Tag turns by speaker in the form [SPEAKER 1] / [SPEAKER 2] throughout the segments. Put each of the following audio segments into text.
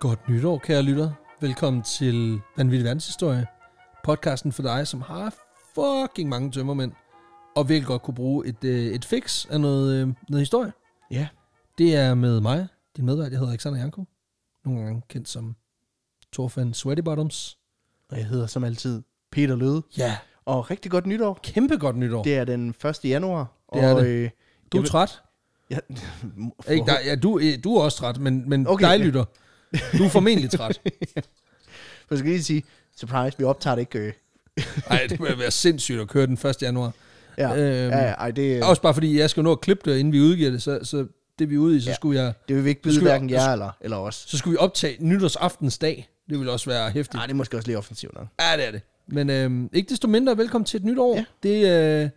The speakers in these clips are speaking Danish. [SPEAKER 1] Godt nytår, kære lytter. Velkommen til Vanvittig Verdenshistorie. Podcasten for dig, som har fucking mange tømmermænd. Og virkelig godt kunne bruge et, øh, et fix af noget, øh, noget historie.
[SPEAKER 2] Ja.
[SPEAKER 1] Det er med mig, din medvært. Jeg hedder Alexander Janko. Nogle gange kendt som Torfan Sweaty Bottoms.
[SPEAKER 2] Og jeg hedder som altid Peter Løde.
[SPEAKER 1] Ja,
[SPEAKER 2] Og rigtig godt nytår.
[SPEAKER 1] kæmpe godt nytår. Det,
[SPEAKER 2] Det er den 1. januar.
[SPEAKER 1] Det er
[SPEAKER 2] og,
[SPEAKER 1] det.
[SPEAKER 2] Øh,
[SPEAKER 1] du er
[SPEAKER 2] jeg-
[SPEAKER 1] træt.
[SPEAKER 2] ja,
[SPEAKER 1] Ikke, der, ja, du, øh, du er også træt, men, men okay,
[SPEAKER 2] Okay,
[SPEAKER 1] dig
[SPEAKER 2] ja.
[SPEAKER 1] lytter. Du er formentlig træt.
[SPEAKER 2] for jeg skal lige sige, surprise, vi optager det ikke. Øh.
[SPEAKER 1] Nej, det må være sindssygt at køre den 1. januar.
[SPEAKER 2] Ja.
[SPEAKER 1] Øhm,
[SPEAKER 2] Øhm, ja, ej, det,
[SPEAKER 1] Ja. Også bare fordi, jeg skal nå at klippe det, inden vi udgiver det, så, så det vi er ude i, så, ja.
[SPEAKER 2] Ja.
[SPEAKER 1] skulle jeg,
[SPEAKER 2] det vil vi ikke
[SPEAKER 1] så
[SPEAKER 2] byde
[SPEAKER 1] skal vi-
[SPEAKER 2] hverken jer eller, eller os.
[SPEAKER 1] så skulle vi optage nytårsaftensdag. Det ville også være hæftigt.
[SPEAKER 2] Nej, det er måske også lidt offensivt nok.
[SPEAKER 1] Ja, det er det. Men øhm, ikke desto mindre, velkommen til et nyt år. Ja.
[SPEAKER 2] Ja.
[SPEAKER 1] Det, øh,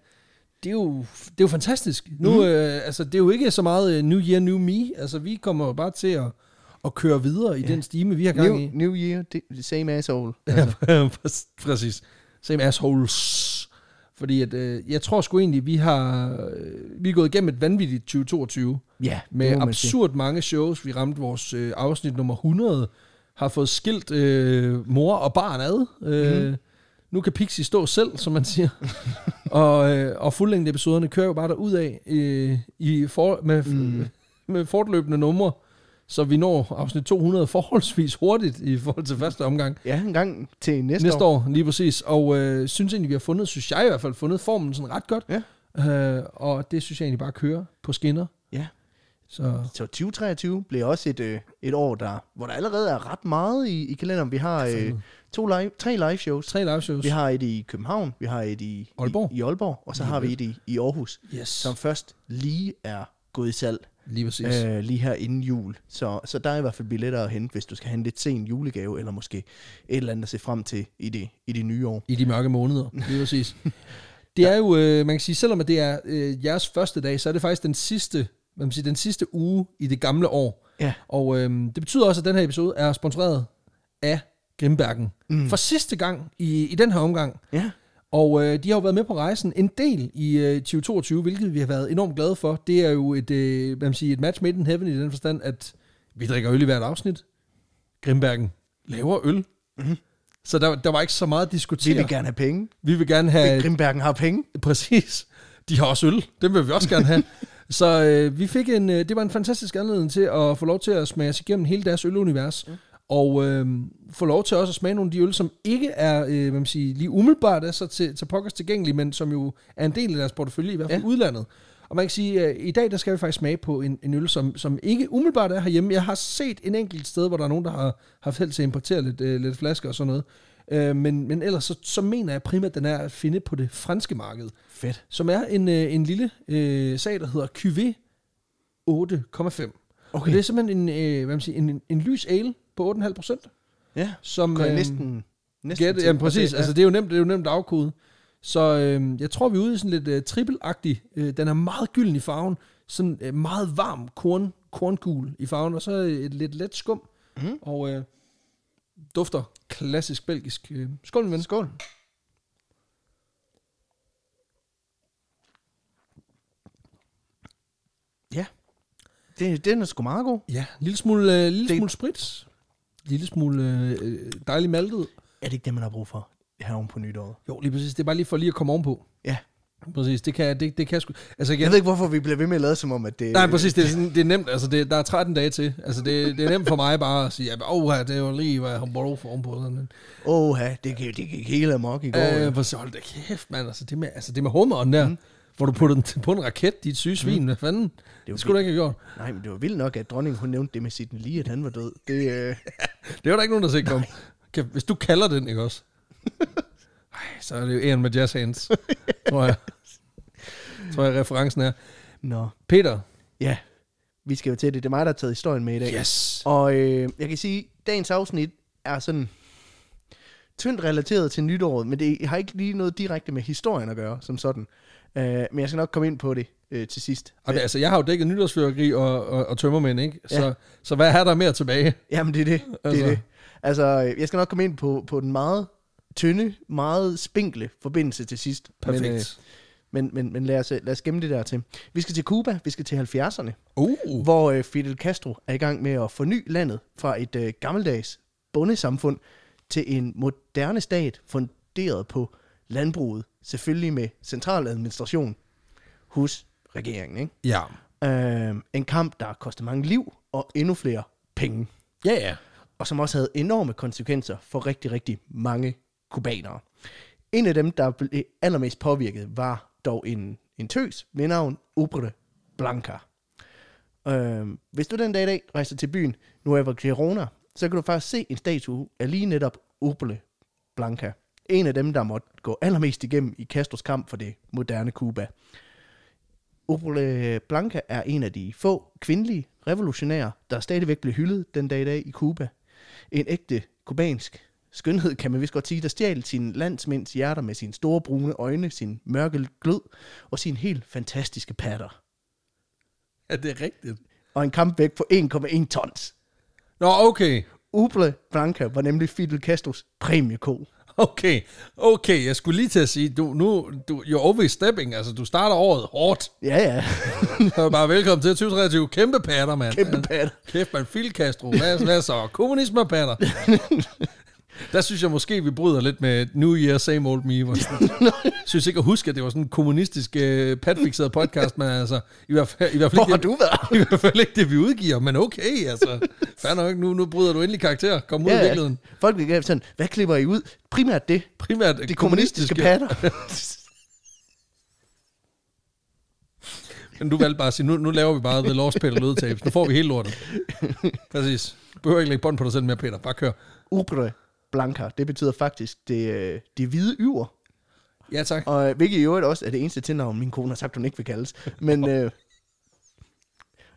[SPEAKER 1] det, er jo, det er jo fantastisk. Nu, mm. øh, altså, det er jo ikke så meget øh, New Year, New Me. Altså, vi kommer jo bare til at, at køre videre i ja. den stime, vi har gang
[SPEAKER 2] New,
[SPEAKER 1] i.
[SPEAKER 2] new year, det, same asshole.
[SPEAKER 1] Ja, præ- præcis. Same assholes. Fordi at, øh, jeg tror sgu egentlig, vi har øh, vi er gået igennem et vanvittigt 2022.
[SPEAKER 2] Ja,
[SPEAKER 1] med
[SPEAKER 2] det må man sige.
[SPEAKER 1] absurd mange shows. Vi ramte vores øh, afsnit nummer 100, har fået skilt øh, mor og barn ad. Øh,
[SPEAKER 2] Mhm.
[SPEAKER 1] mm. Nu kan Pixie stå selv, som man siger. og øh, og fuldlængde episoderne kører jo bare derudad øh, i for, med,
[SPEAKER 2] Mhm.
[SPEAKER 1] mm. med fortløbende numre, så vi når afsnit 200 forholdsvis hurtigt i forhold til første omgang.
[SPEAKER 2] Ja, en gang til næste,
[SPEAKER 1] Næste
[SPEAKER 2] år.
[SPEAKER 1] år, lige præcis. Og øh, synes egentlig, vi har fundet, synes jeg i hvert fald, fundet formen sådan ret godt.
[SPEAKER 2] Ja.
[SPEAKER 1] Øh, og det synes jeg egentlig bare kører på skinner.
[SPEAKER 2] Ja.
[SPEAKER 1] Så
[SPEAKER 2] Så 2023 bliver også et, øh, et år, der, hvor der allerede er ret meget i, i kalenderen. Vi har øh, to live, tre live shows.
[SPEAKER 1] Tre live shows.
[SPEAKER 2] Vi har et i København, vi har et i
[SPEAKER 1] Aalborg.
[SPEAKER 2] i, i Aalborg og så har vi et i, i Aarhus,
[SPEAKER 1] yes.
[SPEAKER 2] som først lige er gået i salg
[SPEAKER 1] Lige præcis. Øh.
[SPEAKER 2] øh, lige her inden jul. Så, så der er i hvert fald billetter at hente, hvis du skal have en lidt sen julegave, eller måske et eller andet at se frem til i det, i det nye år.
[SPEAKER 1] I de mørke måneder. Lige præcis. Det er jo, øh, man kan sige, selvom at det er øh, jeres første dag, så er det faktisk den sidste, hvad man siger, den sidste uge i det gamle år.
[SPEAKER 2] Ja.
[SPEAKER 1] Og øh, det betyder også, at den her episode er sponsoreret af Grimbergen. Mm. For sidste gang i, i den her omgang.
[SPEAKER 2] Ja.
[SPEAKER 1] Og øh, de har jo været med på rejsen en del i øh, 2022, hvilket vi har været enormt glade for. Det er jo et, øh, hvad man siger, et match made in heaven i den forstand, at vi drikker øl i hvert afsnit. Grimbergen laver øl. Mm-hmm. Så der, der var ikke så meget at
[SPEAKER 2] Mhm. Vi
[SPEAKER 1] diskutere.
[SPEAKER 2] vil gerne have penge.
[SPEAKER 1] vi vil gerne have...
[SPEAKER 2] Grimbergen har penge.
[SPEAKER 1] Præcis. De har også øl. Dem vil vi også gerne have. Så øh, vi fik en, øh, det var en fantastisk anledning til at få lov til at smage sig igennem hele deres ølunivers. Mm. Og øh, få lov til også at smage nogle af de øl, som ikke er øh, hvad man siger, lige umiddelbart er så til, til pokkers tilgængelige, men som jo er en del af deres portefølje, i hvert fald ja. udlandet. Og man kan sige, at i dag der skal vi faktisk smage på en, en øl, som, som ikke umiddelbart er herhjemme. Jeg har set en enkelt sted, hvor der er nogen, der har haft held til at importere lidt, øh, lidt flasker og sådan noget. Øh, men, men ellers så, så mener jeg primært, at den er at finde på det franske marked
[SPEAKER 2] Fedt.
[SPEAKER 1] som er en, øh, en lille øh, sag, der hedder QV 8,5. Okay. Det er simpelthen en, øh, hvad man siger, en, en, en lys ale på 8,5 procent.
[SPEAKER 2] Ja.
[SPEAKER 1] Som,
[SPEAKER 2] Kan jeg
[SPEAKER 1] øhm,
[SPEAKER 2] næsten... næsten
[SPEAKER 1] gætte,
[SPEAKER 2] til
[SPEAKER 1] jamen,
[SPEAKER 2] at
[SPEAKER 1] præcis,
[SPEAKER 2] se,
[SPEAKER 1] altså, det, er jo nemt, det er jo nemt at afkode. Så øh, jeg tror, vi er ude i sådan lidt øh, trippelagtig. Øh, den er meget gylden i farven. Sådan øh, meget varm korn, korngul i farven, og så øh, et lidt let skum.
[SPEAKER 2] Mhm.
[SPEAKER 1] Mm. Og øh, dufter klassisk belgisk. Øh, skål, min ven. Skål.
[SPEAKER 2] Ja. Det, den er sgu meget god.
[SPEAKER 1] Ja, en lille smule, øh, lille
[SPEAKER 2] Det-
[SPEAKER 1] smule sprit. En lille smule øh, øh, dejlig maltet.
[SPEAKER 2] Er det ikke det, man har brug for her oven på nytåret?
[SPEAKER 1] Jo, lige præcis. Det er bare lige for lige at komme ovenpå.
[SPEAKER 2] Ja.
[SPEAKER 1] Præcis, det kan, det, det kan jeg øh, sgu... Altså,
[SPEAKER 2] Jeg
[SPEAKER 1] igen,
[SPEAKER 2] ved ikke, hvorfor vi bliver ved med at lade som om, at det...
[SPEAKER 1] nej, præcis, det er, sådan, det er nemt. Altså, det, der er 13 dage til. Altså, det, det er nemt for mig bare at sige, at oh, det er jo lige, hvad jeg har brug for ovenpå. Sådan. en.
[SPEAKER 2] Åh, det, gik- det gik helt amok i går. Øh,
[SPEAKER 1] Øh, præcis, hold da kæft, mand. Altså, det med, altså, det med hummeren der, mm. hvor du putter den til- på en raket, dit syge svin. Mm. Hvad fanden? Det,
[SPEAKER 2] jo
[SPEAKER 1] det skulle du ikke have gjort.
[SPEAKER 2] Nej, men det var vildt nok, at dronningen hun nævnte det med sit lige, at han var død. Det, øh,
[SPEAKER 1] Det var der ikke nogen, der sikkert kom. Kan- Hvis du kalder den, ikke også? Ej, så er det jo en med jazz hands, tror jeg. Tror jeg, referencen er.
[SPEAKER 2] nå,
[SPEAKER 1] Peter.
[SPEAKER 2] ja. Vi skal jo til det. Det er mig, der har taget historien med i dag.
[SPEAKER 1] Yes.
[SPEAKER 2] Og øh, jeg kan sige, at dagens afsnit er sådan tyndt relateret til nytåret, men det har ikke lige noget direkte med historien at gøre, som sådan. Øh, men jeg skal nok komme ind på det øh, til sidst.
[SPEAKER 1] Og det, altså, jeg har jo dækket nytårsfyrkeri og, og, og tømmermænd, ikke? Så, ja.
[SPEAKER 2] Ja.
[SPEAKER 1] så hvad er der mere tilbage?
[SPEAKER 2] Jamen, det er det. det,
[SPEAKER 1] Altså.
[SPEAKER 2] altså. Er det. altså, øh, jeg skal nok komme ind på, på den meget tynde, meget spinkle forbindelse til sidst. Men, øh,
[SPEAKER 1] Perfekt.
[SPEAKER 2] Men, men, men lad, os, øh, lad os gemme det der til. Vi skal til Cuba, vi skal til 70'erne,
[SPEAKER 1] Uh.
[SPEAKER 2] hvor øh, Fidel Castro er i gang med at forny landet fra et øh, gammeldags bondesamfund til en moderne stat funderet på landbruget, selvfølgelig med centraladministration hos regeringen. Ikke?
[SPEAKER 1] Ja.
[SPEAKER 2] Øh, en kamp, der kostede mange liv og endnu flere penge,
[SPEAKER 1] Ja, ja.
[SPEAKER 2] og som også havde enorme konsekvenser for rigtig, rigtig mange kubanere. En af dem, der blev allermest påvirket, var dog en, en tøs ved navn Obre Blanca. Øh, hvis du den dag i dag rejser til byen Nueva Girona, så kan du faktisk se en statue af lige netop Obre Blanca. En af dem, der måtte gå allermest igennem i Castros kamp for det moderne Cuba. Opole Blanca er en af de få kvindelige revolutionære, der stadigvæk blev hyldet den dag i dag i Cuba. En ægte kubansk skønhed, kan man vist godt sige, der stjal sin landsmænds hjerter med sine store brune øjne, sin mørke glød og sine helt fantastiske patter.
[SPEAKER 1] Ja, det er rigtigt.
[SPEAKER 2] Og en kampvægt på 1,1 tons.
[SPEAKER 1] Nå, okay.
[SPEAKER 2] Opole Blanca var nemlig Fidel Castros præmieko.
[SPEAKER 1] Okay, okay, jeg skulle lige til at sige, du, nu, du, you're overstepping, altså du starter året hårdt.
[SPEAKER 2] Ja, ja.
[SPEAKER 1] Så bare velkommen til 2023, kæmpe patter, mand.
[SPEAKER 2] Kæmpe patter.
[SPEAKER 1] Kæft, man, Phil Castro, hvad, hvad så, kommunisme og patter. Der synes jeg måske, vi bryder lidt med New Year, same old me. Hvor sådan, synes ikke at huske, at det var sådan en kommunistisk øh, patfixeret podcast, men altså, i hvert fald, i hvert fald
[SPEAKER 2] Hvor
[SPEAKER 1] ikke,
[SPEAKER 2] har
[SPEAKER 1] det-
[SPEAKER 2] du været?
[SPEAKER 1] i hvert fald ikke det, vi udgiver, men okay, altså. Fair nok, nu, nu bryder du endelig karakter. Kom ud ja, i
[SPEAKER 2] Ja, ja.
[SPEAKER 1] virkeligheden.
[SPEAKER 2] Folk vil gerne sådan, hvad klipper I ud? Primært det.
[SPEAKER 1] Primært
[SPEAKER 2] De kommunistiske patter.
[SPEAKER 1] Men du valgte bare at sige, nu, nu laver vi bare The Lost Peter lydtabes. Nu får vi hele lortet. Præcis. Du behøver ikke lægge bånd på dig selv mere, Peter. Bare kør.
[SPEAKER 2] Ubre Blanca, det betyder faktisk det, øh, det hvide yver.
[SPEAKER 1] Ja, tak.
[SPEAKER 2] Og øh, hvilket i øvrigt også er det eneste tilnavn, min kone har sagt, hun ikke vil kaldes. Men øh,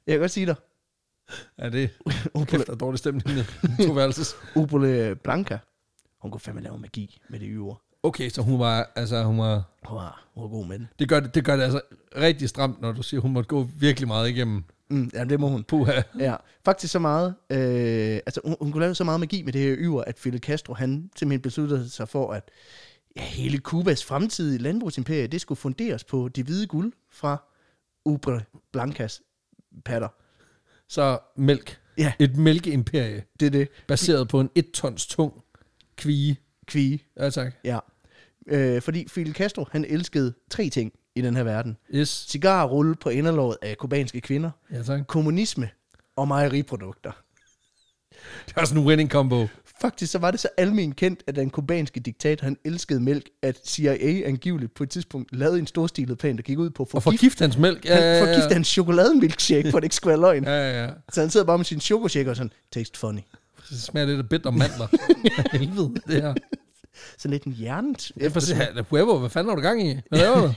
[SPEAKER 2] jeg kan godt sige dig,
[SPEAKER 1] Ja, det er kæft, der er dårlig stemning ned. To værelses.
[SPEAKER 2] Ubre Blanca, hun kunne fandme lave magi med det yver.
[SPEAKER 1] Okay, så hun var, altså hun var,
[SPEAKER 2] Hun var, hun var god med den.
[SPEAKER 1] det gør det, det gør det altså rigtig stramt, når du siger, hun måtte gå virkelig meget igennem.
[SPEAKER 2] Mm, ja, det må hun.
[SPEAKER 1] Puha.
[SPEAKER 2] Ja, faktisk så meget, øh, altså hun, hun kunne lave så meget magi med det her yver, at Fidel Castro, han simpelthen besluttede sig for, at ja, hele Kubas fremtidige landbrugsimperie, det skulle funderes på det hvide guld fra Ubre Blancas patter.
[SPEAKER 1] Så mælk.
[SPEAKER 2] Ja.
[SPEAKER 1] Et mælkeimperie,
[SPEAKER 2] Det er det.
[SPEAKER 1] baseret på en et tons tung kvige.
[SPEAKER 2] Kvige.
[SPEAKER 1] Ja, tak.
[SPEAKER 2] Ja. Øh, fordi Fidel Castro, han elskede tre ting i den her verden.
[SPEAKER 1] Yes.
[SPEAKER 2] Cigarrulle på inderlåret af kubanske kvinder,
[SPEAKER 1] Ja, tak.
[SPEAKER 2] kommunisme og mejeriprodukter.
[SPEAKER 1] Det var sådan en winning combo.
[SPEAKER 2] Faktisk så var det så almen kendt, at den kubanske diktator, han elskede mælk, at CIA angiveligt på et tidspunkt lavede en storstilet plan, der gik ud på at
[SPEAKER 1] Og
[SPEAKER 2] forgifte,
[SPEAKER 1] forgift hans mælk. Ja, ja,
[SPEAKER 2] han,
[SPEAKER 1] ja.
[SPEAKER 2] forgifte hans chokolademilkshake, for det ikke skulle være løgn.
[SPEAKER 1] Ja, ja, ja.
[SPEAKER 2] Så han sidder bare med sin chokoshaker og sådan, taste funny.
[SPEAKER 1] Det smager lidt af bitter mandler. Helvede, det her.
[SPEAKER 2] Sådan lidt en hjernet.
[SPEAKER 1] Jeg får sige, Huevo, hvad fanden har du gang i? Hvad laver du?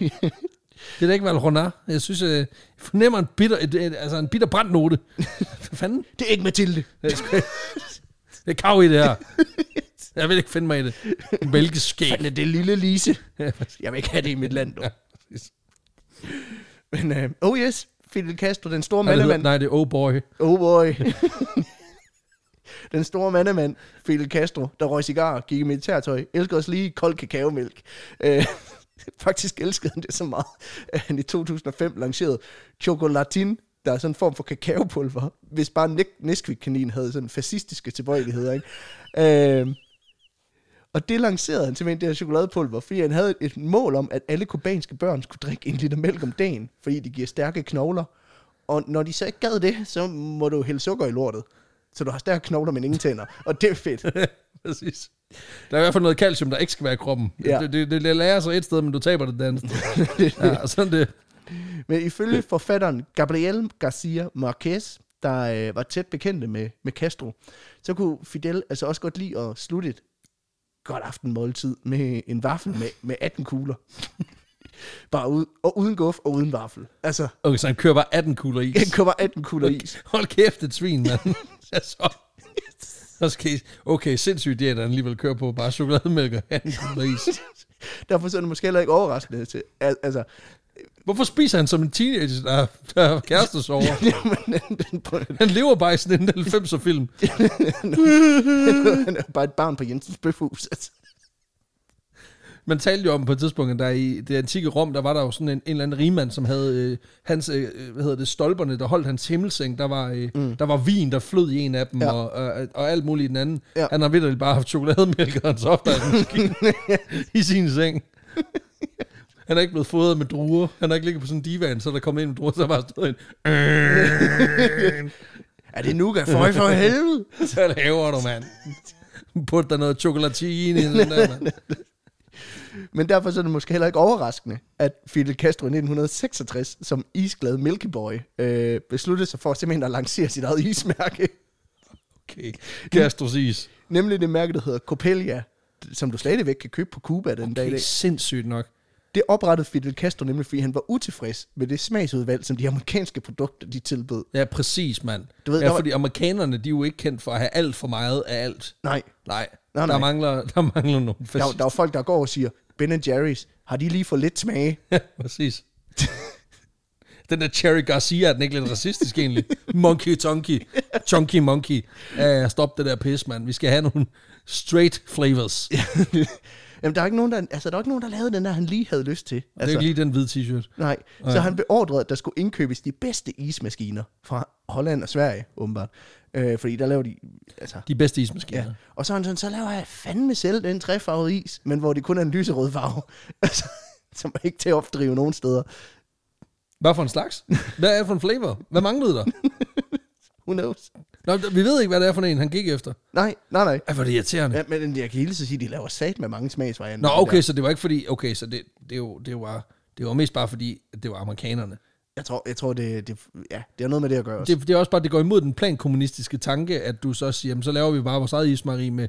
[SPEAKER 1] Det er da ikke Valrona. Jeg synes, øh, jeg fornemmer en bitter, et, et, altså en bitter brandnote. Hvad fanden?
[SPEAKER 2] Det er ikke Mathilde.
[SPEAKER 1] Det er, sgu- det er kav i det her. Jeg vil ikke finde mig i det. Mælkeskæg.
[SPEAKER 2] Han er det lille Lise. Jeg vil ikke have det i mit land, dog. Men, øh, oh yes, Fidel Castro, den store
[SPEAKER 1] Nej, det hedder-
[SPEAKER 2] mandemand.
[SPEAKER 1] Nej, det er oh boy.
[SPEAKER 2] Oh boy. den store mandemand, Fidel Castro, der røg cigar, gik i militærtøj, elskede også lige kold kakaomælk. Øh, faktisk elskede han det så meget, at han i 2005 lancerede Chocolatin, der er sådan en form for kakaopulver, hvis bare Nek- Nesquik-kaninen havde sådan fascistiske tilbøjeligheder, ikke? Øh, og det lancerede han simpelthen, det her chokoladepulver, fordi han havde et mål om, at alle kubanske børn skulle drikke en liter mælk om dagen, fordi det giver stærke knogler. Og når de så ikke gad det, så må du hælde sukker i lortet. Så du har stærke knogler, men ingen tænder. Og det er fedt.
[SPEAKER 1] Præcis. Der er i hvert fald noget calcium, der ikke skal være i kroppen.
[SPEAKER 2] Ja.
[SPEAKER 1] Det, det, det, det lærer sig et sted, men du taber det et andet. Ja, og sådan det.
[SPEAKER 2] Men ifølge forfatteren Gabriel Garcia Marquez, der øh, var tæt bekendte med, med Castro, så kunne Fidel altså også godt lide at slutte et godt aftenmåltid med en vaffel med, med 18 kugler. Bare ud, og uden guf og uden vaffel. Altså,
[SPEAKER 1] Okay, så han kører bare 18 kugler is.
[SPEAKER 2] Den kommer 18 kugler i.
[SPEAKER 1] Hold kæft, et svin, mand. altså. Okay, okay, sindssygt diæt, at han alligevel kører på bare chokolademælk og anden kugler is.
[SPEAKER 2] Derfor så er det måske heller ikke overraskende til. Al- altså,
[SPEAKER 1] Hvorfor spiser han som en teenager, der, der er kærestesover?
[SPEAKER 2] jamen, den, den, den,
[SPEAKER 1] Han lever bare i sådan en 90'er-film.
[SPEAKER 2] han er bare et barn på Jensens bøfhus. Altså.
[SPEAKER 1] Man talte jo om på et tidspunkt, at der i det antikke Rom, der var der jo sådan en, en eller anden rigmand, som havde øh, hans, øh, hvad hedder det, stolperne, der holdt hans himmelseng. Der var, øh, mm. der var vin, der flød i en af dem,
[SPEAKER 2] Ja.
[SPEAKER 1] ja. og, og, og, alt muligt i den anden.
[SPEAKER 2] Ja.
[SPEAKER 1] Ja. Han har vitterligt bare haft chokolademælk og hans opvaskemaskine i sin seng. Han er ikke blevet fodret med druer. Han har ikke ligget på sådan en divan, så er der kom ind med druer, så har bare stået en...
[SPEAKER 2] Er det nuka? Føj for helvede.
[SPEAKER 1] Så laver du, mand. Put der noget chokolatine i den der, mand.
[SPEAKER 2] Men derfor så er det måske heller ikke overraskende, at Fidel Castro i 1966, som isglad Milky Boy, øh, besluttede sig for simpelthen at lancere sit eget ismærke.
[SPEAKER 1] Okay. Castro siges.
[SPEAKER 2] Nemlig det mærke, der hedder Copelia, som du stadigvæk kan købe på Cuba den okay. dag i
[SPEAKER 1] Det er
[SPEAKER 2] dag.
[SPEAKER 1] sindssygt nok.
[SPEAKER 2] Det oprettede Fidel Castro nemlig, fordi han var utilfreds med det smagsudvalg, som de amerikanske produkter de tilbød.
[SPEAKER 1] Ja, præcis, mand.
[SPEAKER 2] Du
[SPEAKER 1] Du
[SPEAKER 2] ved,
[SPEAKER 1] ved,
[SPEAKER 2] der
[SPEAKER 1] ja,
[SPEAKER 2] var-
[SPEAKER 1] fordi amerikanerne, de er jo ikke kendt for at have alt for meget af alt.
[SPEAKER 2] Nej,
[SPEAKER 1] Nej, nej,
[SPEAKER 2] Nej, nej.
[SPEAKER 1] Der, mangler, der mangler nogle
[SPEAKER 2] der, er-
[SPEAKER 1] præcis.
[SPEAKER 2] der er folk, der går og siger, Ben Jerry's, har de lige for lidt smage?
[SPEAKER 1] Ja, præcis. Den der Cherry Garcia, er den ikke lidt racistisk egentlig? Monkey Tonky, Chunky Monkey. Ja, uh, stop det der pis, mand. Vi skal have nogle straight flavors. Ja,
[SPEAKER 2] Jamen, der er ikke nogen, der, altså, der er ikke nogen, der lavede den der, han lige havde lyst til.
[SPEAKER 1] altså. Det er
[SPEAKER 2] Altså,
[SPEAKER 1] ikke lige den hvide t-shirt.
[SPEAKER 2] Nej, så han beordrede, at der skulle indkøbes de bedste ismaskiner fra Holland og Sverige, åbenbart. Øh, fordi der laver de, altså...
[SPEAKER 1] De bedste ismaskiner.
[SPEAKER 2] Ja.
[SPEAKER 1] Ja.
[SPEAKER 2] Og så er han sådan, så laver jeg fandme selv den træfarvede is, men hvor det kun er en lyserød farve, altså, som er ikke til at opdrive nogen steder.
[SPEAKER 1] Hvad for en slags? Hvad er det for en flavor? Hvad manglede der?
[SPEAKER 2] Who knows?
[SPEAKER 1] Nå, vi ved ikke, hvad det er for en, han gik efter.
[SPEAKER 2] Nej, nej, nej.
[SPEAKER 1] Ej, hvor er det irriterende.
[SPEAKER 2] Ja, men jeg kan hilse at sige, at de laver sat med mange smagsvarianter.
[SPEAKER 1] Nå,
[SPEAKER 2] Det
[SPEAKER 1] okay,
[SPEAKER 2] der.
[SPEAKER 1] så det var ikke fordi... Okay, så det, det, var, det, var, det var mest bare fordi, at det var amerikanerne.
[SPEAKER 2] Jeg tror, jeg tror det, det, ja, det har noget med det at gøre også.
[SPEAKER 1] Det, det er også bare, det går imod den plankommunistiske tanke, at du så siger, jamen, så laver vi bare vores eget ismari med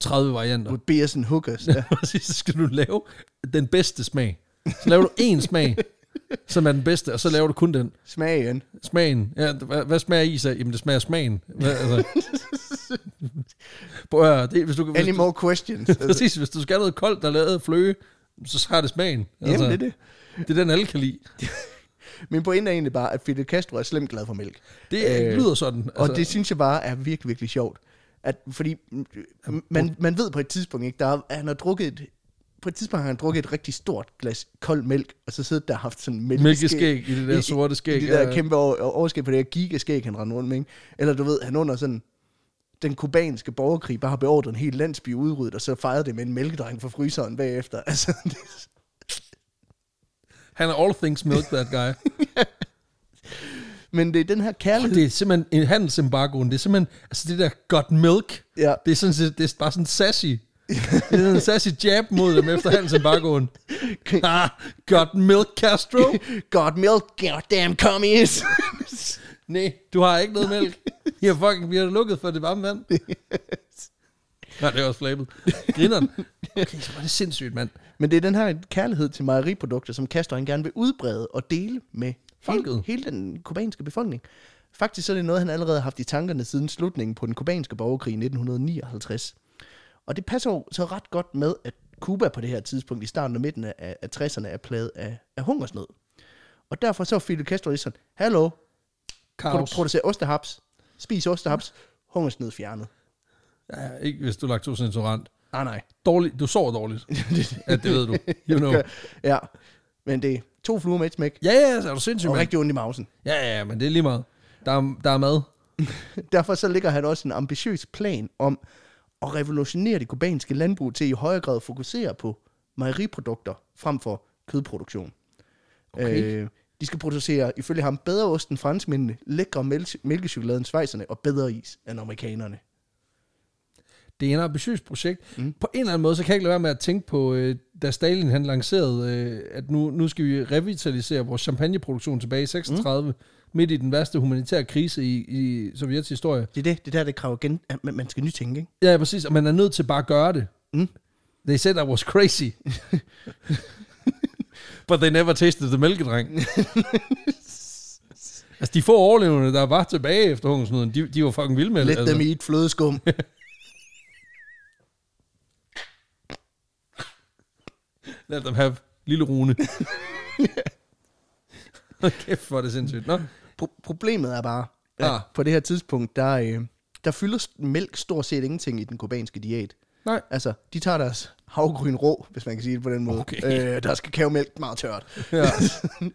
[SPEAKER 1] 30 varianter.
[SPEAKER 2] With beers and hookers. Ja.
[SPEAKER 1] Præcis, så skal du lave den bedste smag. Så laver du én smag, som er den bedste, og så laver du kun den.
[SPEAKER 2] Smagen.
[SPEAKER 1] Smagen. Ja, hvad, hvad smager is af? Jamen, det smager af smagen. Hvad, altså. Prøv at høre, det, hvis du, hvis
[SPEAKER 2] Any
[SPEAKER 1] du,
[SPEAKER 2] more questions? Altså,
[SPEAKER 1] præcis, hvis du skal have noget koldt, der er lavet af fløge, så har det smagen. Altså,
[SPEAKER 2] jamen, det er det.
[SPEAKER 1] det er den, alle kan lide.
[SPEAKER 2] Min pointe er egentlig bare, at Fidel Castro er slemt glad for mælk.
[SPEAKER 1] Det
[SPEAKER 2] Øh,
[SPEAKER 1] øh, lyder sådan. Altså,
[SPEAKER 2] Og det synes jeg bare er virkelig, virkelig sjovt. At, fordi mm, man, man ved på et tidspunkt, ikke, der er, at han har drukket et, på et tidspunkt har han drukket et rigtig stort glas kold mælk, og så sidder der og haft sådan mælkeskæg.
[SPEAKER 1] Mælkeskæg i det der sorte
[SPEAKER 2] I,
[SPEAKER 1] skæg,
[SPEAKER 2] det der
[SPEAKER 1] ja, ja.
[SPEAKER 2] kæmpe over, overskæg på det der gigaskæg, han render rundt med. Ikke? Eller du ved, han under sådan den kubanske borgerkrig bare har beordret en hel landsby udryddet, og så fejrede det med en mælkedreng fra fryseren bagefter. Altså, det,
[SPEAKER 1] Han er all things milk, that guy.
[SPEAKER 2] men det er den her
[SPEAKER 1] Og
[SPEAKER 2] kærlighed.
[SPEAKER 1] det er simpelthen en handelsembargoen. Det er simpelthen, altså det der got milk.
[SPEAKER 2] Ja.
[SPEAKER 1] Det er sådan set, det er bare sådan sassy. det er sådan en sassy jab mod dem efter handelsembargoen. ah, got milk, Castro.
[SPEAKER 2] God milk, goddamn commies.
[SPEAKER 1] Nej, du har ikke noget mælk. Ja, fucking, vi har lukket for det varme vand. Nej, det er også flabet. Grineren. Okay, så var det sindssygt, mand.
[SPEAKER 2] Men det er den her kærlighed til mejeriprodukter, som Castro han gerne vil udbrede og dele med hele,
[SPEAKER 1] Folket.
[SPEAKER 2] hele den kubanske befolkning. Faktisk så er det noget, han allerede har haft i tankerne siden slutningen på den kubanske borgerkrig i 1959. Og det passer jo så ret godt med, at Cuba på det her tidspunkt i starten og midten af, af 60'erne er plaget af, af hungersnød. Og derfor så er Fidel Castro lige sådan, hallo, produ-
[SPEAKER 1] Kaos.
[SPEAKER 2] producer ostehaps, spis ostehaps, hungersnød fjernet.
[SPEAKER 1] Ja, ikke hvis du er laktosintolerant.
[SPEAKER 2] Ah nej.
[SPEAKER 1] Dårlig, du sover dårligt. ja, det ved du. You know.
[SPEAKER 2] Ja, men det er to fluer med et smæk,
[SPEAKER 1] Ja, ja, så er du sindssyg,
[SPEAKER 2] og
[SPEAKER 1] mand.
[SPEAKER 2] rigtig ondt i mausen.
[SPEAKER 1] Ja, ja, men det er lige meget. Der er, der er mad.
[SPEAKER 2] Derfor så ligger han også en ambitiøs plan om at revolutionere det kubanske landbrug til i højere grad at fokusere på mejeriprodukter frem for kødproduktion.
[SPEAKER 1] Okay.
[SPEAKER 2] Øh, de skal producere, ifølge ham, bedre ost end franskmændene, lækre mælk- mælkechokolade end svejserne og bedre is end amerikanerne.
[SPEAKER 1] Det er en ambitiøst projekt. Mm. På en eller anden måde, så kan jeg ikke lade være med at tænke på, øh, da Stalin han lancerede, øh, at nu, nu skal vi revitalisere vores champagneproduktion tilbage i 36, mm. midt i den værste humanitære krise i, i Sovjets historie.
[SPEAKER 2] Det er det, det er der, det kræver gen- at man- man skal nytænke, ikke?
[SPEAKER 1] Ja, præcis, og man er nødt til bare at gøre det.
[SPEAKER 2] Mm.
[SPEAKER 1] They said I was crazy. But they never tasted the mælkedreng. altså, de få overlevende, der var tilbage efter hungersnøden, de, de var fucking vilde med det.
[SPEAKER 2] Let
[SPEAKER 1] altså.
[SPEAKER 2] them eat flødeskum.
[SPEAKER 1] Lad dem have lille Rune. Hold kæft, hvor er det sindssygt. Nå,
[SPEAKER 2] Pro- problemet er bare, at
[SPEAKER 1] Ah.
[SPEAKER 2] på det her tidspunkt, der, øh, der fylder st- mælk stort set ingenting i den kubanske diæt.
[SPEAKER 1] Nej.
[SPEAKER 2] Altså, de tager deres havgryn rå, hvis man kan sige det på den måde.
[SPEAKER 1] Okay.
[SPEAKER 2] Øh, der skal kavemælk meget tørt.
[SPEAKER 1] Ja.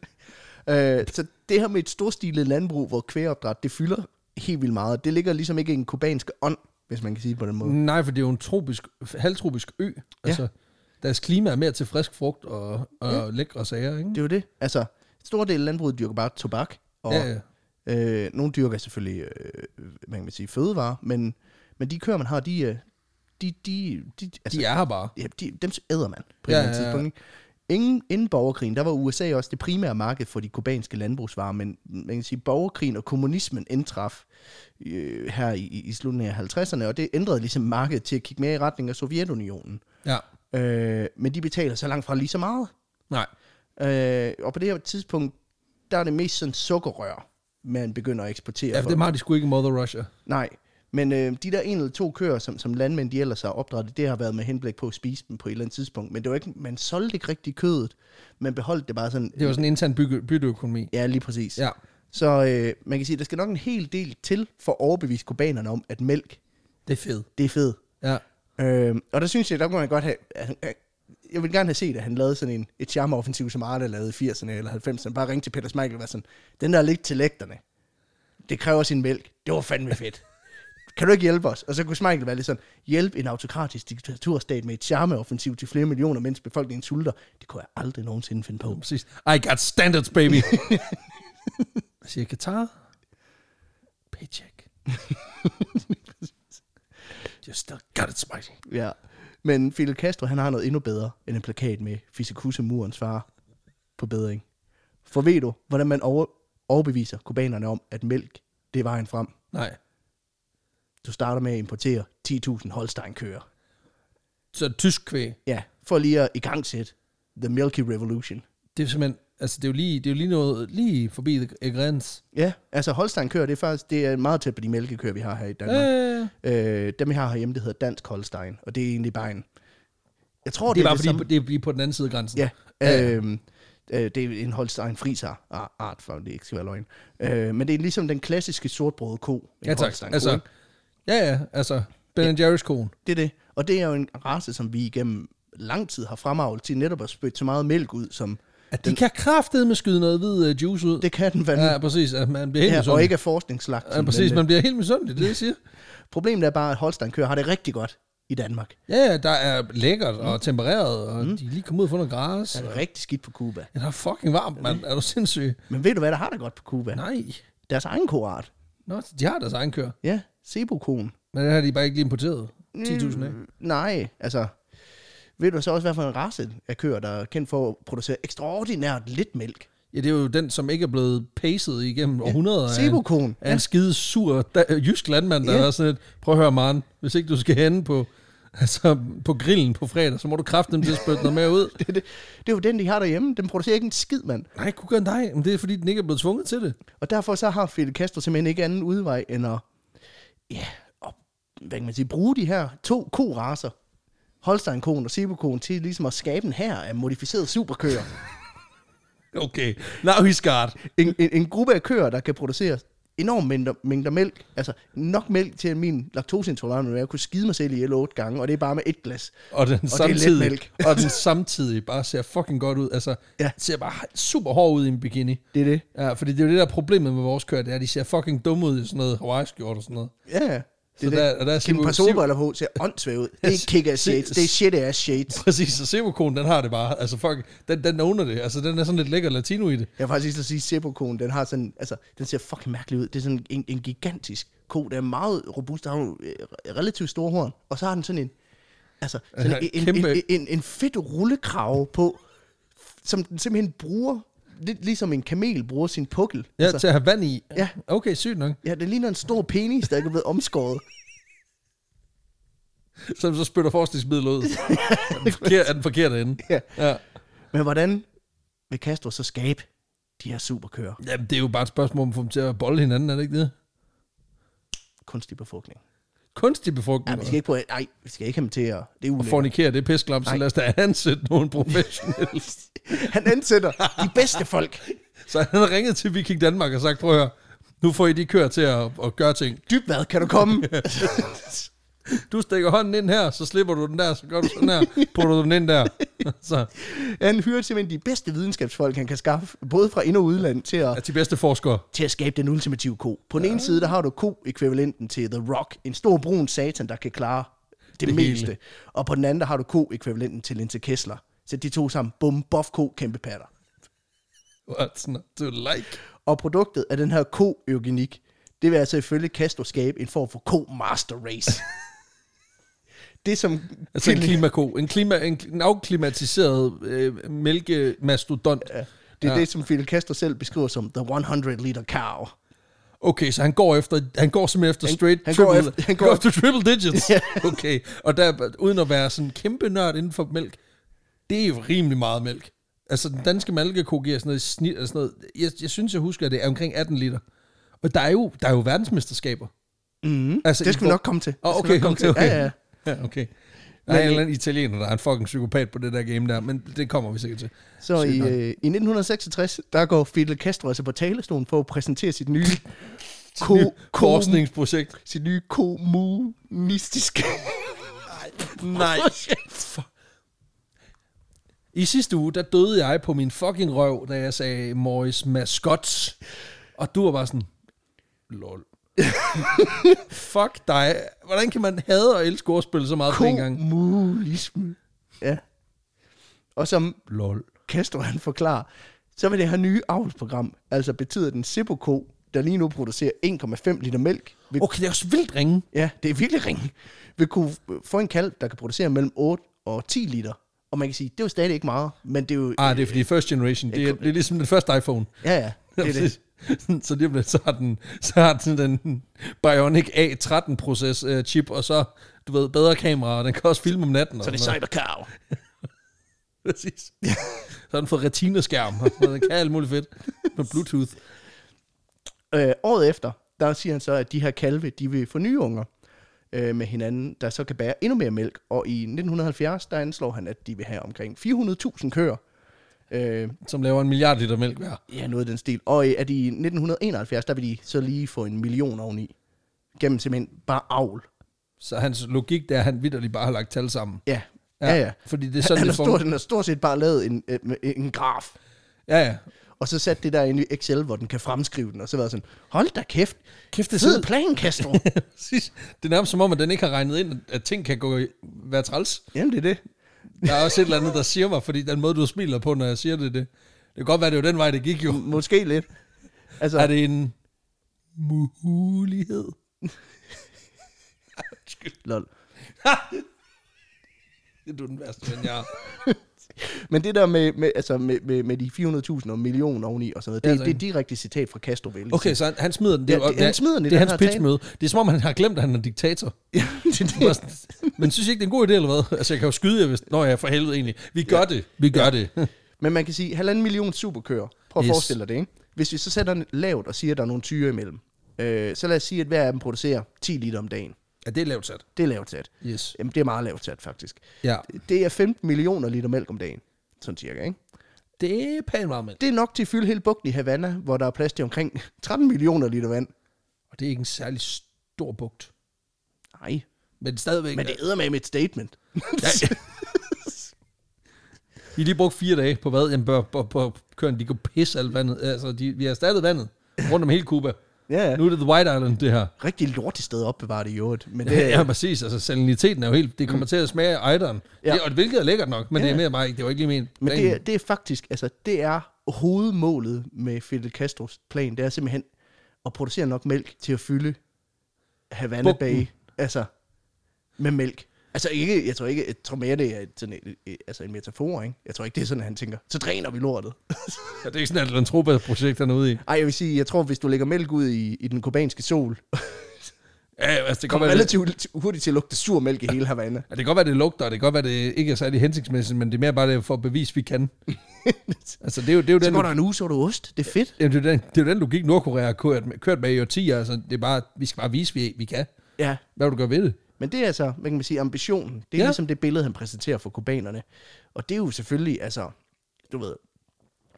[SPEAKER 2] Øh, så det her med et storstilet landbrug, hvor kvægeopdræt, det fylder helt vildt meget. Det ligger ligesom ikke i en kubansk ånd, hvis man kan sige det på den måde.
[SPEAKER 1] Nej, for det er jo en tropisk, halvtropisk ø. Altså, deres klima er mere til frisk frugt og, og ja. lækre sager, ikke?
[SPEAKER 2] Det er jo det. Altså, en stor del af landbruget dyrker bare tobak, og
[SPEAKER 1] Ja, ja.
[SPEAKER 2] Øh, nogle dyrker selvfølgelig, øh, man kan man sige, fødevarer, men, men de køer, man har, de, øh, de, de, de, altså,
[SPEAKER 1] De er her bare.
[SPEAKER 2] ja, de, dem æder man på
[SPEAKER 1] Ja,
[SPEAKER 2] ja, et eller andet
[SPEAKER 1] ja, ja.
[SPEAKER 2] tidspunkt. ikke? Ingen, inden borgerkrigen, der var USA også det primære marked for de kubanske landbrugsvarer, men man kan sige, borgerkrigen og kommunismen indtraf øh, her i, i slutningen af 50'erne, og det ændrede ligesom markedet til at kigge mere i retning af Sovjetunionen.
[SPEAKER 1] Ja.
[SPEAKER 2] Øh, men de betaler så langt fra lige så meget.
[SPEAKER 1] Nej.
[SPEAKER 2] Øh, og på det her tidspunkt, der er det mest sådan sukkerrør, man begynder at eksportere.
[SPEAKER 1] Ja, for
[SPEAKER 2] for.
[SPEAKER 1] dem har de sgu ikke i Mother Russia.
[SPEAKER 2] Nej, men øh, de der en eller to køer, som, som landmænd de ellers har opdrettet, det har været med henblik på at spise dem på et eller andet tidspunkt. Men det var ikke, man solgte ikke rigtig kødet, man beholdt det bare sådan.
[SPEAKER 1] Det var sådan en intern bygge, bytteøkonomi.
[SPEAKER 2] Ja, lige præcis.
[SPEAKER 1] Ja.
[SPEAKER 2] Så øh, man kan sige, der skal nok en hel del til for at overbevise kubanerne om, at mælk,
[SPEAKER 1] Det er fedt.
[SPEAKER 2] det er fedt.
[SPEAKER 1] Ja.
[SPEAKER 2] Øh, og der synes jeg, der kunne man godt have... Altså, øh, jeg ville gerne have set, at han lavede sådan en, et charmeoffensiv, som Arne lavede i 80'erne eller 90'erne. Bare ringe til Peter Smeichel og være sådan, den der ligger til lægterne. Det kræver sin mælk. Det var fandme fedt. kan du ikke hjælpe os? Og så kunne Smeichel være lidt sådan, hjælp en autokratisk diktaturstat med et charmeoffensiv til flere millioner, mens befolkningen sulter. Det kunne jeg aldrig nogensinde finde på.
[SPEAKER 1] Præcis. I got standards, baby. Hvad siger Katar? Paycheck. You still got it, Smiley.
[SPEAKER 2] Ja. Men Fidel Castro, han har noget endnu bedre end en plakat med Fisikusse murens far på bedring. For ved du, hvordan man over, overbeviser kubanerne om, at mælk, det er vejen frem?
[SPEAKER 1] Nej.
[SPEAKER 2] Du starter med at importere 10.000 Holstein-køer.
[SPEAKER 1] Så tysk kvæg.
[SPEAKER 2] Ja, for lige at igangsætte The Milky Revolution.
[SPEAKER 1] Det er simpelthen... Altså, det er jo lige, det er jo lige noget... Lige forbi the- the grænse.
[SPEAKER 2] Ja, altså Holstein-køer, det er faktisk det er meget tæt på de mælkekøer, vi har her i Danmark.
[SPEAKER 1] Øh,
[SPEAKER 2] Øh, dem, vi har herhjemme, det hedder Dansk Holstein, og det er egentlig bare en... Jeg tror, det,
[SPEAKER 1] det er bare
[SPEAKER 2] det samme-
[SPEAKER 1] fordi, det er lige på den anden side af grænsen.
[SPEAKER 2] Ja,
[SPEAKER 1] Ja, ja.
[SPEAKER 2] øhm, øh, det er en Holstein Friser ar- art, for det ikke skal være løgn. Øh, men det er ligesom den klassiske sortbrødede ko. En
[SPEAKER 1] Ja, tak.
[SPEAKER 2] Holstein-ko,
[SPEAKER 1] Altså,
[SPEAKER 2] ikke?
[SPEAKER 1] ja, ja, altså, Ben Jerry's konen.
[SPEAKER 2] Det er det. Og det er jo en race, som vi igennem lang tid har fremavlet til netop at spytte så meget mælk ud, som
[SPEAKER 1] At de kan kraftedeme med skyde noget hvid øh, juice ud.
[SPEAKER 2] det kan den fandme.
[SPEAKER 1] ja, præcis. At man bliver helt ja,
[SPEAKER 2] Ja, og ikke øh, er forskningslagt.
[SPEAKER 1] ja, præcis. Man bliver helt misundelig, det er det, jeg siger.
[SPEAKER 2] Problemet er bare, at Holstein kører har det rigtig godt i Danmark.
[SPEAKER 1] Ja, ja, der er lækkert og tempereret, og mm. de er lige kommet ud for noget græs.
[SPEAKER 2] Det
[SPEAKER 1] Ja,
[SPEAKER 2] er rigtig skidt på Cuba.
[SPEAKER 1] der er fucking varmt, mand. Er du sindssyg?
[SPEAKER 2] Men ved du, hvad der har det godt på Cuba?
[SPEAKER 1] Nej.
[SPEAKER 2] Deres egen koart.
[SPEAKER 1] Nå, de har deres egen køer.
[SPEAKER 2] Ja, sebokoen.
[SPEAKER 1] Men det har de bare ikke lige importeret. 10.000 af.
[SPEAKER 2] Mm, Nej, altså... Ved du så også, hvad for en race af køer, der er kendt for at producere ekstraordinært lidt mælk?
[SPEAKER 1] Ja, det er jo den, som ikke er blevet pacet igennem ja. århundreder. af en-
[SPEAKER 2] Sebokoen.
[SPEAKER 1] Af en skide sur da, øh, jysk landmand, der
[SPEAKER 2] Ja.
[SPEAKER 1] yeah. er sådan et, prøv at høre, Maren, hvis ikke du skal hende på, altså, på grillen på fredag, så må du kræfte dem til at spytte noget mere ud.
[SPEAKER 2] Det, det, det er jo den, de har derhjemme. Den producerer ikke en skid, mand.
[SPEAKER 1] Nej, kunne gøre dig. Men det er, fordi den ikke er blevet tvunget til det.
[SPEAKER 2] Og derfor så har Fidel Castro simpelthen ikke anden udvej, end at, ja, at hvad kan man sige, bruge de her to koraser, Holstein-koen og Sebokoen, til ligesom at skabe en her af modificerede superkøer.
[SPEAKER 1] Okay, now he's got.
[SPEAKER 2] en, en, en gruppe af køer, der kan producere enormt mængder, mængder mælk, altså nok mælk til at min laktoseintolerance, jeg kunne skide mig selv ihjel otte gange, og det er bare med et glas.
[SPEAKER 1] Og den, og
[SPEAKER 2] det er let
[SPEAKER 1] samtidig,
[SPEAKER 2] mælk.
[SPEAKER 1] og den samtidig bare ser fucking godt ud. Altså,
[SPEAKER 2] Ja.
[SPEAKER 1] ja. ser bare super hård ud i en bikini.
[SPEAKER 2] Det er det.
[SPEAKER 1] Ja, fordi det er jo det der er problemet med vores køer, det er, at de ser fucking dumme ud i sådan noget Hawaii-skjort og sådan noget.
[SPEAKER 2] Ja, ja.
[SPEAKER 1] Så
[SPEAKER 2] det
[SPEAKER 1] der- og der er
[SPEAKER 2] Kim
[SPEAKER 1] Sibo-
[SPEAKER 2] par solbriller på, ser åndssvagt ud. Det er ikke kick ass
[SPEAKER 1] Se-
[SPEAKER 2] shades, det er shit ass shades.
[SPEAKER 1] Præcis, og Sevokonen, den har det bare. Altså, fuck, den, den owner det. Altså, den er sådan lidt lækker latino i det.
[SPEAKER 2] Jeg vil faktisk lige så sige, Sebokoen, den har sådan, altså, den ser fucking mærkelig ud. Det er sådan en, en gigantisk ko, der er meget robust, der har nogle øh, relativt store horn, og så har den sådan en, altså, sådan
[SPEAKER 1] Ja,
[SPEAKER 2] en, en, en,
[SPEAKER 1] kæmpe-
[SPEAKER 2] en, en, en fedt rullekrave på, som den simpelthen bruger, lidt ligesom en kamel bruger sin pukkel.
[SPEAKER 1] Ja, altså, til at have vand i.
[SPEAKER 2] Ja.
[SPEAKER 1] Okay, sygt nok.
[SPEAKER 2] ja, det ligner en stor penis, der ikke er blevet omskåret.
[SPEAKER 1] Så, så spytter forskningsmiddel ud. den forkerte, af den forkerte ende.
[SPEAKER 2] Ja.
[SPEAKER 1] ja.
[SPEAKER 2] Men hvordan vil Castro så skabe de her superkøer?
[SPEAKER 1] Jamen, det er jo bare et spørgsmål om at få dem til at bolle hinanden, er det ikke det?
[SPEAKER 2] Kunstig befrugtning.
[SPEAKER 1] Kunstig befrugtning.
[SPEAKER 2] Ja, vi skal ikke på, nej, vi skal ikke have dem til at, det er
[SPEAKER 1] og
[SPEAKER 2] ulækkert.
[SPEAKER 1] fornikere det pisklap, så lad os da ansætte nogen professionelle.
[SPEAKER 2] Han ansætter de bedste folk.
[SPEAKER 1] så han har ringet til Viking Danmark og sagt, prøv at høre, nu får I de køer til at, at gøre ting.
[SPEAKER 2] Dybvad, kan du komme?
[SPEAKER 1] Du stikker hånden ind her, så slipper du den der, så gør du sådan her, putter du den ind der. Så
[SPEAKER 2] Han hyrer simpelthen de bedste videnskabsfolk, han kan skaffe, både fra ind- og udland, til at
[SPEAKER 1] er de bedste forskere.
[SPEAKER 2] til at skabe den ultimative ko. På den ene side, der har du ko-ekvivalenten til The Rock, en stor brun satan, der kan klare det,
[SPEAKER 1] Det
[SPEAKER 2] det
[SPEAKER 1] hele.
[SPEAKER 2] meste. Og på den anden, der har du ko-ekvivalenten til Linse Kessler. Så de to sammen, bum, bof, ko, kæmpe patter.
[SPEAKER 1] What's not to like?
[SPEAKER 2] Og produktet af den her ko-eugenik, det vil altså ifølge Castro skabe en form for ko-master race. det som...
[SPEAKER 1] Altså en klimako. En, klima, en, en afklimatiseret øh, mælkemastodont.
[SPEAKER 2] Det er ja. det, som Fidel Castro selv beskriver som the 100-liter cow.
[SPEAKER 1] Okay, så han går efter, han går simpelthen efter
[SPEAKER 2] Han-
[SPEAKER 1] straight
[SPEAKER 2] han går
[SPEAKER 1] triple,
[SPEAKER 2] efter-
[SPEAKER 1] han
[SPEAKER 2] han
[SPEAKER 1] går,
[SPEAKER 2] går
[SPEAKER 1] efter triple digits. Okay, og der, uden at være sådan en kæmpe nørd inden for mælk, det er jo rimelig meget mælk. Altså den danske mælkeko giver sådan noget i snit, eller sådan noget. Jeg, jeg synes, jeg husker, at det er omkring 18 liter. Og der er jo, der er jo verdensmesterskaber.
[SPEAKER 2] Mm,
[SPEAKER 1] Altså,
[SPEAKER 2] altså, det
[SPEAKER 1] i
[SPEAKER 2] skal vi
[SPEAKER 1] for-
[SPEAKER 2] nok komme til.
[SPEAKER 1] Åh,
[SPEAKER 2] Det skal
[SPEAKER 1] okay,
[SPEAKER 2] vi nok komme
[SPEAKER 1] okay,
[SPEAKER 2] til.
[SPEAKER 1] okay.
[SPEAKER 2] Ja, ja.
[SPEAKER 1] Ja, okay. Der er en eller anden italiener, der er en fucking psykopat på det der game der, men det kommer vi sikkert til.
[SPEAKER 2] Så
[SPEAKER 1] Sygt
[SPEAKER 2] i,
[SPEAKER 1] nok.
[SPEAKER 2] øh, i 1966, der går Fidel Castro altså på talestolen for at præsentere sit nye ko,
[SPEAKER 1] Nyt
[SPEAKER 2] ko,
[SPEAKER 1] Forskningsprojekt.
[SPEAKER 2] sit nye kommunistiske
[SPEAKER 1] Nej. Fuck. I sidste uge, der døde jeg på min fucking røv, da jeg sagde Morris Mascot. Og du var bare sådan, lol. Fuck dig. Hvordan kan man hade og elske ordspil så meget på en gang?
[SPEAKER 2] kommunisme. Ja. Og som
[SPEAKER 1] Lol.
[SPEAKER 2] Castro han forklarer, så vil det her nye avlsprogram altså betyde, at en Sippo-ko, der lige nu producerer 1,5 liter mælk, vil,
[SPEAKER 1] Okay, det er også vildt ringe.
[SPEAKER 2] ja, det er virkelig ringe, vil kunne øh, få en kalv, der kan producere mellem 8 og 10 liter. Og man kan sige, det er jo stadig ikke meget, men det er jo...
[SPEAKER 1] Ah, det er fordi first generation, det er, det er ligesom den første iPhone.
[SPEAKER 2] Ja, ja, det er det.
[SPEAKER 1] så det bliver, så har den, så har den, den Bionic A13-proces øh, chip, og så, du ved, bedre kamera, og den kan også filme om natten. og
[SPEAKER 2] Så det
[SPEAKER 1] sådan noget.
[SPEAKER 2] er Cybercow.
[SPEAKER 1] Præcis. så har den fået retineskærm, og sådan noget. den kan alt muligt fedt. Med Bluetooth.
[SPEAKER 2] Øh, året efter, der siger han så, at de her kalve, de vil få nye unger øh, med hinanden, der så kan bære endnu mere mælk. Og i 1970, der anslår han, at de vil have omkring 400.000 køer. Øh,
[SPEAKER 1] Som laver en milliard liter mælk hver.
[SPEAKER 2] ja, noget af den stil. Og øh, at i 1971, der vil de så lige få en million oveni. Gennem simpelthen bare avl.
[SPEAKER 1] Så hans logik, det er, at han vidderligt bare har lagt tal sammen.
[SPEAKER 2] Ja, ja, ja.
[SPEAKER 1] Fordi det er
[SPEAKER 2] Han
[SPEAKER 1] sådan,
[SPEAKER 2] har
[SPEAKER 1] det får...
[SPEAKER 2] stort, han har stort set bare lavet en, en, en graf.
[SPEAKER 1] Ja, ja.
[SPEAKER 2] Og så sat det der ind i Excel, hvor den kan fremskrive den. Og så været sådan, hold da kæft.
[SPEAKER 1] Kæft, det er
[SPEAKER 2] Fed
[SPEAKER 1] sådan...
[SPEAKER 2] plan, Castro.
[SPEAKER 1] Præcis. Det er nærmest som om, at den ikke har regnet ind, at ting kan gå i, være træls.
[SPEAKER 2] Jamen, det er det.
[SPEAKER 1] Der er også et eller andet, der siger mig, fordi den måde, du smiler på, når jeg siger det, det, det kan godt være, det er jo den vej, det gik jo.
[SPEAKER 2] Måske lidt. Altså,
[SPEAKER 1] Er det en mulighed?
[SPEAKER 2] lol.
[SPEAKER 1] Det er du den værste ven, jeg har.
[SPEAKER 2] Men det der med, med, altså med, med, med de 400.000 og millioner oveni og sådan noget, det,
[SPEAKER 1] Ja,
[SPEAKER 2] ja,
[SPEAKER 1] altså.
[SPEAKER 2] det er direkte citat fra Castro Vælge.
[SPEAKER 1] Okay, så han, han smider den. Det, er
[SPEAKER 2] Ja,
[SPEAKER 1] jo-
[SPEAKER 2] det- han smider den i
[SPEAKER 1] Det er
[SPEAKER 2] den
[SPEAKER 1] hans
[SPEAKER 2] her
[SPEAKER 1] pitchmøde. Det er som om, han har glemt, at han er diktator. Bare sådan, Men synes I ikke, det er en god idé, eller hvad? Altså, jeg kan jo skyde jer, hvis... Nå ja, for helvede egentlig. Vi gør det. Vi gør det.
[SPEAKER 2] Men man kan sige, halvanden million superkører. Prøv at
[SPEAKER 1] Yes.
[SPEAKER 2] yes. forestille dig det, ikke? Hvis vi så sætter den lavt og siger, at der er nogle tyre imellem, øh, så lad os sige, at hver af dem producerer 10 liter om dagen.
[SPEAKER 1] Ja, det er lavt sat.
[SPEAKER 2] Det er lavt sat.
[SPEAKER 1] Yes.
[SPEAKER 2] Jamen, det er meget lavt sat, faktisk.
[SPEAKER 1] Ja.
[SPEAKER 2] Det er 15 millioner liter mælk om dagen, sådan cirka, ikke?
[SPEAKER 1] Det er pænt meget, mand.
[SPEAKER 2] Det er nok til at fylde hele bugten i Havana, hvor der er plads til omkring 13 millioner liter vand.
[SPEAKER 1] Og det er ikke en særlig stor bugt.
[SPEAKER 2] Nej,
[SPEAKER 1] Men stadigvæk...
[SPEAKER 2] men det æder med et statement.
[SPEAKER 1] øh, I har lige brugt fire dage på hvad? Jamen, på, på, på køren, de kunne pisse alt vandet. Altså, de, vi har erstattet vandet rundt om hele Cuba.
[SPEAKER 2] Ja, ja.
[SPEAKER 1] Nu er det The White Island, det her.
[SPEAKER 2] rigtig lortet sted at opbevare det i øvrigt. Men det,
[SPEAKER 1] Ja, præcis. Altså, saliniteten er jo helt... Det kommer til at smage af ejderen.
[SPEAKER 2] Mm. Ja.
[SPEAKER 1] Det, og hvilket er lækkert nok, men ja. det er
[SPEAKER 2] Ja.
[SPEAKER 1] mere bare ikke... Det var ikke lige min
[SPEAKER 2] men det, er- det er faktisk, altså det er hovedmålet med Fidel Castros plan, det er simpelthen at producere nok mælk til at fylde Havana
[SPEAKER 1] Bugten.
[SPEAKER 2] Bay, altså med mælk. Altså ikke, jeg tror ikke, jeg tror mere det er et- sådan et, et- altså en metafor, ikke? Jeg tror ikke, det er sådan, at han tænker, så dræner vi lortet.
[SPEAKER 1] Ja, det er ikke sådan, at Lantropa-projekt er ude i.
[SPEAKER 2] Ej, jeg vil sige, jeg tror, hvis du lægger mælk ud i, i den kubanske sol,
[SPEAKER 1] Ja, altså, det kan
[SPEAKER 2] kommer
[SPEAKER 1] godt være, det,
[SPEAKER 2] relativt hurtigt til at lugte sur mælk i hele Havana.
[SPEAKER 1] ja, det kan godt være, det lugter, og det kan godt være, det ikke er særlig hensigtsmæssigt, men det er mere bare det for at bevise, vi kan. altså, det er jo, det er jo
[SPEAKER 2] Så
[SPEAKER 1] den,
[SPEAKER 2] går
[SPEAKER 1] log-
[SPEAKER 2] der en uge, så er du ost. Det er fedt.
[SPEAKER 1] Jamen, det, er jo den, det er jo den logik, Nordkorea har kørt med, kørt med i årtier. Altså, det er bare, vi skal bare vise, vi, vi kan.
[SPEAKER 2] Ja,
[SPEAKER 1] Hvad vil du gøre ved det?
[SPEAKER 2] Men det er altså, hvad kan man sige, ambitionen. Det er
[SPEAKER 1] Ja.
[SPEAKER 2] ja. ligesom det billede, han præsenterer for kubanerne. Og det er jo selvfølgelig, altså, du ved,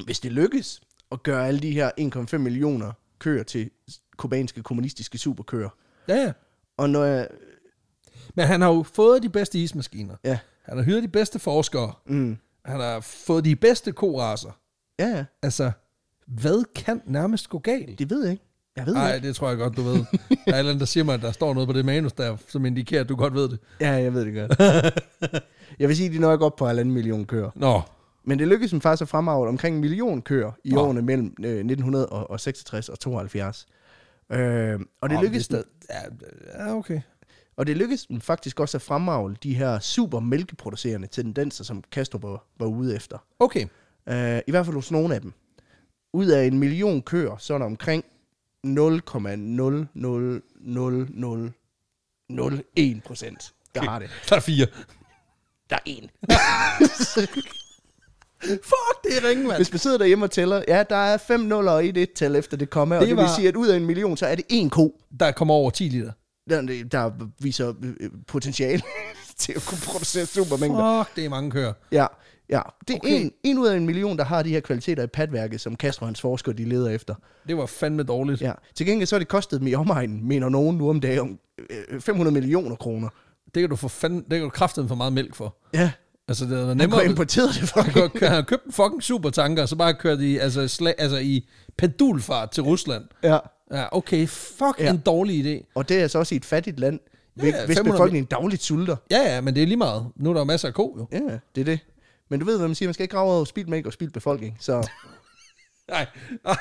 [SPEAKER 2] hvis det lykkes at gøre alle de her 1,5 millioner køer til kubanske kommunistiske superkøer.
[SPEAKER 1] Ja, ja.
[SPEAKER 2] Og når jeg,
[SPEAKER 1] Men han har jo fået de bedste ismaskiner.
[SPEAKER 2] Ja.
[SPEAKER 1] Han har hyret de bedste forskere.
[SPEAKER 2] Mm.
[SPEAKER 1] Han har fået de bedste koraser.
[SPEAKER 2] Ja, ja.
[SPEAKER 1] Altså, hvad kan nærmest gå galt?
[SPEAKER 2] Det ved jeg ikke. Jeg ved Ej.
[SPEAKER 1] Nej,
[SPEAKER 2] ikke.
[SPEAKER 1] det tror jeg godt, du ved. Der er et eller andet, der siger mig, at der står noget på det manus, der som indikerer, at du godt ved det.
[SPEAKER 2] Ja, jeg ved det godt. jeg vil sige, at de når godt på halvanden million køer.
[SPEAKER 1] Nå,
[SPEAKER 2] Men det lykkedes dem faktisk at fremavle omkring en million køer i
[SPEAKER 1] Nå.
[SPEAKER 2] Nå. årene mellem øh, 1966 og 72. Øh, og, det
[SPEAKER 1] Nå,
[SPEAKER 2] lykkedes
[SPEAKER 1] det
[SPEAKER 2] dem,
[SPEAKER 1] er stadig- Ja, ja, okay.
[SPEAKER 2] og det lykkedes dem faktisk også at fremavle de her super mælkeproducerende tendenser, som Castro var, var ude efter.
[SPEAKER 1] Okay,
[SPEAKER 2] Øh, I hvert fald hos nogle af dem. Ud af en million køer, så er der omkring 0,00001 procent, der har det.
[SPEAKER 1] der er fire.
[SPEAKER 2] Der er en.
[SPEAKER 1] Fuck, det er ringe, mand.
[SPEAKER 2] Hvis man sidder derhjemme og tæller, ja, der er fem nuller og et et tal efter det komma, og
[SPEAKER 1] Det
[SPEAKER 2] det vil
[SPEAKER 1] var-
[SPEAKER 2] sige, at ud af en million, så er det en ko,
[SPEAKER 1] Der kommer over 10 liter.
[SPEAKER 2] der, der viser øh, potentiale til at kunne producere supermængder.
[SPEAKER 1] Fuck, det er mange køer.
[SPEAKER 2] Ja, ja. Det er
[SPEAKER 1] Okay.
[SPEAKER 2] okay. en, en ud af en million, der har de her kvaliteter i patværket, som Castro og hans forskere, de leder efter.
[SPEAKER 1] Det var fandme dårligt.
[SPEAKER 2] Ja. Til gengæld så har det kostet dem i omegnen, mener nogen nu om dagen, om øh, 500 millioner kroner.
[SPEAKER 1] Det kan du få fandme, det kan du kraftedeme for meget mælk for.
[SPEAKER 2] Ja,
[SPEAKER 1] Altså, det havde været
[SPEAKER 2] han kunne
[SPEAKER 1] nemmere...
[SPEAKER 2] have importeret det for
[SPEAKER 1] Han kunne have købt en fucking supertanker, og så bare kørt i, altså, slag, altså i pendulfart til Rusland.
[SPEAKER 2] Ja.
[SPEAKER 1] Ja, okay, fuck ja.
[SPEAKER 2] Ja.
[SPEAKER 1] en dårlig idé.
[SPEAKER 2] Og det er så også i et fattigt land,
[SPEAKER 1] Ja, ja,
[SPEAKER 2] ja, hvis
[SPEAKER 1] 500
[SPEAKER 2] befolkningen dagligt sulter.
[SPEAKER 1] Ja, ja, men det er lige meget. Nu er der jo masser af ko, jo.
[SPEAKER 2] Ja, det er det. Men du ved, hvad man siger, man skal ikke grave over spildt mælk og spildt befolkning. Så
[SPEAKER 1] Nej, nej.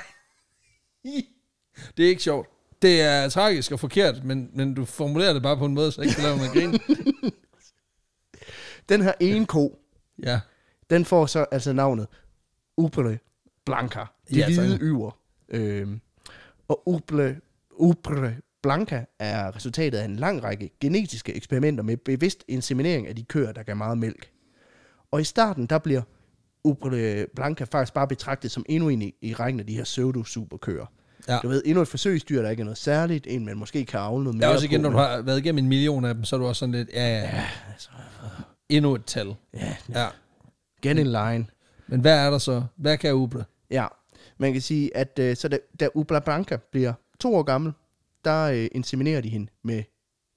[SPEAKER 1] Det er ikke sjovt. Det er tragisk og forkert, men, men du formulerer det bare på en måde, så jeg ikke kan lave mig grin.
[SPEAKER 2] den her ene ko,
[SPEAKER 1] Ja.
[SPEAKER 2] den får så altså navnet Ubre Blanca. De
[SPEAKER 1] Ja,
[SPEAKER 2] ja,
[SPEAKER 1] tak.
[SPEAKER 2] hvide yver. Øhm, og Ubre, Ubre Blanca er resultatet af en lang række genetiske eksperimenter med bevidst inseminering af de køer, der gav meget mælk. Og i starten, der bliver Ubre Blanca faktisk bare betragtet som endnu en i, i rækken af de her pseudo-superkøer.
[SPEAKER 1] Ja.
[SPEAKER 2] Ja. Du ved, endnu et forsøgsdyr, der ikke er noget særligt, en man måske kan avle noget
[SPEAKER 1] Jeg
[SPEAKER 2] mere
[SPEAKER 1] er også igen,
[SPEAKER 2] på,
[SPEAKER 1] når du
[SPEAKER 2] men-
[SPEAKER 1] har været igennem en million af dem, så er du også sådan lidt, ja, ja, ja. endnu et tal.
[SPEAKER 2] Ja,
[SPEAKER 1] Ja.
[SPEAKER 2] get in line.
[SPEAKER 1] Men hvad er der så? Hvad kan Uble?
[SPEAKER 2] Ja, man kan sige, at øh, så da, da Ubla Blanca bliver to år gammel, der øh, inseminerer de hende med,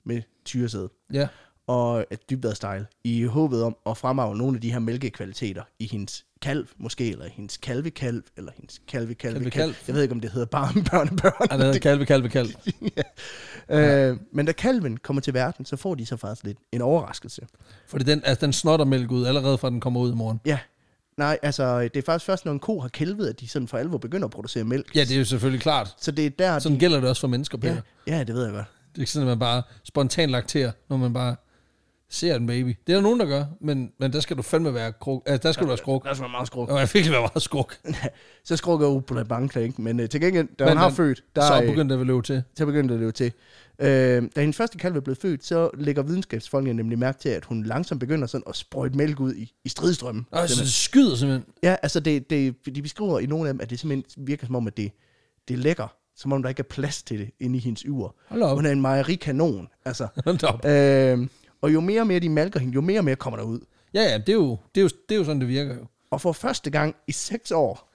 [SPEAKER 2] med tyresæde
[SPEAKER 1] Ja.
[SPEAKER 2] og et dybvadstejl i håbet om at fremavle nogle af de her mælkekvaliteter i hendes kalv måske, eller i hendes kalvekalv, eller hendes kalvekalvekalv.
[SPEAKER 1] Kalvekalv.
[SPEAKER 2] Jeg ved ikke, om det hedder barn, børn,
[SPEAKER 1] Han
[SPEAKER 2] børn.
[SPEAKER 1] hedder kalve, kalve, kalve.
[SPEAKER 2] ja. øh, men da kalven kommer til verden, så får de så faktisk lidt en overraskelse.
[SPEAKER 1] Fordi den, altså, den snotter mælk ud, allerede fra den kommer ud i morgen.
[SPEAKER 2] Ja, nej, altså det er faktisk først, når en ko har kælvet, at de sådan for alvor begynder at producere mælk.
[SPEAKER 1] Ja, det er jo selvfølgelig klart.
[SPEAKER 2] Så det er der,
[SPEAKER 1] Sådan gælder det også for mennesker, Peter.
[SPEAKER 2] ja, ja, det ved jeg godt.
[SPEAKER 1] Det er ikke sådan, at man bare spontant lakterer, når man bare ser en baby. Det er der nogen, der gør, men, men der skal du fandme være kruk. Altså, der skal du være skruk.
[SPEAKER 2] Der skal man meget skruk.
[SPEAKER 1] Og jeg fik være meget skruk.
[SPEAKER 2] Så skrukker jeg på banken, ikke? Men øh, til gengæld, da
[SPEAKER 1] Men-
[SPEAKER 2] hun har
[SPEAKER 1] men-
[SPEAKER 2] født, der,
[SPEAKER 1] Så
[SPEAKER 2] så, begyndte...
[SPEAKER 1] begyndte der at løbe til.
[SPEAKER 2] så begyndte det at leve til. Øh, da hendes første kalv er blevet født, så lægger videnskabsfolkene nemlig mærke til, at hun langsomt begynder sådan at sprøjte mælk ud i, i stridstrømmen.
[SPEAKER 1] Og så det skyder simpelthen.
[SPEAKER 2] Ja, altså det, det, de beskriver i nogle af dem, at det simpelthen virker som om, at det, det lækker. Som om der ikke er plads til det inde i hendes yver.
[SPEAKER 1] Hold da op.
[SPEAKER 2] Hun er en mejerikanon, altså.
[SPEAKER 1] Hold da op.
[SPEAKER 2] øh, og jo mere og mere de malker hende, jo mere og mere kommer der ud.
[SPEAKER 1] Ja, ja, det er, jo, det, er jo, det er jo sådan, det virker jo.
[SPEAKER 2] Og for første gang i seks år,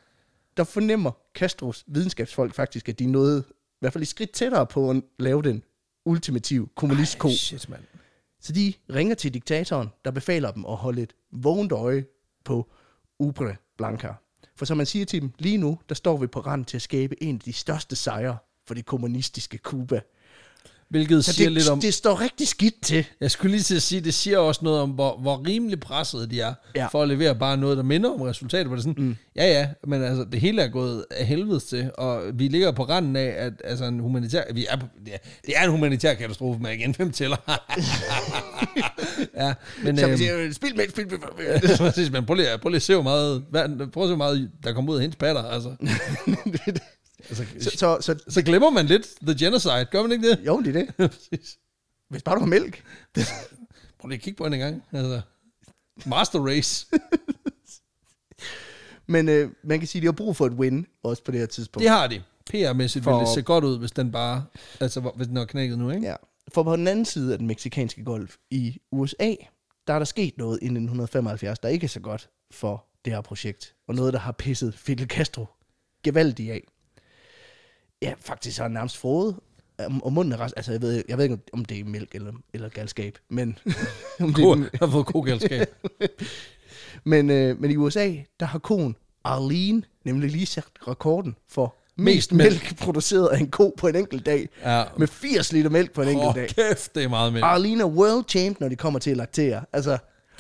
[SPEAKER 2] der fornemmer Castros videnskabsfolk faktisk, at de nåede i hvert fald et skridt tættere på at lave den ultimative kommunistko.
[SPEAKER 1] Ej, Shit, mand.
[SPEAKER 2] Så de ringer til diktatoren, der befaler dem at holde et vågent øje på Ubre Blanca. For som man siger til dem, lige nu, der står vi på randen til at skabe en af de største sejre for det kommunistiske Kuba.
[SPEAKER 1] Hvilket
[SPEAKER 2] Så
[SPEAKER 1] siger
[SPEAKER 2] det,
[SPEAKER 1] lidt om...
[SPEAKER 2] det står rigtig skidt til.
[SPEAKER 1] Jeg skulle lige til at sige, det siger også noget om, hvor, hvor rimelig presset de er, ja.
[SPEAKER 2] Ja.
[SPEAKER 1] for at levere bare noget, der minder om resultatet, hvor det er sådan, mm. ja ja, men altså, det hele er gået af helvedes til, og vi ligger på randen af, at altså, en humanitær, vi er, på, ja, det er en humanitær katastrofe, men igen, hvem tæller? ja, men,
[SPEAKER 2] Så
[SPEAKER 1] øhm,
[SPEAKER 2] man siger, "Øh, spil med, spil med.
[SPEAKER 1] præcis, men prøv lige, prøv lige at se, hvor meget, hvad- prøv at se, hvor meget der kommer ud af hendes patter, altså. altså
[SPEAKER 2] Så,
[SPEAKER 1] så,
[SPEAKER 2] så, så,
[SPEAKER 1] så glemmer man lidt the genocide, gør man ikke det?
[SPEAKER 2] jo, det er det.
[SPEAKER 1] Præcis.
[SPEAKER 2] Hvis bare du har mælk.
[SPEAKER 1] Prøv lige at kigge på hende en gang, altså. Master race.
[SPEAKER 2] Men øh, man kan sige, at de har brug for et win, også på det her tidspunkt.
[SPEAKER 1] Det har de. PR-mæssigt ville
[SPEAKER 2] For-
[SPEAKER 1] det se godt ud, hvis den bare... Altså, hvor- hvis den er knækket nu, ikke?
[SPEAKER 2] Ja. For på den anden side af den meksikanske golf i USA, der er der sket noget i 1975, der ikke er så godt for det her projekt. Og noget, der har pisset Fidel Castro gevaldigt af. Ja, faktisk har han nærmest fået. om- og munden er rest, altså jeg ved, jeg ved ikke, om det er mælk eller, eller galskab, men, om det er,
[SPEAKER 1] God, har fået god galskab.
[SPEAKER 2] men, øh, men i USA, der har koen Arlene nemlig lige sat rekorden for
[SPEAKER 1] Mest
[SPEAKER 2] mest
[SPEAKER 1] mælk.
[SPEAKER 2] mælk produceret af en ko på en enkelt dag,
[SPEAKER 1] Ja.
[SPEAKER 2] med 80 liter mælk på en enkelt
[SPEAKER 1] Åh,
[SPEAKER 2] dag.
[SPEAKER 1] kæft, det er meget med.
[SPEAKER 2] Arlene er world champ, når det kommer til at laktere. Altså,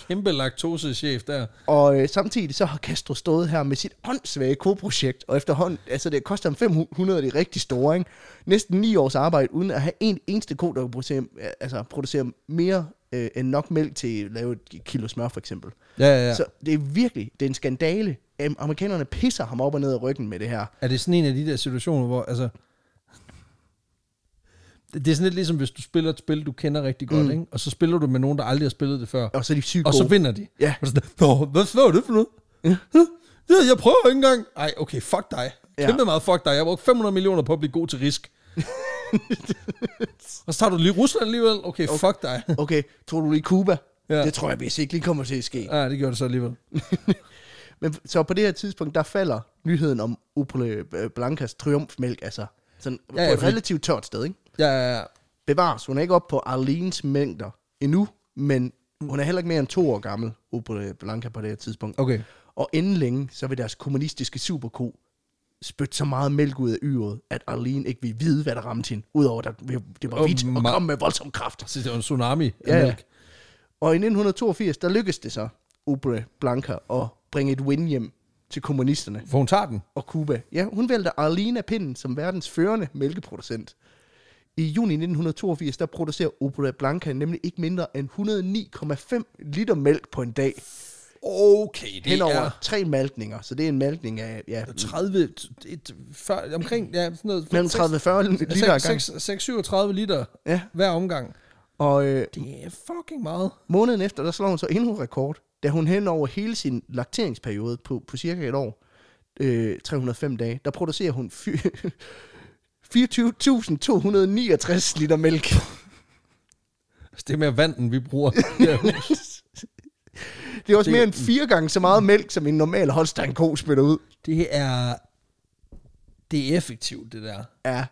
[SPEAKER 1] Kæmpe laktosechef der.
[SPEAKER 2] og øh, samtidig så har Castro stået her med sit åndssvage koprojekt, og efterhånden, altså det koster ham 500 det rigtig store, ikke? Næsten ni års arbejde, uden at have en eneste ko, der kan producere, altså, producere mere øh, end nok mælk til at lave et kilo smør, for eksempel.
[SPEAKER 1] Ja, ja,
[SPEAKER 2] Ja.
[SPEAKER 1] ja.
[SPEAKER 2] Så det er virkelig, det er en skandale. Am- Amerikanerne pisser ham op og ned af ryggen med det her.
[SPEAKER 1] Er det sådan en af de der situationer, hvor, altså... Det det er sådan lidt ligesom, hvis du spiller et spil, du kender rigtig godt, mm. ikke? Og så spiller du med nogen, der aldrig har spillet det før.
[SPEAKER 2] Og så er de sygt
[SPEAKER 1] Og så
[SPEAKER 2] gode.
[SPEAKER 1] vinder de.
[SPEAKER 2] Ja.
[SPEAKER 1] Og sådan, Nå, hvad, hvad var det for noget? Huh? Ja, jeg prøver ikke engang. Ej, okay, fuck dig.
[SPEAKER 2] Ja.
[SPEAKER 1] Kæmpe meget fuck dig. Jeg har brugt 500 millioner på at blive god til risk. og så tager du lige Rusland alligevel. Okay, fuck dig.
[SPEAKER 2] Okay, tror du lige Cuba? Ja.
[SPEAKER 1] Ja.
[SPEAKER 2] Det tror jeg vist ikke lige kommer til at ske.
[SPEAKER 1] Ja, det gjorde det så alligevel.
[SPEAKER 2] Men så på det her tidspunkt, der falder nyheden om Opel øh, Blancas triumfmælk, altså sådan
[SPEAKER 1] Ja,
[SPEAKER 2] ja,
[SPEAKER 1] ja,
[SPEAKER 2] på et
[SPEAKER 1] fordi-
[SPEAKER 2] relativt tørt sted, ikke?
[SPEAKER 1] Ja, ja, ja.
[SPEAKER 2] Bevares, hun er ikke oppe på Arlenes mængder endnu, men
[SPEAKER 1] Mm.
[SPEAKER 2] hun er heller ikke mere end to år gammel, Opel øh, Blanca på det her tidspunkt.
[SPEAKER 1] Okay.
[SPEAKER 2] Og inden længe, så vil deres kommunistiske superko spytte så meget mælk ud af yret, at Arlene ikke vil vide, hvad der ramte hende, udover at det var
[SPEAKER 1] Åh,
[SPEAKER 2] hvidt og
[SPEAKER 1] ma-
[SPEAKER 2] kom med voldsom kraft.
[SPEAKER 1] Så det var en tsunami af
[SPEAKER 2] Ja, ja.
[SPEAKER 1] mælk.
[SPEAKER 2] Og i 1982, der lykkedes det så, Opel Blanca, at bringe et win hjem til kommunisterne.
[SPEAKER 1] For hun tager den.
[SPEAKER 2] og Cuba. Ja, hun vælter Arlene Pinden som verdens førende mælkeproducent. I juni 1982, der producerer Opera Blanca nemlig ikke mindre end 109,5 liter mælk på en dag.
[SPEAKER 1] Okay, det
[SPEAKER 2] Henover
[SPEAKER 1] er
[SPEAKER 2] tre malkninger, så det er en malkning af ja,
[SPEAKER 1] 30, et, 40, omkring, ja, sådan noget.
[SPEAKER 2] mellem 30 og 40 liter ad gangen.
[SPEAKER 1] 6-37 liter
[SPEAKER 2] Ja.
[SPEAKER 1] hver omgang.
[SPEAKER 2] Og øh,
[SPEAKER 1] Det er fucking meget.
[SPEAKER 2] måneden efter, der slår hun så endnu en rekord, da hun hen over hele sin lakteringsperiode på, på cirka et år, øh, 305 dage, der producerer hun fy- 24.269 liter mælk.
[SPEAKER 1] Altså, Det er mere vand, end vi bruger. Ja.
[SPEAKER 2] Det er også mere end fire gange så meget mælk, som en normal Holstein ko spytter ud.
[SPEAKER 1] det er... Det er effektivt, det der.
[SPEAKER 2] Ja.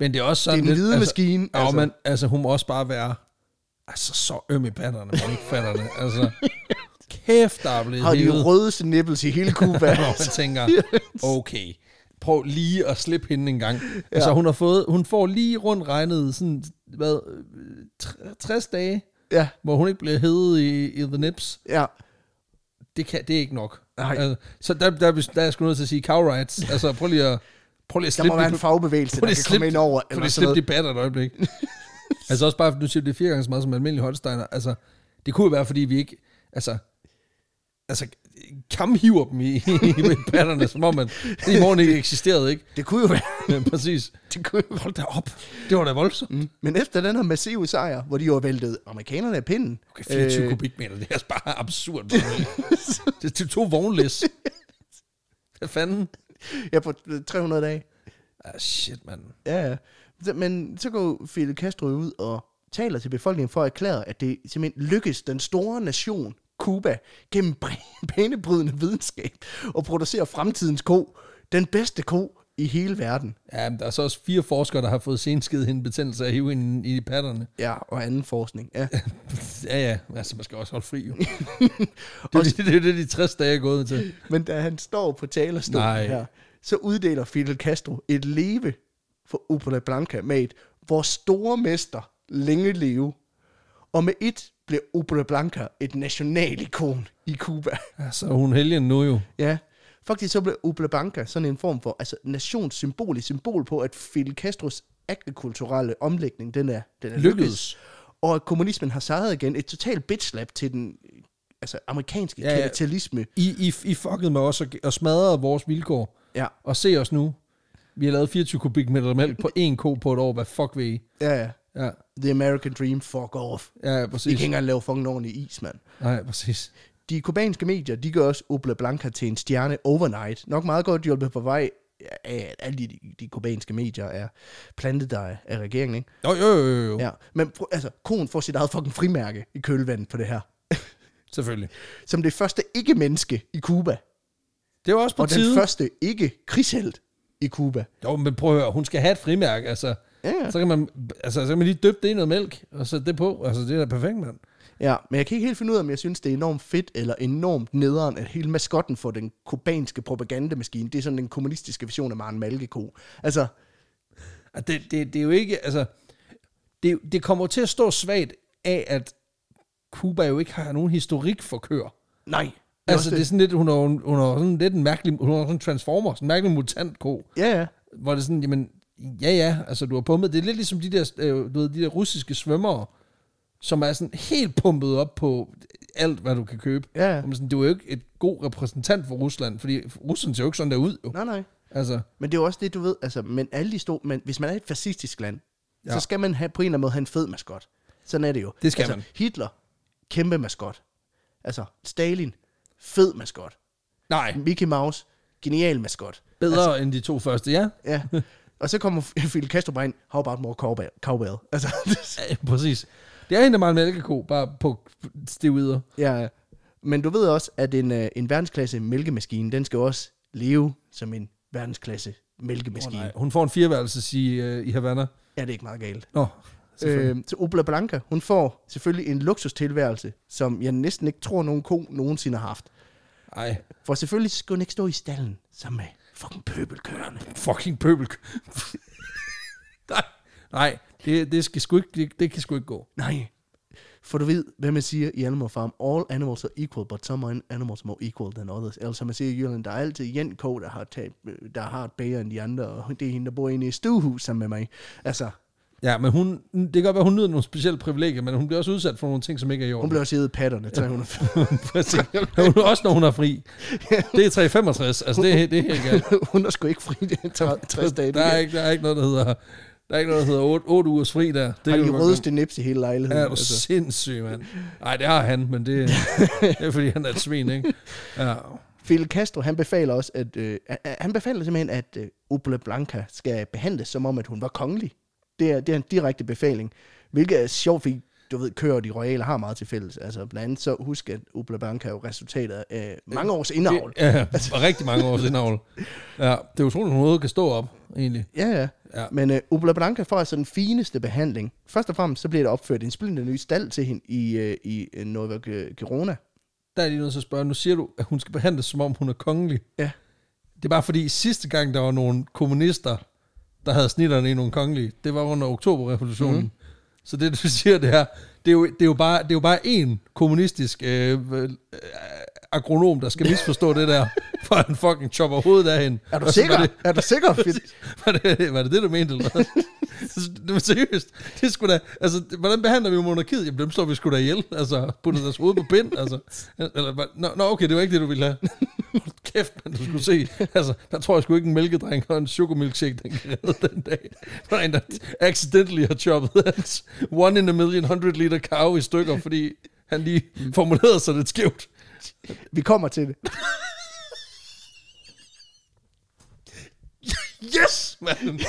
[SPEAKER 1] Men det er også sådan
[SPEAKER 2] Det er en lille maskine,
[SPEAKER 1] Altså,
[SPEAKER 2] altså.
[SPEAKER 1] altså. Man, altså, hun må også bare være altså, så øm i banderne, man ikke fatter det. Altså, kæft, der er blevet
[SPEAKER 2] Har de
[SPEAKER 1] hævet.
[SPEAKER 2] rødeste nipples i hele Cuba.
[SPEAKER 1] hvor man tænker, okay, prøv lige at slippe hende en gang. Ja. Altså, hun, har fået, hun får lige rundt regnet sådan, hvad, øh, tr- 60 dage,
[SPEAKER 2] ja,
[SPEAKER 1] hvor hun ikke bliver hedet i, i The Nips.
[SPEAKER 2] ja.
[SPEAKER 1] Det, kan, det er ikke nok.
[SPEAKER 2] Nej.
[SPEAKER 1] Altså, så der, der, der, der er jeg sgu nødt til at sige cow rights. Altså, prøv lige at, prøv lige at
[SPEAKER 2] Der
[SPEAKER 1] slippe
[SPEAKER 2] må være
[SPEAKER 1] de-
[SPEAKER 2] en fagbevægelse,
[SPEAKER 1] prøv
[SPEAKER 2] der
[SPEAKER 1] lige
[SPEAKER 2] kan
[SPEAKER 1] at
[SPEAKER 2] komme
[SPEAKER 1] slippe,
[SPEAKER 2] ind over.
[SPEAKER 1] prøv lige
[SPEAKER 2] eller
[SPEAKER 1] at
[SPEAKER 2] sådan
[SPEAKER 1] slippe de
[SPEAKER 2] noget.
[SPEAKER 1] batter et øjeblik. altså også bare, fordi du siger, det er fire gange så meget som almindelig holsteiner. Altså, det kunne jo være, fordi vi ikke, altså, altså, kamhiver dem i, i, i batterne, som om man, det i morgen ikke eksisterede, ikke?
[SPEAKER 2] Det kunne jo være.
[SPEAKER 1] Ja, præcis.
[SPEAKER 2] Det kunne jo være.
[SPEAKER 1] Hold da op. Det var da voldsomt. Mm.
[SPEAKER 2] Men efter den her massive sejr, hvor de jo væltede amerikanerne af pinden.
[SPEAKER 1] Okay, 24 øh. kubikmeter, det er altså bare absurd. det er to vognlæs. Hvad fanden?
[SPEAKER 2] Ja, på 300 dage.
[SPEAKER 1] Ah, shit, mand.
[SPEAKER 2] Ja, ja. Så- Men så går Fidel Castro ud og taler til befolkningen for at erklære, at det simpelthen lykkes den store nation, Cuba, gennem br- banebrydende videnskab, og producere fremtidens ko, den bedste ko i hele verden.
[SPEAKER 1] Ja, men der er så også fire forskere, der har fået senskede hende betændelse af hive hende i patterne.
[SPEAKER 2] Ja, og anden forskning. Ja.
[SPEAKER 1] Ja, ja. Altså, man skal også holde fri, jo. det, er, jo det, det er jo det, de 60 dage er gået til.
[SPEAKER 2] Men da han står på
[SPEAKER 1] Nej.
[SPEAKER 2] talerstolen her, så uddeler Fidel Castro et leve for Opera Blanca med et, hvor store mester længe leve. Og med et blev Opera Blanca et nationalikon i Cuba.
[SPEAKER 1] Altså, hun er helgen nu jo.
[SPEAKER 2] Ja. Faktisk så blev Oblabanca sådan en form for altså, nationssymbol, et symbol på, at Fidel Castros agrikulturelle omlægning, den er, den er lykkedes.
[SPEAKER 1] Lykkedes.
[SPEAKER 2] lykkedes. Og at kommunismen har sejret igen. Et totalt bitslap til den øh, altså, amerikanske ja,
[SPEAKER 1] Ja, ja.
[SPEAKER 2] kapitalisme.
[SPEAKER 1] I, I, I fuckede med os og, og smadrede vores vilkår.
[SPEAKER 2] Ja.
[SPEAKER 1] Og se os nu. Vi har lavet 24 kubikmeter mælk på én ko på et år. Hvad fuck ved I?
[SPEAKER 2] ja, ja.
[SPEAKER 1] Ja,
[SPEAKER 2] The American Dream, fuck off.
[SPEAKER 1] ja ja,
[SPEAKER 2] De kan
[SPEAKER 1] præcis.
[SPEAKER 2] ikke engang lave fucking ordentlig is, mand.
[SPEAKER 1] Nej, præcis.
[SPEAKER 2] De kubanske medier, de gør også Oblabanca til en stjerne overnight. Nok meget godt hjulpet på vej af, at alle de, de kubanske medier er plantet der af, af regeringen, ikke?
[SPEAKER 1] Jo, jo, jo, jo, jo. Ja.
[SPEAKER 2] Ja, men prøv- altså, konen får sit eget fucking frimærke i kølvandet på det her.
[SPEAKER 1] Selvfølgelig.
[SPEAKER 2] Som det første ikke-menneske i Cuba.
[SPEAKER 1] Det var også på
[SPEAKER 2] Og den
[SPEAKER 1] tide.
[SPEAKER 2] første ikke-krigshelt i Cuba.
[SPEAKER 1] Jo, men prøv at høre, hun skal have et frimærke, altså.
[SPEAKER 2] Ja, ja.
[SPEAKER 1] Så kan man, altså, så kan man lige døbe det i noget mælk, og sætte det på. Altså, det er da perfekt, mand.
[SPEAKER 2] Ja, men jeg kan ikke helt finde ud af, om jeg synes, det er enormt fedt eller enormt nederen, at hele maskotten for den kubanske propagandamaskine, det er sådan den kommunistiske version af Maren Malkeko. Altså,
[SPEAKER 1] Og Det, det, det er jo ikke, altså, det, det kommer til at stå svagt af, at Cuba jo ikke har nogen historik for køer.
[SPEAKER 2] nej. Det er
[SPEAKER 1] Altså,
[SPEAKER 2] også
[SPEAKER 1] det er sådan lidt, hun er, jo en- hun er jo sådan lidt en mærkelig, hun er jo sådan en transformer, sådan en mærkelig mutantko,
[SPEAKER 2] Ja, ja.
[SPEAKER 1] hvor det er sådan, jamen, ja ja, altså du har pumpet, det er lidt ligesom de der, øh, du ved, de der russiske svømmere, som er sådan helt pumpet op på alt, hvad du kan købe.
[SPEAKER 2] Ja, ja.
[SPEAKER 1] Og man er sådan, du er jo ikke et god repræsentant for Rusland, fordi Rusland ser jo ikke sådan der ud, jo.
[SPEAKER 2] Nej, nej.
[SPEAKER 1] Altså,
[SPEAKER 2] Men det er jo også det, du ved, altså, men alle de store, men hvis man er et fascistisk land, ja.
[SPEAKER 1] Ja.
[SPEAKER 2] så skal man have, på en eller anden måde have en fed maskot. Sådan er det jo.
[SPEAKER 1] Det skal
[SPEAKER 2] altså,
[SPEAKER 1] man.
[SPEAKER 2] Hitler, kæmpe maskot. Altså, Stalin, fed maskot.
[SPEAKER 1] nej,
[SPEAKER 2] Mickey Mouse, genial maskot.
[SPEAKER 1] bedre altså, end de to første, ja.
[SPEAKER 2] Ja. Og så kommer Phil Castro bare ind, how about more cowbell? cowbell? Altså,
[SPEAKER 1] Ja, præcis. Det er hende, der meget mælkeko, bare på stivider.
[SPEAKER 2] ja. Men du ved også, at en, øh, en verdensklasse mælkemaskine, den skal jo også leve som en verdensklasse mælkemaskine. Oh,
[SPEAKER 1] Hun får en fireværelses i, øh, i Havana.
[SPEAKER 2] ja, det er ikke meget galt.
[SPEAKER 1] Nå, selvfølgelig.
[SPEAKER 2] Øh, så Obla Blanca, hun får selvfølgelig en luksustilværelse, som jeg næsten ikke tror, nogen ko nogensinde har haft.
[SPEAKER 1] Ej,
[SPEAKER 2] For selvfølgelig skal hun ikke stå i stallen sammen med fucking pøbelkørende.
[SPEAKER 1] fucking pøbel. nej, nej det, det, skal sgu ikke, det, det kan sgu ikke gå.
[SPEAKER 2] Nej. For du ved, hvad man siger i Animal Farm. All animals are equal, but some an- animals are more equal than others. Eller som man siger i Jylland, der er altid en ko, der har, tab, der har et bedre end de andre, og det er hende, der bor inde i et stuehus sammen med mig. Altså,
[SPEAKER 1] Ja, men hun, det kan godt være, hun nyder nogle specielle privilegier, men hun bliver også udsat for nogle ting, som ikke er i
[SPEAKER 2] hun
[SPEAKER 1] orden.
[SPEAKER 2] blev også hævet patterne, 300.
[SPEAKER 1] Præcis. Hun, også når hun er fri. Det er 365, altså det, er- det er helt galt.
[SPEAKER 2] hun er sgu ikke fri i 60 dage.
[SPEAKER 1] Der er, ikke, der er ikke noget, der hedder, der er ikke noget, der hedder 8, 8 ugers fri der. Det
[SPEAKER 2] har
[SPEAKER 1] kan
[SPEAKER 2] de
[SPEAKER 1] du godt
[SPEAKER 2] rødeste nips i hele lejligheden. Altså.
[SPEAKER 1] Ja, er du sindssyg, mand. Nej, det har han, men det, det er fordi, han er et svin, ikke? Ja.
[SPEAKER 2] Fidel Castro, han befaler også, at øh, a- a- han befaler simpelthen, at øh, Obla Blanca skal behandles som om, at hun var kongelig. Det er, det er en direkte befaling, hvilket er sjovt, fordi du ved, køer og de royale har meget til fælles. Altså blandt andet så husk, at Obla Blanca er jo resultatet af øh, mange
[SPEAKER 1] Øh,
[SPEAKER 2] års indavl.
[SPEAKER 1] ja og rigtig mange års indavl. Ja, det er utroligt, at hun overhovedet kan stå op, egentlig.
[SPEAKER 2] Ja, ja.
[SPEAKER 1] Ja.
[SPEAKER 2] Men øh, Obla Blanca får altså den fineste behandling. Først og fremmest så bliver der opført en splinter ny stald til hende i, øh, i øh, Nova Ge- Gerona.
[SPEAKER 1] Der er lige noget til at spørge. Nu siger du, at hun skal behandles, som om hun er kongelig.
[SPEAKER 2] Ja.
[SPEAKER 1] Det er bare fordi, sidste gang, der var nogle kommunister, der havde snitterne i nogle kongelige, det var under oktoberrevolutionen. Mm. Så det, du siger, det her, det er jo, det er jo bare det er jo bare én kommunistisk øh, øh, agronom, der skal misforstå det der, for han fucking chopper hovedet af hende.
[SPEAKER 2] Er du
[SPEAKER 1] Og så var
[SPEAKER 2] sikker?
[SPEAKER 1] det-
[SPEAKER 2] Er du sikker?
[SPEAKER 1] var, det, var det det, du mente, eller hvad? det var seriøst. Det skulle da, altså, det- hvordan behandler vi monarkiet? Jamen, dem slår vi sgu da ihjel. Altså, putter deres hoved på pind. Altså. Eller, hvad? nå, nå, okay, det var ikke det, du ville have. Hold Kæft, man, du skulle se. Altså, der tror jeg sgu ikke en mælkedreng og en chokomilkshake, den kan redde den dag. Der er en, der accidentally har choppet hans one in a million 100 liter cow i stykker, fordi han lige formulerede sig lidt skævt.
[SPEAKER 2] Vi kommer til det.
[SPEAKER 1] Yes, mand!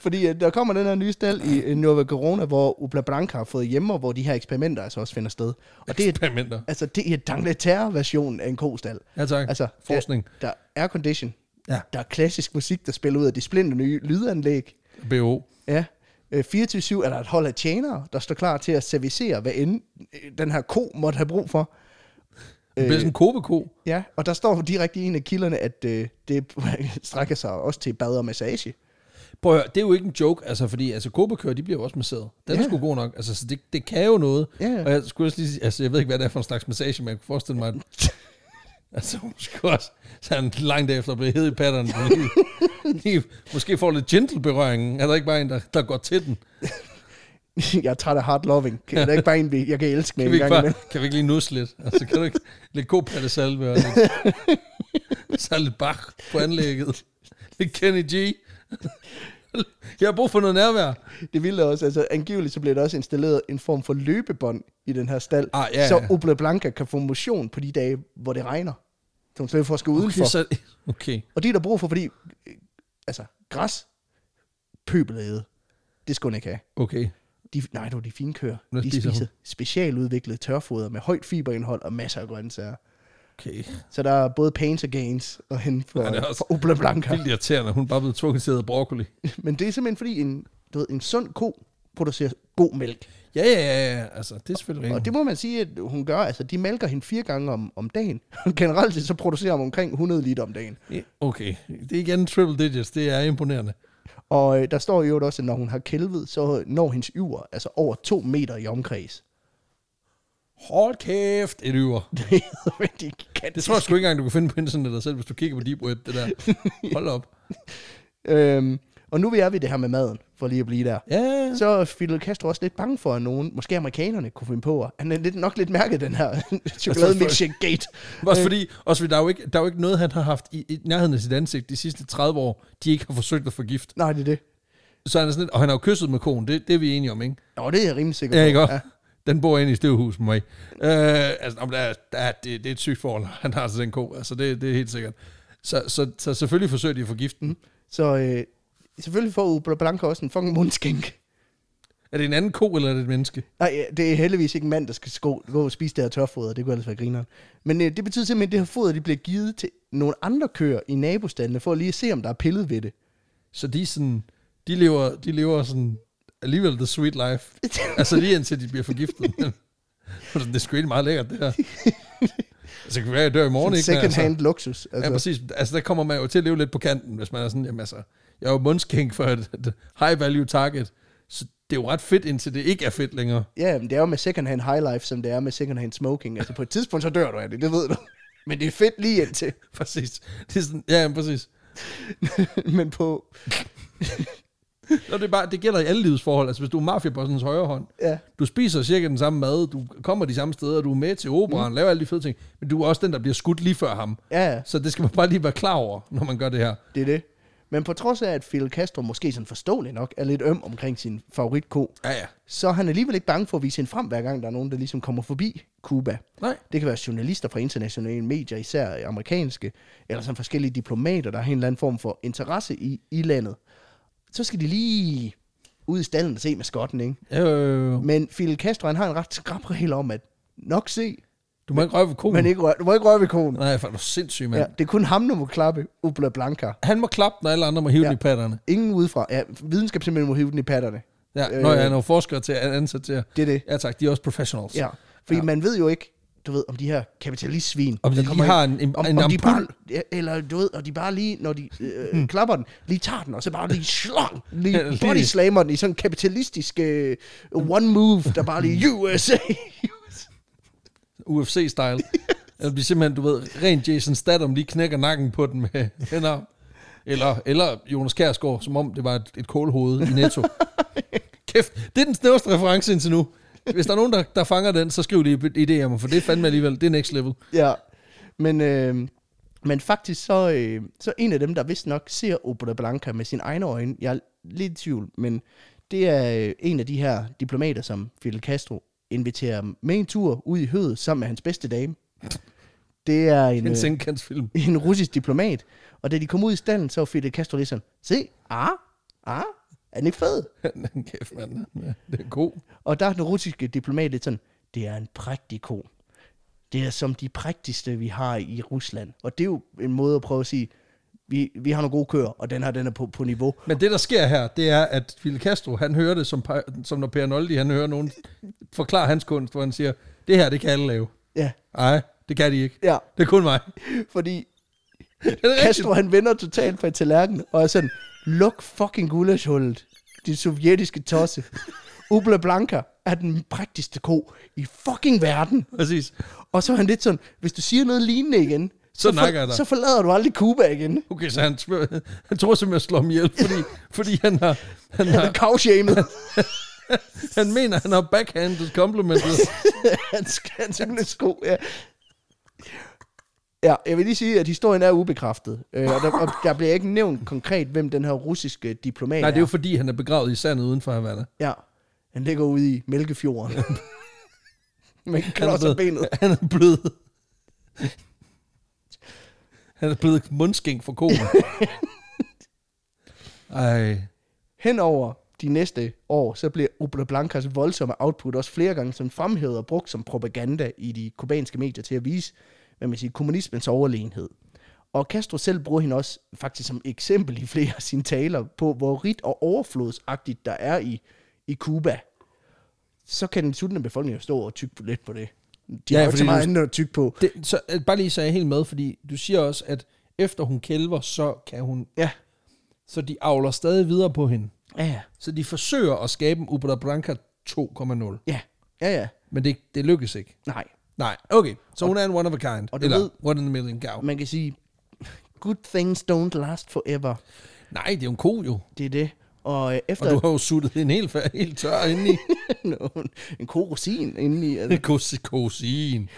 [SPEAKER 2] Fordi øh, der kommer den her nye stald i øh, Nova Corona, hvor Obla Blanca har fået hjemme, og hvor de her eksperimenter altså også finder sted. Og det er,
[SPEAKER 1] Eksperimenter.
[SPEAKER 2] altså, det er Dangleterre-versionen af en kostal.
[SPEAKER 1] Ja, tak.
[SPEAKER 2] Altså,
[SPEAKER 1] Forskning.
[SPEAKER 2] Der, der er condition.
[SPEAKER 1] Ja.
[SPEAKER 2] Der er klassisk musik, der spiller ud af de splinte nye lydanlæg.
[SPEAKER 1] BO.
[SPEAKER 2] Ja. Øh, 24-7 er der et hold af tjenere, der står klar til at servicere, hvad end øh, den her ko måtte have brug for. Øh.
[SPEAKER 1] Det er sådan en kobeko.
[SPEAKER 2] Ja, og der står direkte i en af kilderne, at øh, det strækker sig også til bad og massage.
[SPEAKER 1] Prøv at høre, det er jo ikke en joke, altså, fordi altså, kobekøer, de bliver jo også masseret. Den
[SPEAKER 2] Ja.
[SPEAKER 1] er sgu god nok. Altså, så det, det kan jo noget.
[SPEAKER 2] Ja, ja.
[SPEAKER 1] Og jeg skulle også lige sige, altså, jeg ved ikke, hvad det er for en slags massage, men jeg kunne forestille mig, at, altså, hun skulle også sådan langt efter blive hed i patterne. Lige- lige, måske får lidt gentle berøring. Er der ikke bare en, der, der går til den?
[SPEAKER 2] jeg er træt af hard loving. Kan- Der er ikke bare en, vi- jeg kan elske med
[SPEAKER 1] Kan
[SPEAKER 2] en
[SPEAKER 1] vi ikke,
[SPEAKER 2] gang
[SPEAKER 1] bare,
[SPEAKER 2] imellem.
[SPEAKER 1] kan vi ikke lige nusse lidt? Altså, kan du ikke lidt god pattesalve og lidt, så lidt bach på anlægget? Lidt Kenny G? Jeg har brug for noget nærvær.
[SPEAKER 2] Det ville også, altså angiveligt så bliver der også installeret en form for løbebånd i den her stald,
[SPEAKER 1] Ah, ja,
[SPEAKER 2] så
[SPEAKER 1] ja.
[SPEAKER 2] Obla Blanca kan få motion på de dage, hvor det regner. Så hun slipper for at skal udenfor.
[SPEAKER 1] Okay,
[SPEAKER 2] Okay, så...
[SPEAKER 1] så, okay.
[SPEAKER 2] Og det er der brug for, fordi, øh, altså, græs, pøbelæde, det skal hun ikke have.
[SPEAKER 1] Okay.
[SPEAKER 2] De, nej, du, de fine køer.
[SPEAKER 1] Hvad
[SPEAKER 2] De
[SPEAKER 1] spiser hun?
[SPEAKER 2] spiser specialudviklet tørfoder med højt fiberindhold og masser af grøntsager.
[SPEAKER 1] Okay.
[SPEAKER 2] Så der er både pains og gains og hen for,
[SPEAKER 1] Han er også
[SPEAKER 2] for Obla Blanca.
[SPEAKER 1] Vildt irriterende, hun er bare blevet tvunget til at æde broccoli.
[SPEAKER 2] Men det er simpelthen fordi, en, du ved, en sund ko producerer god mælk.
[SPEAKER 1] Ja, ja, ja, ja. Altså, det er selvfølgelig
[SPEAKER 2] Og
[SPEAKER 1] rigtigt.
[SPEAKER 2] det må man sige, at hun gør. Altså, de mælker hende fire gange om, om dagen. Generelt set, så producerer hun omkring 100 liter om dagen.
[SPEAKER 1] Okay, det er igen triple digits. Det er imponerende.
[SPEAKER 2] Og øh, der står i øvrigt også, at når hun har kælvet, så når hendes yver altså over to meter i omkreds.
[SPEAKER 1] Hold kæft, et yver.
[SPEAKER 2] Det er rigtig gigantisk.
[SPEAKER 1] Det tror jeg sgu ikke engang, du kan finde på internettet selv, hvis du kigger på Deep Web, det der. Hold op.
[SPEAKER 2] Øhm, og nu er vi det her med maden, for lige at blive der.
[SPEAKER 1] Ja,
[SPEAKER 2] Så er Fidel Castro også lidt bange for, at nogen, måske amerikanerne, kunne finde på. at- Han er lidt, nok lidt mærket, den her chokolademilkshake-gate.
[SPEAKER 1] også fordi, også fordi der, er jo ikke, der er jo ikke noget, han har haft i, i nærheden af sit ansigt de sidste 30 år, de ikke har forsøgt at forgifte.
[SPEAKER 2] Nej, det er det.
[SPEAKER 1] Så han er sådan lidt, og han har jo kysset med konen, det, det er vi enige om, ikke?
[SPEAKER 2] Nå, det er jeg rimelig sikker på.
[SPEAKER 1] Ja, ikke også? Den bor inde i støvhus med mig. Øh, altså, om der, er- der, er- det, det er et sygt forhold, han har til den ko. Altså, det, det er helt sikkert. Så, så, så selvfølgelig forsøger de at forgifte den.
[SPEAKER 2] Så øh, selvfølgelig får Ubla Blanca også en fucking mundskænk.
[SPEAKER 1] Er det en anden ko, eller er det et menneske?
[SPEAKER 2] Nej, ja, det er heldigvis ikke en mand, der skal sko- gå og spise det her tørfoder. Det kunne ellers være grineren. Men øh, det betyder simpelthen, at det her foder de bliver givet til nogle andre køer i nabostandene, for lige at se, om der er pillet ved det.
[SPEAKER 1] Så de, er sådan, de, lever, de lever sådan alligevel the sweet life. Altså lige indtil de bliver forgiftet. Men- Altså, det er sgu egentlig meget lækkert, det her. Altså, det kan være, jeg dør i morgen,
[SPEAKER 2] Sådan
[SPEAKER 1] ikke? men
[SPEAKER 2] second hand
[SPEAKER 1] altså,
[SPEAKER 2] luksus.
[SPEAKER 1] Ja,
[SPEAKER 2] Altså.
[SPEAKER 1] præcis. Altså, der kommer man jo til at leve lidt på kanten, hvis man er sådan, jamen altså, jeg er jo mundskænk for et, et high value target, så det er jo ret fedt, indtil det ikke er fedt længere.
[SPEAKER 2] Ja, men det er jo med second hand high life, som det er med second hand smoking. Altså på et tidspunkt, så dør du af det, det ved du. Men det er fedt lige indtil.
[SPEAKER 1] Præcis. Det er sådan, ja, jamen, præcis.
[SPEAKER 2] men på...
[SPEAKER 1] Og det, er bare, det gælder i alle livsforhold. Altså, hvis du er mafiabossens højre hånd,
[SPEAKER 2] Ja,
[SPEAKER 1] du spiser cirka den samme mad, du kommer de samme steder, du er med til operan, mm. laver alle de fede ting, men du er også den, der bliver skudt lige før ham.
[SPEAKER 2] ja,
[SPEAKER 1] Så det skal man bare lige være klar over, når man gør det her.
[SPEAKER 2] det er det. Men på trods af, at Fidel Castro måske sådan forståeligt nok er lidt øm omkring sin favoritko,
[SPEAKER 1] Ja, ja.
[SPEAKER 2] så er han alligevel ikke bange for at vise hende frem, hver gang der er nogen, der ligesom kommer forbi Cuba.
[SPEAKER 1] Nej.
[SPEAKER 2] Det kan være journalister fra internationale medier, især amerikanske, eller sådan forskellige diplomater, der har en eller anden form for interesse i, i landet. Så skal de lige ud i stallen og se maskotten, ikke?
[SPEAKER 1] Øh,
[SPEAKER 2] Men Fidel Castro, han har en ret skrab regel om, at nok se,
[SPEAKER 1] du må ikke røre ved konen.
[SPEAKER 2] men ikke rør, du må ikke røre ved konen.
[SPEAKER 1] Nej, for du er sindssyg, mand.
[SPEAKER 2] Ja,
[SPEAKER 1] Ja.
[SPEAKER 2] det er kun ham, der må klappe Ubla Blanca.
[SPEAKER 1] Han må klappe, når alle andre må hive
[SPEAKER 2] Ja.
[SPEAKER 1] ja. i patterne.
[SPEAKER 2] Ingen udefra. Ja, videnskab simpelthen må hive den i patterne.
[SPEAKER 1] Ja,
[SPEAKER 2] Øh.
[SPEAKER 1] øh, når jeg er nogle forskere til at ansætte til at...
[SPEAKER 2] Det er det.
[SPEAKER 1] Ja tak, de er også professionals.
[SPEAKER 2] Ja, fordi ja. man ved jo ikke, du ved, om de her kapitalistsvin...
[SPEAKER 1] Om de
[SPEAKER 2] der
[SPEAKER 1] lige
[SPEAKER 2] kommer
[SPEAKER 1] har en- en-
[SPEAKER 2] om,
[SPEAKER 1] en
[SPEAKER 2] om de
[SPEAKER 1] ampul. Hmm.
[SPEAKER 2] bare, ja, Eller du ved, og de bare lige, når de øh, klapper den, lige tager den, og så bare lige slong,
[SPEAKER 1] Ja,
[SPEAKER 2] lige
[SPEAKER 1] lige-
[SPEAKER 2] body slammer den i sådan en kapitalistisk øh, one move, der bare lige USA.
[SPEAKER 1] UFC-style. Eller bliver simpelthen, du ved, rent Jason Statham lige knækker nakken på den med en arm. Eller, eller Jonas Kærsgaard, som om det var et, et kålhoved i Netto. Kæft, det er den snæveste reference indtil nu. Hvis der er nogen, der, der fanger den, så skriv lige i DM'er, for det er fandme alligevel, det er next level.
[SPEAKER 2] ja, men... Øh, men faktisk så, øh, så en af dem, der vist nok ser Obra Blanca med sine egne øjne, jeg er lidt i tvivl, men det er øh, en af de her diplomater, som Fidel Castro inviterer med en tur ud i hødet sammen med hans bedste dame. Det er en,
[SPEAKER 1] En
[SPEAKER 2] øh,
[SPEAKER 1] sengkantsfilm.
[SPEAKER 2] en russisk diplomat. Og da de kom ud i stallen, så var Fidel Castro lige sådan, se, ah, ah, er den ikke fed?
[SPEAKER 1] Kæft, mand. Ja, det er god.
[SPEAKER 2] Og der er den russiske diplomat lidt sådan, det er en prægtig ko. Det er som de prægtigste, vi har i Rusland. Og det er jo en måde at prøve at sige, vi, vi har nogle gode køer, og den her, den er på, på niveau.
[SPEAKER 1] Men det, der sker her, det er, at Fidel Castro, han hører det, som, Pa- som når Per Noldi, han hører nogen forklare hans kunst, hvor han siger, det her, det kan alle lave.
[SPEAKER 2] Ja,
[SPEAKER 1] Nej, det kan de ikke.
[SPEAKER 2] ja,
[SPEAKER 1] Det er kun mig.
[SPEAKER 2] fordi
[SPEAKER 1] Er det rigtigt?
[SPEAKER 2] Castro, han vender totalt på tallerkenen, og er sådan, luk fucking guldashullet, det sovjetiske tosse. Ubla Blanca er den prægtigste ko i fucking verden.
[SPEAKER 1] Præcis.
[SPEAKER 2] Og så er han lidt sådan, hvis du siger noget lignende igen, så,
[SPEAKER 1] nakker jeg dig.
[SPEAKER 2] så forlader du aldrig Cuba igen.
[SPEAKER 1] Okay, så han, tror- han tror simpelthen at slå ham ihjel, fordi, fordi han, har, han,
[SPEAKER 2] Han er
[SPEAKER 1] har,
[SPEAKER 2] cowshamed.
[SPEAKER 1] han mener, han har backhanded complimentet.
[SPEAKER 2] han skal han simpelthen sko, ja. Ja, jeg vil lige sige, at historien er ubekræftet. Øh, og, der, og der bliver ikke nævnt konkret, hvem den her russiske diplomat
[SPEAKER 1] Nej, det er jo fordi, han er begravet i sandet uden for Havana.
[SPEAKER 2] Ja, han ligger ude i Mælkefjorden. Med
[SPEAKER 1] Han er
[SPEAKER 2] klods af benet.
[SPEAKER 1] blevet, han er blevet, han er blevet mundskænk for konen. Ej,
[SPEAKER 2] Henover de næste år, så bliver Obla Blancas voldsomme output også flere gange som fremhævet og brugt som propaganda i de kubanske medier til at vise, hvad man siger, kommunismens overlegenhed. Og Castro selv bruger hende også faktisk som eksempel i flere af sine taler på, hvor rigt og overflodsagtigt der er i, i Cuba. Så kan den sultne befolkning jo stå og tygge lidt på det. De
[SPEAKER 1] Ja,
[SPEAKER 2] ja, har jo ikke
[SPEAKER 1] fordi
[SPEAKER 2] så meget
[SPEAKER 1] du-
[SPEAKER 2] andet at tygge på.
[SPEAKER 1] Det, så øh, bare lige så jeg er helt med, fordi du siger også, at efter hun kælver, så kan hun...
[SPEAKER 2] Ja.
[SPEAKER 1] Så de avler stadig videre på hende.
[SPEAKER 2] Ja,
[SPEAKER 1] Så de forsøger at skabe en Ubra Branca 2,0.
[SPEAKER 2] ja, ja, ja.
[SPEAKER 1] Men det, det lykkes ikke.
[SPEAKER 2] Nej,
[SPEAKER 1] Nej, okay. Så hun er en one of a kind.
[SPEAKER 2] og du
[SPEAKER 1] eller
[SPEAKER 2] ved-
[SPEAKER 1] one in a million cow.
[SPEAKER 2] man kan sige, good things don't last forever.
[SPEAKER 1] Nej, det er jo en ko jo.
[SPEAKER 2] Det er det. Og øh,
[SPEAKER 1] Og
[SPEAKER 2] efter
[SPEAKER 1] du har jo suttet en helt, fa- helt tør indeni.
[SPEAKER 2] en, en korosin indeni, altså,
[SPEAKER 1] Kosin.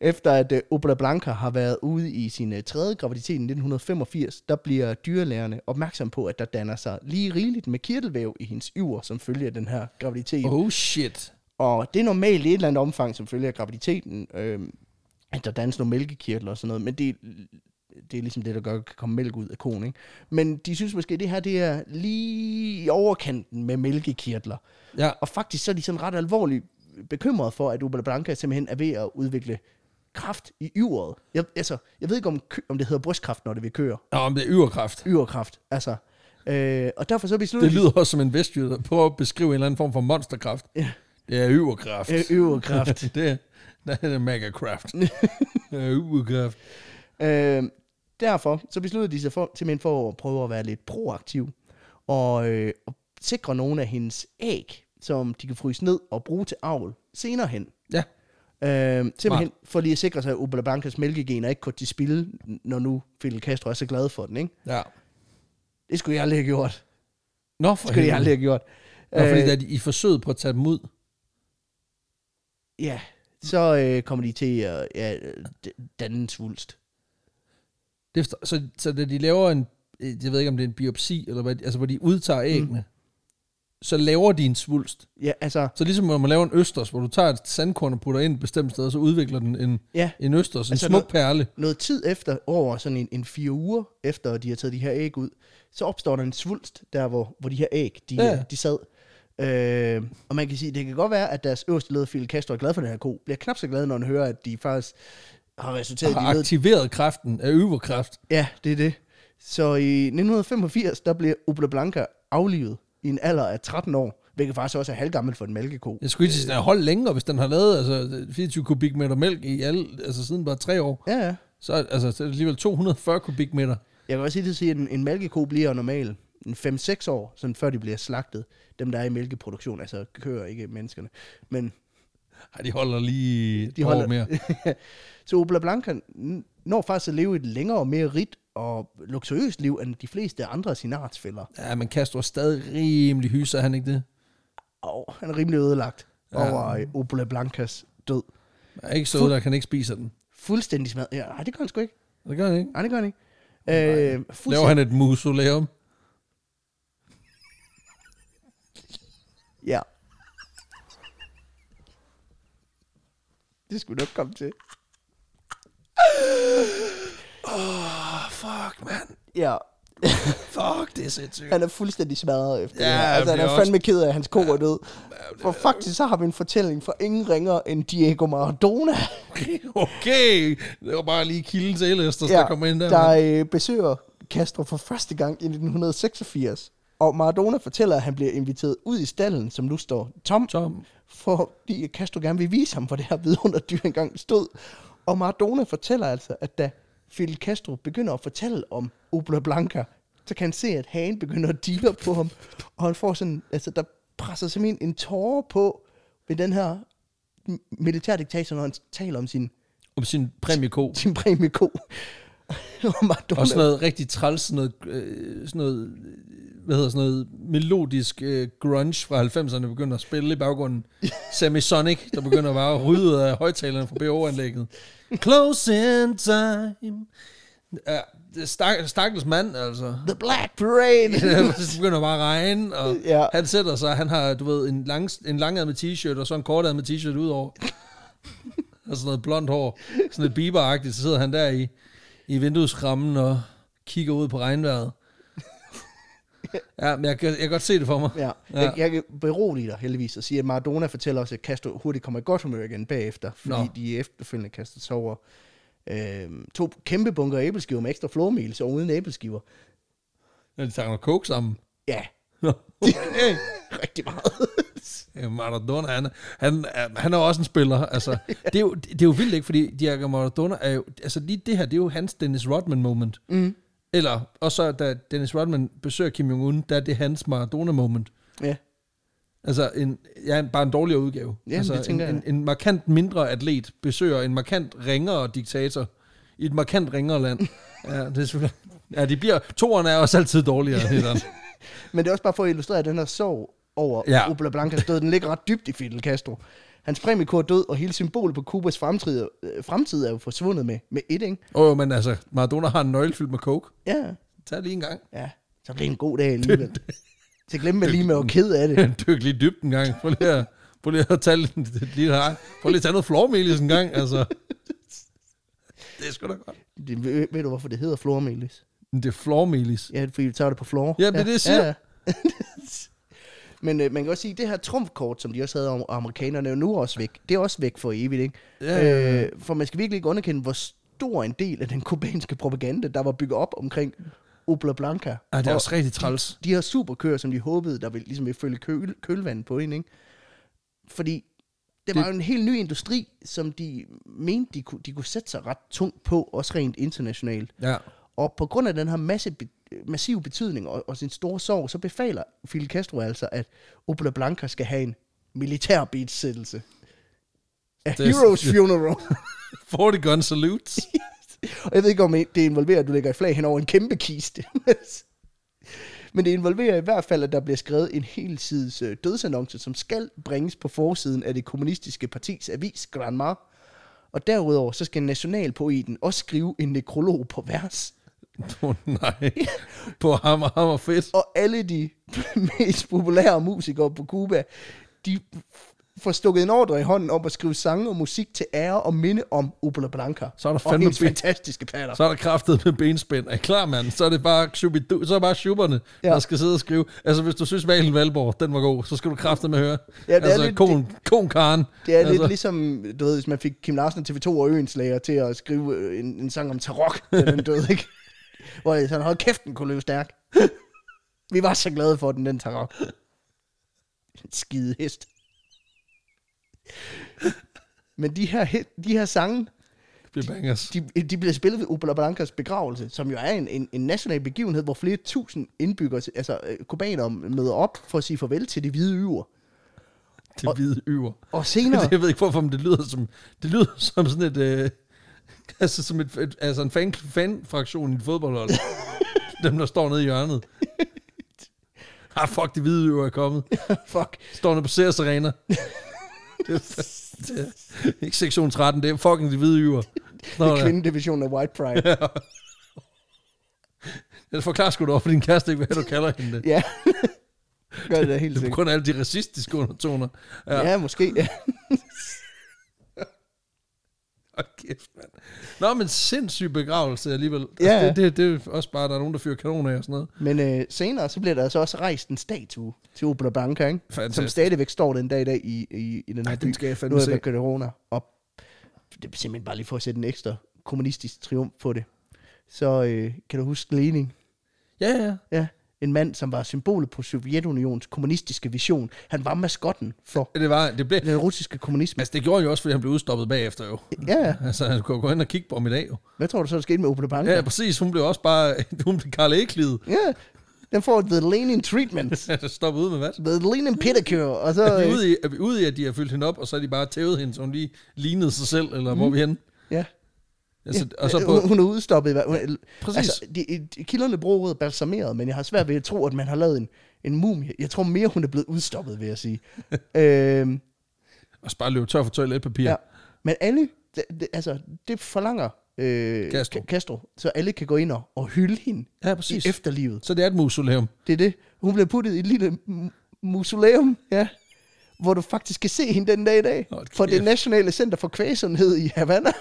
[SPEAKER 2] efter at øh, Obla Blanca har været ude i sin øh, tredje graviditet i 1985, der bliver dyrlægerne opmærksom på, at der danner sig lige rigeligt med kirtelvæv i hendes yver, som følger den her graviditet.
[SPEAKER 1] Oh shit.
[SPEAKER 2] Og det er normalt i et eller andet omfang, som følger graviditeten, øh, at der dannes nogle mælkekirtler og sådan noget, men det, det er ligesom det, der gør, at der kan komme mælk ud af konen. Ikke? Men de synes måske, at det her det er lige i overkanten med mælkekirtler.
[SPEAKER 1] Ja.
[SPEAKER 2] Og faktisk så er de sådan ret alvorligt bekymrede for, at Ubala Blanca simpelthen er ved at udvikle kraft i yveret. Jeg, altså, jeg ved ikke, om, kø- om det hedder brystkræft, når det vil køre.
[SPEAKER 1] Nå, men det er yverkraft.
[SPEAKER 2] Yverkraft, altså. Øh, og derfor så beslutter
[SPEAKER 1] Det lyder også som en vestjyde, der prøver at beskrive en eller anden form for monsterkraft.
[SPEAKER 2] Ja.
[SPEAKER 1] Det er yverkraft.
[SPEAKER 2] de... Øh, yverkraft.
[SPEAKER 1] det, er, nej, det er megakraft. Det er yverkraft.
[SPEAKER 2] Øh, derfor så besluttede de sig for, simpelthen for at prøve at være lidt proaktiv og, øh, og sikre nogle af hendes æg, som de kan fryse ned og bruge til avl senere hen.
[SPEAKER 1] Ja.
[SPEAKER 2] Øh, simpelthen for lige at sikre sig, at Obla Blancas mælkegener ikke går til spil, når nu Fidel Castro er så glad for den, ikke?
[SPEAKER 1] ja.
[SPEAKER 2] Det skulle jeg aldrig have gjort.
[SPEAKER 1] Nå,
[SPEAKER 2] Det
[SPEAKER 1] for
[SPEAKER 2] skulle jeg
[SPEAKER 1] helvede.
[SPEAKER 2] aldrig have gjort.
[SPEAKER 1] Nå, fordi
[SPEAKER 2] Øh,
[SPEAKER 1] da de, I forsøget på at tage dem ud.
[SPEAKER 2] Ja, så øh, kommer de til at ja, øh, d- danne en svulst.
[SPEAKER 1] Det, er forstå- så, så da de laver en, øh, jeg ved ikke om det er en biopsi, eller hvad, altså hvor de udtager æggene, mm. så laver de en svulst.
[SPEAKER 2] Ja, altså,
[SPEAKER 1] Så ligesom når man laver en østers, hvor du tager et sandkorn og putter ind et bestemt sted, og så udvikler den en,
[SPEAKER 2] ja,
[SPEAKER 1] en østers, en
[SPEAKER 2] Altså
[SPEAKER 1] altså smuk
[SPEAKER 2] noget-
[SPEAKER 1] perle.
[SPEAKER 2] noget tid efter, over sådan en, en fire uger efter, de har taget de her æg ud, så opstår der en svulst, der hvor, hvor de her æg, de,
[SPEAKER 1] Ja.
[SPEAKER 2] ja. de sad. Øh, og man kan sige, det kan godt være, at deres øverste leder, Fidel Castro, er glad for den her ko, bliver knap så glad, når han hører, at de faktisk har resulteret i
[SPEAKER 1] har
[SPEAKER 2] de nød...
[SPEAKER 1] aktiveret kræften af øverkræft.
[SPEAKER 2] Ja, det er det. Så i 1985, der blev Obla Blanca aflivet i en alder af 13 år, hvilket faktisk også er halvgammel for en mælkeko.
[SPEAKER 1] Jeg skulle ikke
[SPEAKER 2] Øh.
[SPEAKER 1] sige, at hold længere, hvis den har lavet altså, 24 kubikmeter mælk i alle, altså siden bare tre år.
[SPEAKER 2] Ja, ja.
[SPEAKER 1] Så, er- altså, så er det alligevel 240 kubikmeter.
[SPEAKER 2] Jeg kan også helt sige, at en, en mælkeko bliver normal en 5-6 år, sådan før de bliver slagtet. Dem, der er i mælkeproduktion, altså kører ikke menneskerne. Men
[SPEAKER 1] Ej, de holder lige et
[SPEAKER 2] De
[SPEAKER 1] de holder.
[SPEAKER 2] holder-
[SPEAKER 1] år mere.
[SPEAKER 2] så Obla Blanca n- når faktisk at leve et længere og mere rigt og luksuriøst liv, end de fleste andre af sine artsfælder.
[SPEAKER 1] Ja, men Castro er stadig rimelig hyser, er han ikke det?
[SPEAKER 2] Og han er rimelig ødelagt
[SPEAKER 1] Ja.
[SPEAKER 2] ja. over øh, Obla Blancas død.
[SPEAKER 1] Han er ikke så der kan ikke spise den.
[SPEAKER 2] Fuldstændig smadret. Ja, nej, det gør han sgu ikke.
[SPEAKER 1] Det gør han ikke.
[SPEAKER 2] Nej, det gør han ikke. Øh,
[SPEAKER 1] Laver
[SPEAKER 2] fuldstændig,
[SPEAKER 1] han et musoleum?
[SPEAKER 2] ja. Det skulle nok komme til.
[SPEAKER 1] Oh, fuck, mand.
[SPEAKER 2] Ja,
[SPEAKER 1] Fuck, det er sindssygt.
[SPEAKER 2] Han er fuldstændig smadret efter
[SPEAKER 1] Ja,
[SPEAKER 2] ja, det her. Altså, han
[SPEAKER 1] det
[SPEAKER 2] er
[SPEAKER 1] er
[SPEAKER 2] fandme ked af, at hans ko er død. For faktisk, så har vi en fortælling fra ingen ringer end Diego Maradona,
[SPEAKER 1] Okay, det var bare lige kilden til Elesters, ja, der kommer ind der. der
[SPEAKER 2] der øh, besøger Castro for første gang i 1986. Og Maradona fortæller, at han bliver inviteret ud i stallen, som nu står tom,
[SPEAKER 1] Tom.
[SPEAKER 2] fordi Castro gerne vil vise ham, hvor det her vidunderdyr engang stod. Og Maradona fortæller altså, at da Fidel Castro begynder at fortælle om Obla Blanca, så kan han se, at hagen begynder at dealer på ham, og han får sådan, altså der presser simpelthen en tårer på ved den her m- militærdiktator, når han taler om sin,
[SPEAKER 1] Om sin præmieko.
[SPEAKER 2] sin præmieko. og Maradona,
[SPEAKER 1] Og sådan noget rigtig træls, sådan noget, øh, sådan noget, øh, hvad hedder sådan noget, melodisk øh, grunge fra 90'erne begynder at spille i baggrunden. Sammy Sonic, der begynder bare at rydde af højtalerne fra BO-anlægget. Close in time. Ja, det er stak- stakkels mand, altså.
[SPEAKER 2] The Black Parade!
[SPEAKER 1] det begynder bare at regne, og ja.
[SPEAKER 2] Ja.
[SPEAKER 1] han sætter sig, han har, du ved, en, lang, en langad med t-shirt, og så en kortad med t-shirt udover. og sådan noget blondt hår, sådan lidt biberagtigt, så sidder han der i, i vindueskrammen og kigger ud på regnvejret. ja, men jeg, kan- jeg kan godt se det for mig.
[SPEAKER 2] Ja.
[SPEAKER 1] Ja.
[SPEAKER 2] ja. Jeg, jeg kan berolige dig heldigvis og sige, at Maradona fortæller også, at Castro hurtigt kommer i godt humør igen bagefter, fordi
[SPEAKER 1] Nå.
[SPEAKER 2] Nå. de efterfølgende kaster sig over øh, to kæmpe bunker æbleskiver med ekstra flormel, så uden æbleskiver.
[SPEAKER 1] Når de tager noget coke sammen.
[SPEAKER 2] Ja,
[SPEAKER 1] hey.
[SPEAKER 2] rigtig meget.
[SPEAKER 1] Øh, Maradona, han, han, er- han er også en spiller. Altså, det, er jo, det er jo vildt ikke, fordi Diego Maradona er jo... Altså lige det her, det er jo hans Dennis Rodman moment. Mm. Eller, og så da Dennis Rodman besøger Kim Jong-un, der er det hans Maradona moment.
[SPEAKER 2] ja.
[SPEAKER 1] Altså en, ja, en- bare en dårligere udgave.
[SPEAKER 2] Jamen,
[SPEAKER 1] altså,
[SPEAKER 2] det tænker
[SPEAKER 1] en,
[SPEAKER 2] jeg.
[SPEAKER 1] En, en markant mindre atlet besøger en markant ringere diktator i et markant ringere land. ja, det er selvfølgelig... Ja, de bliver... Toren er også altid dårligere. Det er sådan.
[SPEAKER 2] Men det er også bare for at illustrere den her sorg over
[SPEAKER 1] Ja.
[SPEAKER 2] ja. Obla Blancas død. Den ligger ret dybt i Fidel Castro. Hans præmiekor er død, og hele symbolet på Kubas fremtid, øh, fremtid er jo forsvundet med, med et, ikke?
[SPEAKER 1] Åh, oh, men altså, Maradona har en nøgle fyldt med coke.
[SPEAKER 2] Ja,
[SPEAKER 1] Tag lige en gang.
[SPEAKER 2] ja. Så blev det en god dag alligevel. Så glemmer man lige med at være ked af det.
[SPEAKER 1] Dyk lige dybt en gang. Prøv lige at, prøv lige at tage, lidt- lige her. Prøv lige at tage noget flormelis en gang. Altså. Det er sgu da godt.
[SPEAKER 2] det ved, ved, du, hvorfor det hedder flormelis?
[SPEAKER 1] Men det er flormelis.
[SPEAKER 2] Ja, det er, fordi du tager det på floor.
[SPEAKER 1] Ja, men det siger-
[SPEAKER 2] Men øh, man kan også sige, at det her trumfkort, som de også havde om amerikanerne, er jo nu også væk. Det er også væk for evigt, ikke?
[SPEAKER 1] Ja, ja,
[SPEAKER 2] Øh, for man skal virkelig ikke underkende, hvor stor en del af den kubanske propaganda, der var bygget op omkring Obla Blanca.
[SPEAKER 1] Ej, det er
[SPEAKER 2] Og
[SPEAKER 1] også rigtig træls.
[SPEAKER 2] De her superkøer, som de håbede, der ville, ligesom ville følge køl, kølvandet på hende, ikke? Fordi det,
[SPEAKER 1] Det-
[SPEAKER 2] det var jo en helt ny industri, som de mente, de kunne, de kunne sætte sig ret tungt på, også rent internationalt.
[SPEAKER 1] Ja.
[SPEAKER 2] Og på grund af den her masse, be- massive betydning og, og sin store sorg, så befaler Fidel Castro altså, at Obla Blanca skal have en militær besættelse. Af
[SPEAKER 1] Det er-
[SPEAKER 2] Heroes Funeral.
[SPEAKER 1] 40 gun salutes.
[SPEAKER 2] og jeg ved ikke, om det involverer, at du lægger et flag hen over en kæmpe kiste. Men det involverer i hvert fald, at der bliver skrevet en helsides øh, dødsannonce, som skal bringes på forsiden af det kommunistiske partis avis, Granma. Og derudover, så skal nationalpoeten også skrive en nekrolog på vers.
[SPEAKER 1] Åh oh, nej. På hammer, hammer fedt.
[SPEAKER 2] og alle de mest populære musikere på Cuba, de får stukket en ordre i hånden om at skrive sange og musik til ære og minde om Opel Blanca.
[SPEAKER 1] Så er der
[SPEAKER 2] og
[SPEAKER 1] fandme
[SPEAKER 2] hendes
[SPEAKER 1] ben-
[SPEAKER 2] fantastiske patter.
[SPEAKER 1] Så er der kraftet med benspænd. Er I klar, mand? Så er det bare, shubidu, så er det bare schuberne, ja.
[SPEAKER 2] Ja.
[SPEAKER 1] der skal sidde og skrive. Altså, hvis du synes, Valen Valborg, den var god, så skal du kraftet med høre.
[SPEAKER 2] Ja, det er
[SPEAKER 1] altså,
[SPEAKER 2] lidt-
[SPEAKER 1] kon, kon Karen.
[SPEAKER 2] Det er
[SPEAKER 1] altså,
[SPEAKER 2] lidt ligesom, du ved, hvis man fik Kim Larsen og TV2 og Øenslager til at skrive øh, en, en sang om Tarok, da den døde, ikke? Hvor jeg sådan, hold kæft, den kunne løbe stærk. Vi var så glade for den, den Tarok. Skide hest. Men de her, he- de her sange,
[SPEAKER 1] Det er bangers.
[SPEAKER 2] de, de bliver spillet ved Opel Blancas begravelse, som jo er en, en, en national begivenhed, hvor flere tusind indbyggere, altså øh, kubanere, møder op for at sige farvel til de hvide yver.
[SPEAKER 1] Det hvide yver.
[SPEAKER 2] Og senere,
[SPEAKER 1] Jeg ved ikke hvorfor, men det lyder som, det lyder som sådan et, øh, altså som et, et altså en fan, fan-fraktion i et fodboldhold. Dem, der står nede i hjørnet. Ah, fuck, det hvide øver er kommet.
[SPEAKER 2] fuck,
[SPEAKER 1] Står nede på Sears Arena. Det, er- det, er- ikke sektion 13, det er fucking de hvide øver. Nå,
[SPEAKER 2] det er
[SPEAKER 1] ja.
[SPEAKER 2] kvindedivisionen af White Pride. Ja.
[SPEAKER 1] Jeg forklarer sgu da over for din kæreste ikke, hvad du kalder hende det.
[SPEAKER 2] ja. Gør det da helt
[SPEAKER 1] Det er på
[SPEAKER 2] sikkert.
[SPEAKER 1] grund af alle de racistiske undertoner. Ja,
[SPEAKER 2] Ja, måske. Ja.
[SPEAKER 1] og kæft, mand. Nå, men sindssyg begravelse alligevel.
[SPEAKER 2] Ja.
[SPEAKER 1] Altså, det, det, det, er også bare, der er nogen, der fyrer kanoner af og sådan noget.
[SPEAKER 2] Men øh, senere, så bliver der altså også rejst en statue til Opel Blanca, ikke? som
[SPEAKER 1] Fantastisk.
[SPEAKER 2] stadigvæk står den dag i dag i, i, i den her
[SPEAKER 1] Ej, den skal jeg fandme
[SPEAKER 2] nu er
[SPEAKER 1] se.
[SPEAKER 2] der corona op. Det er simpelthen bare lige for at sætte en ekstra kommunistisk triumf på det. Så øh, kan du huske Lenin?
[SPEAKER 1] Ja, ja.
[SPEAKER 2] Ja, en mand, som var symbolet på Sovjetunions kommunistiske vision. Han var maskotten for
[SPEAKER 1] Det, var, det, blev,
[SPEAKER 2] den russiske kommunisme.
[SPEAKER 1] altså, det gjorde han jo også, fordi han blev udstoppet bagefter jo.
[SPEAKER 2] Ja,
[SPEAKER 1] Altså, han kunne jo gå ind og kigge på ham i dag jo.
[SPEAKER 2] hvad tror du så, der skete med Opel Blanca?
[SPEAKER 1] Ja, præcis. Hun blev også bare... Hun blev Karl Eklid.
[SPEAKER 2] ja. Den får The Lenin Treatment.
[SPEAKER 1] Altså, stoppet ud med hvad?
[SPEAKER 2] The Lenin Pedicure. Og så,
[SPEAKER 1] Er vi, ude i, er vi ude i, at de har fyldt hende op, og så har de bare tævet hende, så hun lige lignede sig selv, eller mm. hvor er vi henne?
[SPEAKER 2] ja.
[SPEAKER 1] Altså, og så
[SPEAKER 2] hun,
[SPEAKER 1] på...
[SPEAKER 2] hun er udstoppet. i hver- Hun,
[SPEAKER 1] Præcis.
[SPEAKER 2] Altså, de, de, kilderne bruger ordet balsameret, men jeg har svært ved at tro, at man har lavet en, en mumie. Jeg tror mere, hun er blevet udstoppet, vil jeg sige. øhm,
[SPEAKER 1] Og så bare løbe tør for toiletpapir.
[SPEAKER 2] Ja.
[SPEAKER 1] Ja.
[SPEAKER 2] Men alle, det, det, altså, det forlanger øh,
[SPEAKER 1] Castro.
[SPEAKER 2] Ca- Castro, så alle kan gå ind og, og hylde hende
[SPEAKER 1] Ja, præcis.
[SPEAKER 2] i efterlivet.
[SPEAKER 1] Så det er et mausoleum.
[SPEAKER 2] Det er det. Hun bliver puttet i et lille m- mausoleum, ja, hvor du faktisk kan se hende den dag i dag.
[SPEAKER 1] Hold
[SPEAKER 2] For det
[SPEAKER 1] kæft.
[SPEAKER 2] Nationale Center for Kvæsundhed i Havana.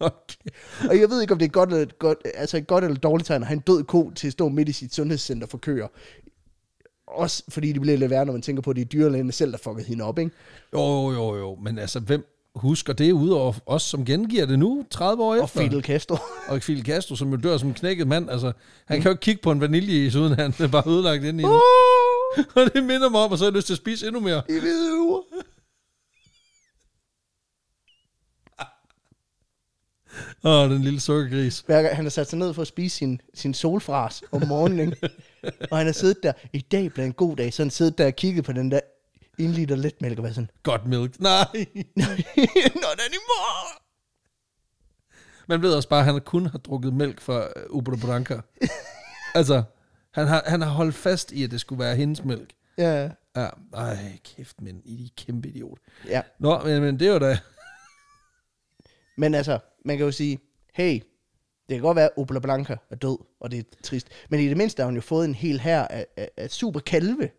[SPEAKER 1] Okay.
[SPEAKER 2] og jeg ved ikke, om det er godt eller, et godt, altså et godt eller dårligt tegn at have en død ko til at stå midt i sit sundhedscenter for køer. Også fordi det bliver lidt værre, når man tænker på, at det er dyrlægerne selv, der fuckede hende op, ikke?
[SPEAKER 1] Jo, jo, jo, jo. Men altså, hvem... Husk, og det er udover os, som gengiver det nu, 30 år
[SPEAKER 2] Og
[SPEAKER 1] efter.
[SPEAKER 2] Fidel Castro.
[SPEAKER 1] Og Fidel Castro, som jo dør som en knækket mand. Altså,
[SPEAKER 2] Mm.
[SPEAKER 1] han kan jo ikke kigge på en vaniljeis, uden han er bare ødelagt ind i den.
[SPEAKER 2] Uh.
[SPEAKER 1] Og det minder mig om, at så har jeg lyst til at spise endnu mere.
[SPEAKER 2] I hvide uger.
[SPEAKER 1] Åh, den lille sukkergris.
[SPEAKER 2] Hver gang han har sat sig ned for at spise sin, sin solfras om morgenen. ikke? og han har siddet der, i dag blev en god dag, så han siddet der og kigget på den der en liter letmælk og været sådan,
[SPEAKER 1] Godt mælk. Nej.
[SPEAKER 2] Not anymore!
[SPEAKER 1] Man ved også bare, at han kun har drukket mælk fra Ubro Branca. altså, han har, han har holdt fast i, at det skulle være hendes mælk.
[SPEAKER 2] Ja,
[SPEAKER 1] Ja, ej, kæft, men I er kæmpe idiot.
[SPEAKER 2] ja.
[SPEAKER 1] Nå, men, men det er jo da...
[SPEAKER 2] Men altså, man kan jo sige, hey, det kan godt være, at Obla Blanca er død, og det er trist. Men i det mindste har hun jo fået en hel her af, af, af super kalve,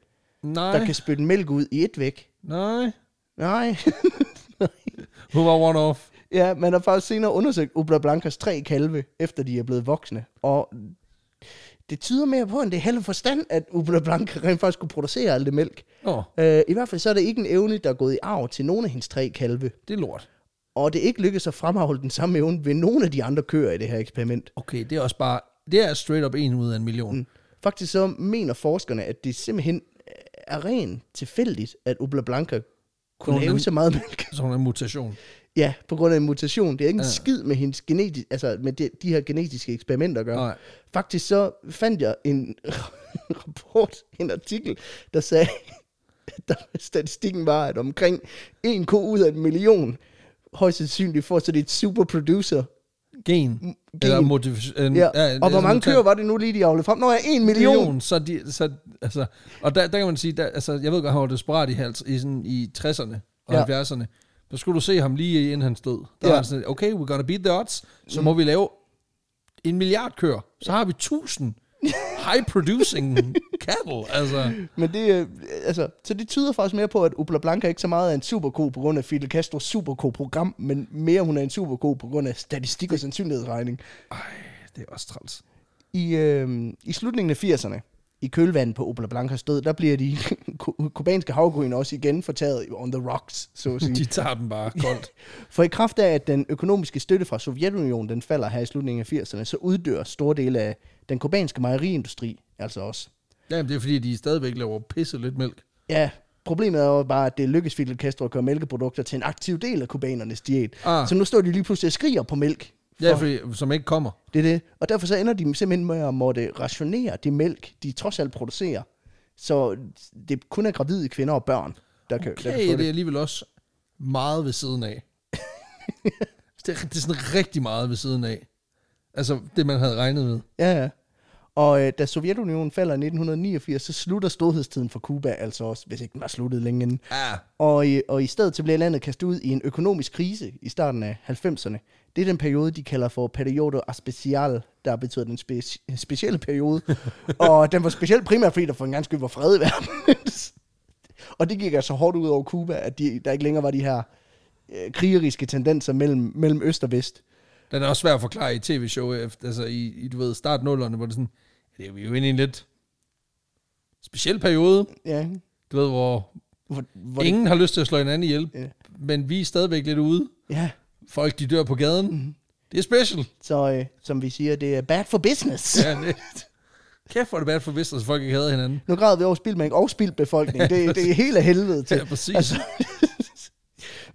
[SPEAKER 1] Nej,
[SPEAKER 2] der kan spytte mælk ud i et væk.
[SPEAKER 1] nej.
[SPEAKER 2] Nej.
[SPEAKER 1] Hun var one off.
[SPEAKER 2] ja, man har faktisk senere undersøgt Obla Blancas tre kalve, efter de er blevet voksne. Og det tyder mere på, end det er held og forstand, at Obla Blanca rent faktisk kunne producere alt det mælk.
[SPEAKER 1] Nå,
[SPEAKER 2] Øh, I hvert fald så er det ikke en evne, der er gået i arv til nogen af hendes tre kalve.
[SPEAKER 1] det er lort.
[SPEAKER 2] Og det er ikke lykkedes at fremholde den samme evne ved nogen af de andre køer i det her eksperiment.
[SPEAKER 1] Okay, det er også bare... Det er straight up en ud af en million. Mm.
[SPEAKER 2] Faktisk så mener forskerne, at det simpelthen er rent tilfældigt, at Obla Blanca kunne
[SPEAKER 1] Nogen
[SPEAKER 2] lave
[SPEAKER 1] af-
[SPEAKER 2] så meget mælk.
[SPEAKER 1] Sådan en mutation.
[SPEAKER 2] Ja, på grund af en mutation. Det er ikke en skid med, hendes geneti- altså med de, de her genetiske eksperimenter at gøre.
[SPEAKER 1] Nej.
[SPEAKER 2] Faktisk så fandt jeg en rapport, en artikel, der sagde, at der, statistikken var, at omkring en ko ud af en million højst sandsynligt får så det et superproducer.
[SPEAKER 1] Gen. Gen. Eller modificering. Øh,
[SPEAKER 2] Mm, Ja. Ja, og hvor mange køer var det nu lige, de avlede frem? Nå ja, en million.
[SPEAKER 1] Så, de, så altså, og der, der kan man sige, der, altså, jeg ved godt, han var desperat i, hals, i, sådan, i 60'erne og
[SPEAKER 2] Ja.
[SPEAKER 1] ja. 70'erne. Så skulle du se ham lige inden han stod. Der
[SPEAKER 2] Ja.
[SPEAKER 1] ja. var han sådan, okay, we're gonna beat the odds. Så mm. må vi lave en milliard køer. Så har vi tusind high producing cattle. Altså,
[SPEAKER 2] Men det, øh, altså, så det tyder faktisk mere på, at Obla Blanca ikke så meget er en superko på grund af Fidel Castros superko-program, men mere hun er en superko på grund af statistik og sandsynlighedsregning.
[SPEAKER 1] det er også træls.
[SPEAKER 2] I, øh, I slutningen af 80'erne, i kølvandet på Obla Blancas død, der bliver de ku- kubanske havgryn også igen fortaget on the rocks, så at
[SPEAKER 1] De
[SPEAKER 2] sige.
[SPEAKER 1] tager dem bare koldt.
[SPEAKER 2] For i kraft af, at den økonomiske støtte fra Sovjetunionen den falder her i slutningen af 80'erne, så uddør store dele af den kubanske mejeriindustri, altså også.
[SPEAKER 1] Jamen, det er fordi, de stadigvæk laver pisse lidt mælk.
[SPEAKER 2] Ja, problemet er jo bare, at det lykkedes Fidel Castro at gøre mælkeprodukter til en aktiv del af kubanernes diæt. Ah.
[SPEAKER 1] Ah.
[SPEAKER 2] Så nu står de lige pludselig og skriger på mælk.
[SPEAKER 1] Ja, fordi, som ikke kommer.
[SPEAKER 2] Det er det. Og derfor så ender de simpelthen med at måtte rationere det mælk, de trods alt producerer. Så det kun er gravide kvinder og børn, der kan, der kan
[SPEAKER 1] Okay,
[SPEAKER 2] få
[SPEAKER 1] det er
[SPEAKER 2] det.
[SPEAKER 1] alligevel også meget ved siden af. det, er, det er sådan rigtig meget ved siden af. Altså, det man havde regnet med.
[SPEAKER 2] Ja, ja. Og øh, da Sovjetunionen falder i 1989, så slutter storhedstiden for Cuba altså også, hvis ikke den var sluttet længe inden.
[SPEAKER 1] Ah,
[SPEAKER 2] Og, i- og i stedet så bliver landet kastet ud i en økonomisk krise i starten af 90'erne. Det er den periode, de kalder for periodo especial, der betyder den spe- specielle periode. og den var speciel primært, fordi der for en ganske skyld var fred i verden. og det gik altså hårdt ud over Cuba, at de, der ikke længere var de her øh, krigeriske tendenser mellem, mellem øst og vest.
[SPEAKER 1] den er også svær at forklare i tv-show, efter- altså i, i du ved, start nullerne, hvor det er sådan, ja, det er vi jo inde i en lidt speciel periode,
[SPEAKER 2] Ja,
[SPEAKER 1] du ved, hvor,
[SPEAKER 2] hvor, hvor
[SPEAKER 1] hvor ingen det... har lyst til at slå hinanden ihjel,
[SPEAKER 2] Ja.
[SPEAKER 1] ja. men vi er stadigvæk lidt ude.
[SPEAKER 2] Det, ja.
[SPEAKER 1] Folk, de dør på gaden. Mm. Det er special.
[SPEAKER 2] Så øh, som vi siger, det er bad for business.
[SPEAKER 1] Ja, det... Kæft, hvor er det bad for vist, at folk ikke hader hinanden.
[SPEAKER 2] Nu græder vi over spildmængde og spildbefolkning. Det, det er helt af helvede til.
[SPEAKER 1] Ja, præcis. Altså,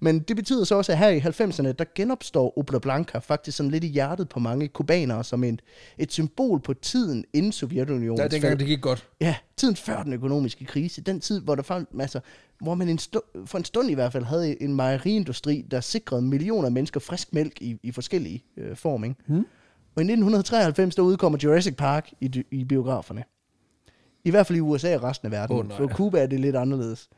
[SPEAKER 2] Men det betyder så også, at her i 90'erne, der genopstår Obla Blanca faktisk sådan lidt i hjertet på mange kubanere som et, et symbol på tiden inden Sovjetunionen.
[SPEAKER 1] der, dengang det gik godt.
[SPEAKER 2] Ja, tiden før den økonomiske krise. Den tid, hvor der fandt, altså, hvor man en stu- for en stund i hvert fald havde en mejeriindustri, der sikrede millioner af mennesker frisk mælk i, i forskellige øh, form. Ikke? Hmm. Og i 1993, der udkommer Jurassic Park i, dy- i biograferne. I hvert fald i USA og resten af verden.
[SPEAKER 1] Åh, nej.
[SPEAKER 2] For Cuba er det lidt anderledes.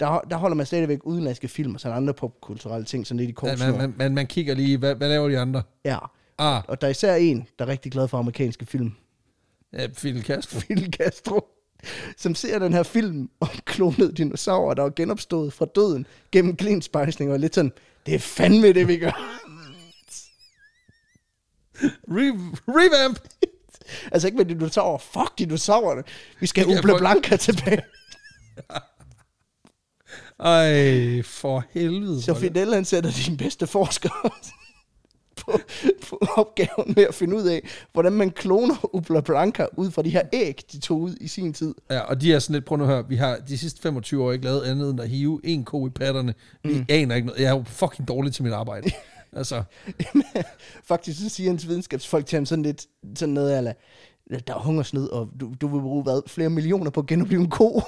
[SPEAKER 2] Der, der holder man stadigvæk udenlandske film og sådan andre popkulturelle ting, sådan lidt i
[SPEAKER 1] Man,
[SPEAKER 2] kort
[SPEAKER 1] man,
[SPEAKER 2] snor.
[SPEAKER 1] man, man, man kigger lige, hvad, hvad laver de andre?
[SPEAKER 2] Ja.
[SPEAKER 1] Ah,
[SPEAKER 2] Og der er især en, der er rigtig glad for amerikanske film.
[SPEAKER 1] ja, Fidel Castro.
[SPEAKER 2] Fidel Castro, som ser den her film om klonede dinosaurer, der er genopstået fra døden gennem glinspejsning, og er lidt sådan, det er fandme det, vi gør.
[SPEAKER 1] Re- revamp!
[SPEAKER 2] altså ikke med dinosaurer, fuck dinosaurerne. Vi skal have
[SPEAKER 1] Ja,
[SPEAKER 2] Obla
[SPEAKER 1] folk-
[SPEAKER 2] Blanca tilbage.
[SPEAKER 1] Ej, for helvede.
[SPEAKER 2] Så Fidel han sætter dine bedste forskere på, på opgaven med at finde ud af, hvordan man kloner Ubla Blanca ud fra de her æg, de tog ud i sin tid.
[SPEAKER 1] Ja, og de er sådan lidt, prøv nu at høre, vi har de sidste 25 år ikke lavet andet end at hive en ko i patterne. Vi mm. aner ikke noget. Jeg er jo fucking dårlig til mit arbejde. altså,
[SPEAKER 2] Faktisk så siger hans videnskabsfolk til ham sådan lidt sådan noget, eller der er hungersnød, og du, du vil bruge hvad, flere millioner på at genopleve en ko.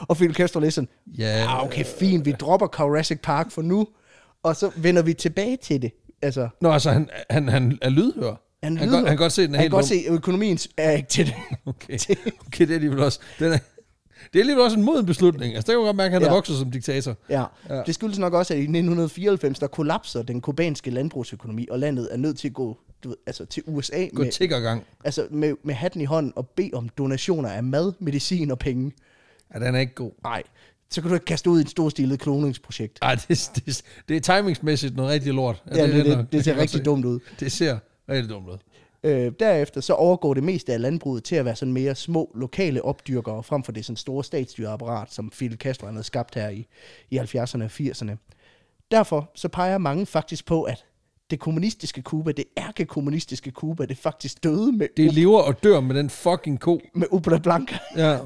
[SPEAKER 2] og Phil Kester lidt sådan,
[SPEAKER 1] ja,
[SPEAKER 2] ja, okay, fint, vi dropper Jurassic Park for nu, og så vender vi tilbage til det. Altså,
[SPEAKER 1] Nå, altså, han, han, han er lydhør.
[SPEAKER 2] han,
[SPEAKER 1] han,
[SPEAKER 2] lyder-
[SPEAKER 1] han kan godt se, den er
[SPEAKER 2] han
[SPEAKER 1] helt
[SPEAKER 2] kan godt
[SPEAKER 1] dum.
[SPEAKER 2] se, at økonomien er ikke til det.
[SPEAKER 1] Okay. okay, det er alligevel også... Den er, det er alligevel også en moden beslutning. Altså, det kan man godt mærke, at han ja.
[SPEAKER 2] Ja.
[SPEAKER 1] er vokset som diktator.
[SPEAKER 2] Ja.
[SPEAKER 1] Ja.
[SPEAKER 2] ja. Det skyldes nok også, at i 1994, der kollapser den kubanske landbrugsøkonomi, og landet er nødt til at gå du ved, altså til USA
[SPEAKER 1] Gå
[SPEAKER 2] med,
[SPEAKER 1] tiggergang.
[SPEAKER 2] altså med, med hatten i hånden og bede om donationer af mad, medicin og penge.
[SPEAKER 1] Ja, den er ikke god.
[SPEAKER 2] Nej, så kan du ikke kaste ud i et storstilet kloningsprojekt.
[SPEAKER 1] Ej, det, det, det er timingsmæssigt noget rigtig lort.
[SPEAKER 2] Ja, det,
[SPEAKER 1] nok.
[SPEAKER 2] det, det
[SPEAKER 1] Jeg
[SPEAKER 2] ser
[SPEAKER 1] kan
[SPEAKER 2] rigtig
[SPEAKER 1] godt
[SPEAKER 2] dumt ud.
[SPEAKER 1] se. Det ser rigtig dumt ud.
[SPEAKER 2] Øh, derefter så overgår det meste af landbruget til at være sådan mere små lokale opdyrkere, frem for det sådan store statsdyreapparat, som Fidel Castro han havde skabt her i, i 70'erne og 80'erne. Derfor så peger mange faktisk på, at det kommunistiske Kuba, det ærke-kommunistiske Kuba, det faktisk døde med,
[SPEAKER 1] Det lever og dør med den fucking ko.
[SPEAKER 2] med Ubla Blanca.
[SPEAKER 1] Ja.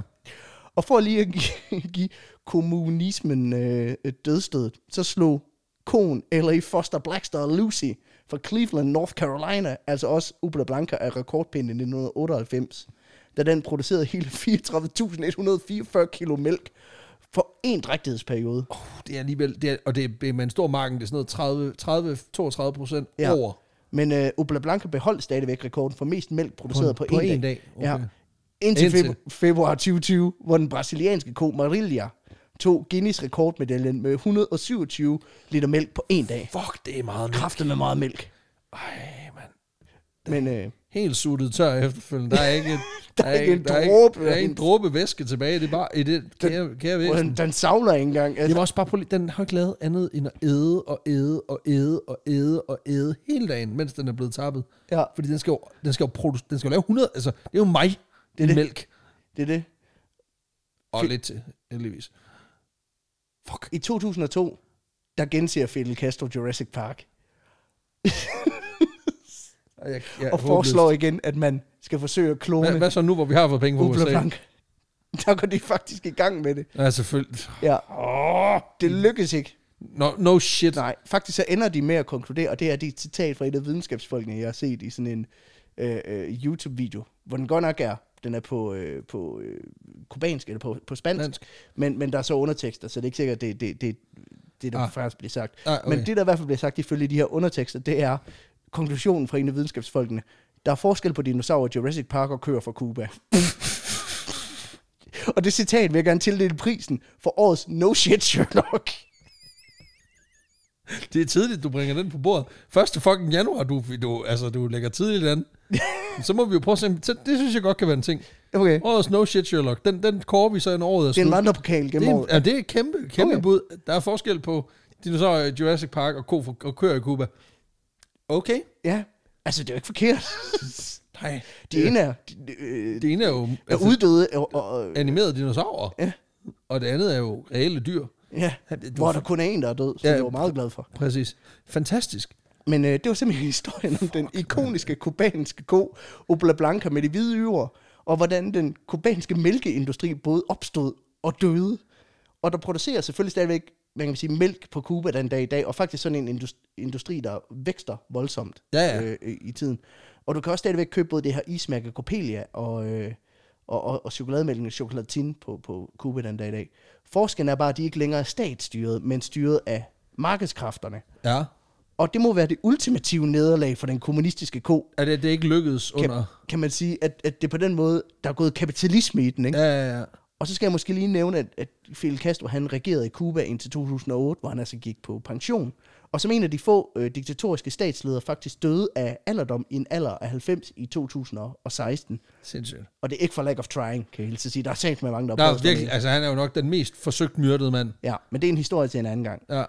[SPEAKER 2] Og for lige at give, give kommunismen øh, et dødstød, så slog kon L.A. Foster Blackstar Lucy fra Cleveland, North Carolina, altså også Ubla Blanca af rekordpinden i 1998, da den producerede hele 34.144 kilo mælk for en drægtighedsperiode.
[SPEAKER 1] Uh, Det er alligevel, det er, og det er, det er med en stor marken, det er sådan noget 30-32 procent ja.
[SPEAKER 2] Ja.
[SPEAKER 1] over
[SPEAKER 2] Men øh, Ubla Blanca beholdt stadigvæk rekorden for mest mælk produceret på,
[SPEAKER 1] på
[SPEAKER 2] en
[SPEAKER 1] en dag. Okay.
[SPEAKER 2] Ja. Indtil,
[SPEAKER 1] Indtil-
[SPEAKER 2] indtil. Febru- februar 2020, hvor den brasilianske ko Marilia tog Guinness rekordmedaljen med 127 liter mælk på en dag.
[SPEAKER 1] Fuck, det er meget mælk.
[SPEAKER 2] Kræftet med meget mælk.
[SPEAKER 1] Ej, mand.
[SPEAKER 2] Men øh,
[SPEAKER 1] Helt suttet tør efterfølgende. Der er ikke,
[SPEAKER 2] Der er ikke en
[SPEAKER 1] der er
[SPEAKER 2] dråbe.
[SPEAKER 1] Der er ikke en dråbe væske tilbage. Det er bare i det kære, kære
[SPEAKER 2] og
[SPEAKER 1] væsen.
[SPEAKER 2] den, den savler ikke engang.
[SPEAKER 1] Det
[SPEAKER 2] Altså,
[SPEAKER 1] var også bare problem. Den har ikke lavet andet end at æde og æde og æde og æde og æde hele dagen, mens den er blevet tappet.
[SPEAKER 2] Ja.
[SPEAKER 1] Fordi den skal jo, den skal jo, produ- den skal jo lave 100, altså det er jo mig, det er
[SPEAKER 2] det.
[SPEAKER 1] mælk.
[SPEAKER 2] det er det.
[SPEAKER 1] Og
[SPEAKER 2] Fe-
[SPEAKER 1] lidt til, heldigvis. Fuck.
[SPEAKER 2] I 2002, der genser Fidel Castro Jurassic Park.
[SPEAKER 1] Ej, Jeg, jeg,
[SPEAKER 2] Og
[SPEAKER 1] er
[SPEAKER 2] foreslår igen, at man skal forsøge at
[SPEAKER 1] håbløs. hvad,
[SPEAKER 2] klone
[SPEAKER 1] hvad så nu, hvor vi har fået penge på
[SPEAKER 2] Ubla
[SPEAKER 1] USA?
[SPEAKER 2] Blanca. Der går de faktisk i gang med det.
[SPEAKER 1] Ja, selvfølgelig.
[SPEAKER 2] Ja.
[SPEAKER 1] Oh,
[SPEAKER 2] Det lykkes ikke.
[SPEAKER 1] no, no shit.
[SPEAKER 2] Nej, faktisk så ender de med at konkludere, og det er det er et citat fra et af videnskabsfolkene, jeg har set i sådan en øh, øh, YouTube-video, hvor den godt nok er, den er på, øh, på øh, kubansk eller på, på spansk,
[SPEAKER 1] Dansk.
[SPEAKER 2] Men, men der er så undertekster, så det er ikke sikkert, det det, det, det der
[SPEAKER 1] Ah.
[SPEAKER 2] ah. faktisk bliver sagt.
[SPEAKER 1] Ah,
[SPEAKER 2] Ah,
[SPEAKER 1] okay.
[SPEAKER 2] okay. Men det, der i hvert fald bliver sagt ifølge de her undertekster, det er konklusionen fra en af videnskabsfolkene. Der er forskel på dinosaurer, Jurassic Park og køer fra Cuba. og det citat vil jeg gerne tildele prisen for årets No Shit Sherlock.
[SPEAKER 1] Det er tidligt, du bringer den på bordet. 1. fucking januar, du, du, altså, du lægger tidligt an. så må vi jo prøve at se, om- så det synes jeg godt kan være en ting.
[SPEAKER 2] Okay.
[SPEAKER 1] Årets No Shit Sherlock, den, den kårer vi så en året.
[SPEAKER 2] Det er en vandrepokal gennem
[SPEAKER 1] det,
[SPEAKER 2] året.
[SPEAKER 1] er, ja, det er kæmpe, kæmpe okay.
[SPEAKER 2] Okay.
[SPEAKER 1] bud. Der er forskel på dinosaurer i Jurassic Park og, ko, for- og køer i Cuba. Okay.
[SPEAKER 2] Ja, altså det er jo ikke forkert.
[SPEAKER 1] Nej.
[SPEAKER 2] De ene er, de, øh,
[SPEAKER 1] det ene er jo
[SPEAKER 2] er
[SPEAKER 1] altså,
[SPEAKER 2] uddøde, og, og,
[SPEAKER 1] animerede dinosaurer,
[SPEAKER 2] Ja.
[SPEAKER 1] og det andet er jo reelle dyr.
[SPEAKER 2] ja,
[SPEAKER 1] det- du-
[SPEAKER 2] hvor der kun er en, der er død, så
[SPEAKER 1] Ja.
[SPEAKER 2] ja, jeg var meget glad for.
[SPEAKER 1] Præcis. Fantastisk.
[SPEAKER 2] Men øh, det var simpelthen historien om den ikoniske kubanske ko, Obla Blanca med de hvide øver, og hvordan den kubanske mælkeindustri både opstod og døde. Og der producerer selvfølgelig stadigvæk, man kan sige, mælk på Cuba den dag i dag, og faktisk sådan en indust- industri, der vækster voldsomt
[SPEAKER 1] Ja, ja.
[SPEAKER 2] Øh, øh, i tiden. Og du kan også stadigvæk købe både det her ismærke Copelia og, øh, og, og, og chokolademælken chokolatin på, på Cuba den dag i dag. Forskellen er bare, at de ikke længere er statsstyret, men styret af markedskræfterne.
[SPEAKER 1] Ja.
[SPEAKER 2] Og det må være det ultimative nederlag for den kommunistiske ko,
[SPEAKER 1] Er det, det er ikke lykkedes
[SPEAKER 2] kan,
[SPEAKER 1] under...
[SPEAKER 2] kan man sige, at, at det er på den måde, der er gået kapitalisme i den. Ikke? Ja.
[SPEAKER 1] Ja, ja, ja.
[SPEAKER 2] Og så skal jeg måske lige nævne, at, at Fidel Castro han regerede i Cuba indtil 2008, hvor han altså gik på pension. Og som en af de få øh, diktatoriske statsledere faktisk døde af alderdom i en alder af 90 i 2016.
[SPEAKER 1] Sindssygt.
[SPEAKER 2] Og det er ikke for lack of trying, kan jeg hilse at sige. Der er sagt med mange, der
[SPEAKER 1] Der
[SPEAKER 2] har
[SPEAKER 1] er virkelig, altså han er jo nok den mest forsøgt myrdede mand.
[SPEAKER 2] Ja, men det er en historie til en anden gang.
[SPEAKER 1] Ja.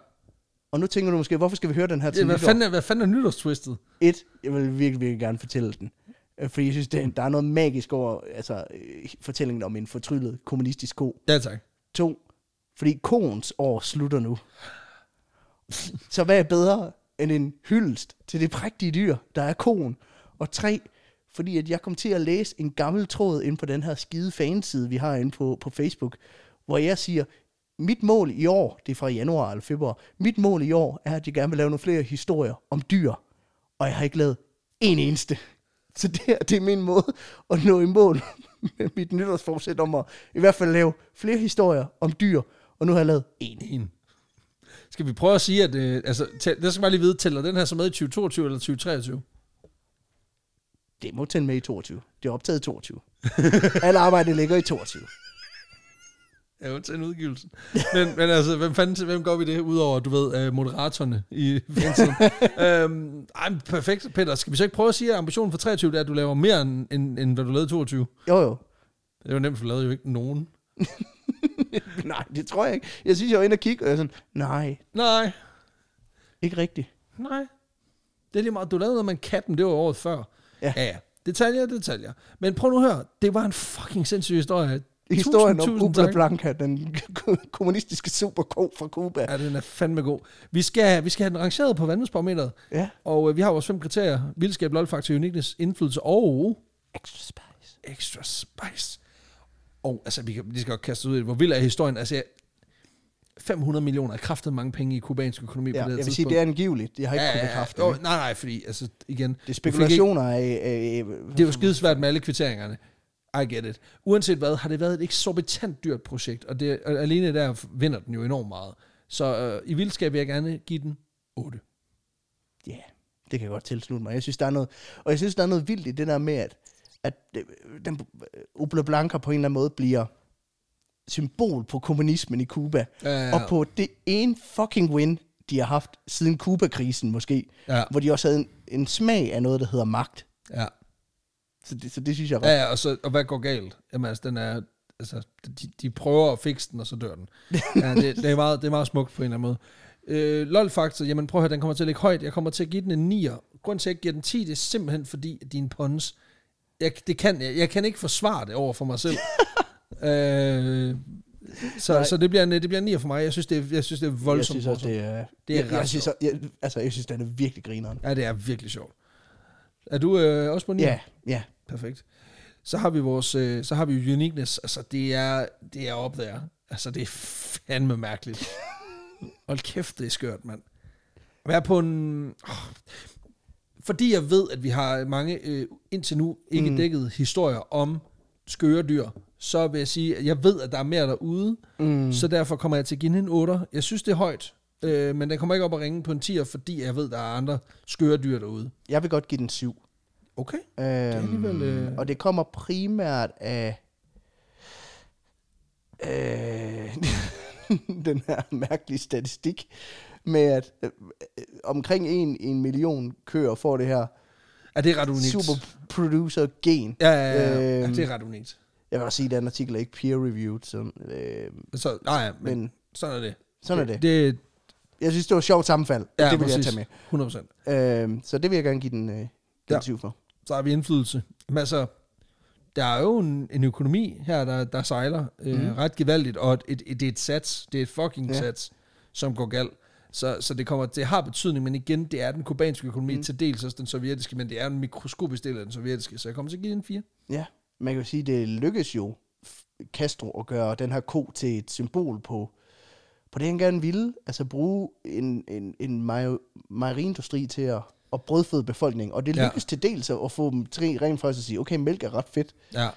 [SPEAKER 2] Og nu tænker du måske, hvorfor skal vi høre den her til
[SPEAKER 1] Ja, hvad,
[SPEAKER 2] nytår?
[SPEAKER 1] fanden er, hvad fanden er nytårstwistet?
[SPEAKER 2] Et, jeg vil virkelig, virkelig gerne fortælle den. Øh, Fordi jeg synes, det, der er noget magisk over altså, øh, fortællingen om en fortryllet kommunistisk ko.
[SPEAKER 1] Ja, tak.
[SPEAKER 2] To, Fordi koens år slutter nu. Så hvad er bedre end en hyldest til det prægtige dyr, der er koen? Og tre, fordi at jeg kom til at læse en gammel tråd ind på den her skide fanside, vi har inde på, på Facebook, hvor jeg siger, mit mål i år, det er fra januar eller februar, mit mål i år er, at jeg gerne vil lave nogle flere historier om dyr, og jeg har ikke lavet en eneste. Så det her, det er min måde at nå i mål med mit nytårsforsæt om at i hvert fald lave flere historier om dyr, og nu har jeg lavet en.
[SPEAKER 1] En. Skal vi prøve at sige, at... Øh, altså, tæl, det skal man lige vide, tæller den her så med i 2022 eller 2023?
[SPEAKER 2] Det må tælle med i 22. Det er optaget i 22. Alle arbejde ligger i 22.
[SPEAKER 1] Ja, jo, til en udgivelse. Men, men altså, hvem, fanden, hvem går vi det, udover, du ved, øh, moderatorerne i fremtiden? øhm, ej, men perfekt, Peter. Skal vi så ikke prøve at sige, at ambitionen for 23 det er, at du laver mere, end, end, end hvad du lavede i 22?
[SPEAKER 2] Jo jo.
[SPEAKER 1] Det var nemt, for du lavede jo ikke nogen.
[SPEAKER 2] Nej, det tror jeg ikke. Jeg synes, jeg var inde og kigge, og jeg er sådan, nej,
[SPEAKER 1] Nej,
[SPEAKER 2] ikke rigtigt.
[SPEAKER 1] nej. Det er lige meget. Du lavede noget med en katten, det var året før.
[SPEAKER 2] Ja.
[SPEAKER 1] ja, ja. Detaljer, detaljer. Men prøv nu at høre, det var en fucking sindssyg historie.
[SPEAKER 2] Historien
[SPEAKER 1] tusind,
[SPEAKER 2] om
[SPEAKER 1] tusind
[SPEAKER 2] Ubla
[SPEAKER 1] tak.
[SPEAKER 2] Blanca, den kommunistiske superko fra Cuba.
[SPEAKER 1] Ja, den er fandme god. Vi skal, vi skal have den rangeret på vandmiddelsbarometeret.
[SPEAKER 2] Ja.
[SPEAKER 1] Og øh, vi har vores fem kriterier. Vildskab, lolfaktor, uniqueness, indflydelse og
[SPEAKER 2] Extra spice.
[SPEAKER 1] extra spice. Og altså, vi kan lige skal godt kaste ud i det. Hvor vild er historien? Altså, jeg- 500 millioner er kraftet mange penge i kubansk økonomi
[SPEAKER 2] Ja,
[SPEAKER 1] på det her
[SPEAKER 2] jeg vil sige,
[SPEAKER 1] tidspunkt.
[SPEAKER 2] det er angiveligt. Jeg har ikke ja, kunnet bekræfte
[SPEAKER 1] jo,
[SPEAKER 2] det.
[SPEAKER 1] Nej, nej, fordi altså, igen...
[SPEAKER 2] Det er
[SPEAKER 1] du fik ikke-
[SPEAKER 2] spekulationer af... af, af
[SPEAKER 1] Det er jo skidesvært med alle kvitteringerne. I get it. Uanset hvad, har det været et eksorbitant dyrt projekt, og, det, og alene der vinder den jo enormt meget. Så øh, i vildskab vil jeg gerne give den 8.
[SPEAKER 2] Ja, yeah, det kan jeg godt tilslutte mig. Jeg synes, der er noget, og jeg synes, der er noget vildt i det der med, at, at øh, den øh, Obla Blanca på en eller anden måde bliver symbol på kommunismen i Cuba,
[SPEAKER 1] Ja, ja, ja.
[SPEAKER 2] og på det ene fucking win, de har haft siden Cuba-krisen måske,
[SPEAKER 1] Ja.
[SPEAKER 2] hvor de også havde en, en smag af noget, der hedder magt.
[SPEAKER 1] Ja.
[SPEAKER 2] Så det, så det synes jeg er ret.
[SPEAKER 1] Ja, ja og, så, og hvad går galt? Jamen, altså, den er, altså, de, de prøver at fikse den, og så dør den. Ja, det, det, er meget, det er meget smukt på en eller anden måde. Øh, LOL-faktor, jamen prøv at høre, den kommer til at ligge højt. Jeg kommer til at give den en 9'er. Grunden til, at jeg giver den 10, det er simpelthen fordi, at dine puns, jeg, det kan, jeg, jeg kan ikke forsvare det over for mig selv. øh, så,
[SPEAKER 2] Nej.
[SPEAKER 1] så det bliver en, det bliver en 9 for mig. Jeg synes, det er, jeg synes, det er
[SPEAKER 2] jeg
[SPEAKER 1] voldsomt.
[SPEAKER 2] synes også, det er...
[SPEAKER 1] Det er
[SPEAKER 2] jeg, jeg,
[SPEAKER 1] ret
[SPEAKER 2] synes, også- jeg, altså, jeg synes, den er virkelig grineren.
[SPEAKER 1] Ja, det er virkelig sjovt. Er du øh, også på 9?
[SPEAKER 2] Ja, ja.
[SPEAKER 1] Perfekt. Så har vi vores, øh, så har vi uniqueness. Altså, det er, det er op der. Altså, det er fandme mærkeligt. Hold kæft, det er skørt, mand. At være på en... Oh. Fordi jeg ved, at vi har mange øh, indtil nu ikke mm. dækket historier om skøre dyr, så vil jeg sige, at jeg ved, at der er mere derude, mm. så derfor kommer jeg til at give den en 8. Jeg synes, det er højt, øh, men den kommer ikke op at ringe på en 10'er, fordi jeg ved, der er andre skøre dyr derude.
[SPEAKER 2] Jeg vil godt give den syv.
[SPEAKER 1] Okay.
[SPEAKER 2] Øhm,
[SPEAKER 1] alligevel, øh,
[SPEAKER 2] Og det kommer primært af øh, den her mærkelige statistik med, at øh, øh, omkring en, en million køer får det her
[SPEAKER 1] Er det ret unikt?
[SPEAKER 2] superproducer-gen.
[SPEAKER 1] Ja, ja, ja, ja. ja
[SPEAKER 2] Øhm,
[SPEAKER 1] det er ret unikt.
[SPEAKER 2] Jeg vil også sige, at den artikel er ikke peer-reviewed, så, øh,
[SPEAKER 1] Så, nej, ja, men, men
[SPEAKER 2] men
[SPEAKER 1] sådan er det.
[SPEAKER 2] sådan er det.
[SPEAKER 1] det
[SPEAKER 2] Jeg synes, det var et sjovt sammenfald.
[SPEAKER 1] ja,
[SPEAKER 2] det vil
[SPEAKER 1] præcis.
[SPEAKER 2] jeg tage
[SPEAKER 1] 100%.
[SPEAKER 2] med. Øh, så det vil jeg gerne give den, øh, den
[SPEAKER 1] Ja.
[SPEAKER 2] ja. syv for.
[SPEAKER 1] Så har vi indflydelse. Men altså, der er jo en, en økonomi her, der, der sejler øh, mm. ret gevaldigt, og et, et, et, det er et sats, det er et fucking ja.
[SPEAKER 2] Mhm. Ja.
[SPEAKER 1] sats, som går galt. Så, så det, kommer, det har betydning, men igen, det er den kubanske økonomi,
[SPEAKER 2] Mhm.
[SPEAKER 1] mm. til dels også den sovjetiske, men det er en mikroskopisk del af den sovjetiske, så jeg kommer til at give den 4.
[SPEAKER 2] Ja, man kan jo sige, det lykkedes jo f- Castro at gøre den her ko til et symbol på, på det, han gerne ville. Altså bruge en, en, en majo- mejeriindustri til at, at brødføde befolkningen. Og det
[SPEAKER 1] Ja.
[SPEAKER 2] lykkedes til dels at at få dem til rent faktisk at sige, okay, mælk er ret fedt.
[SPEAKER 1] Ja.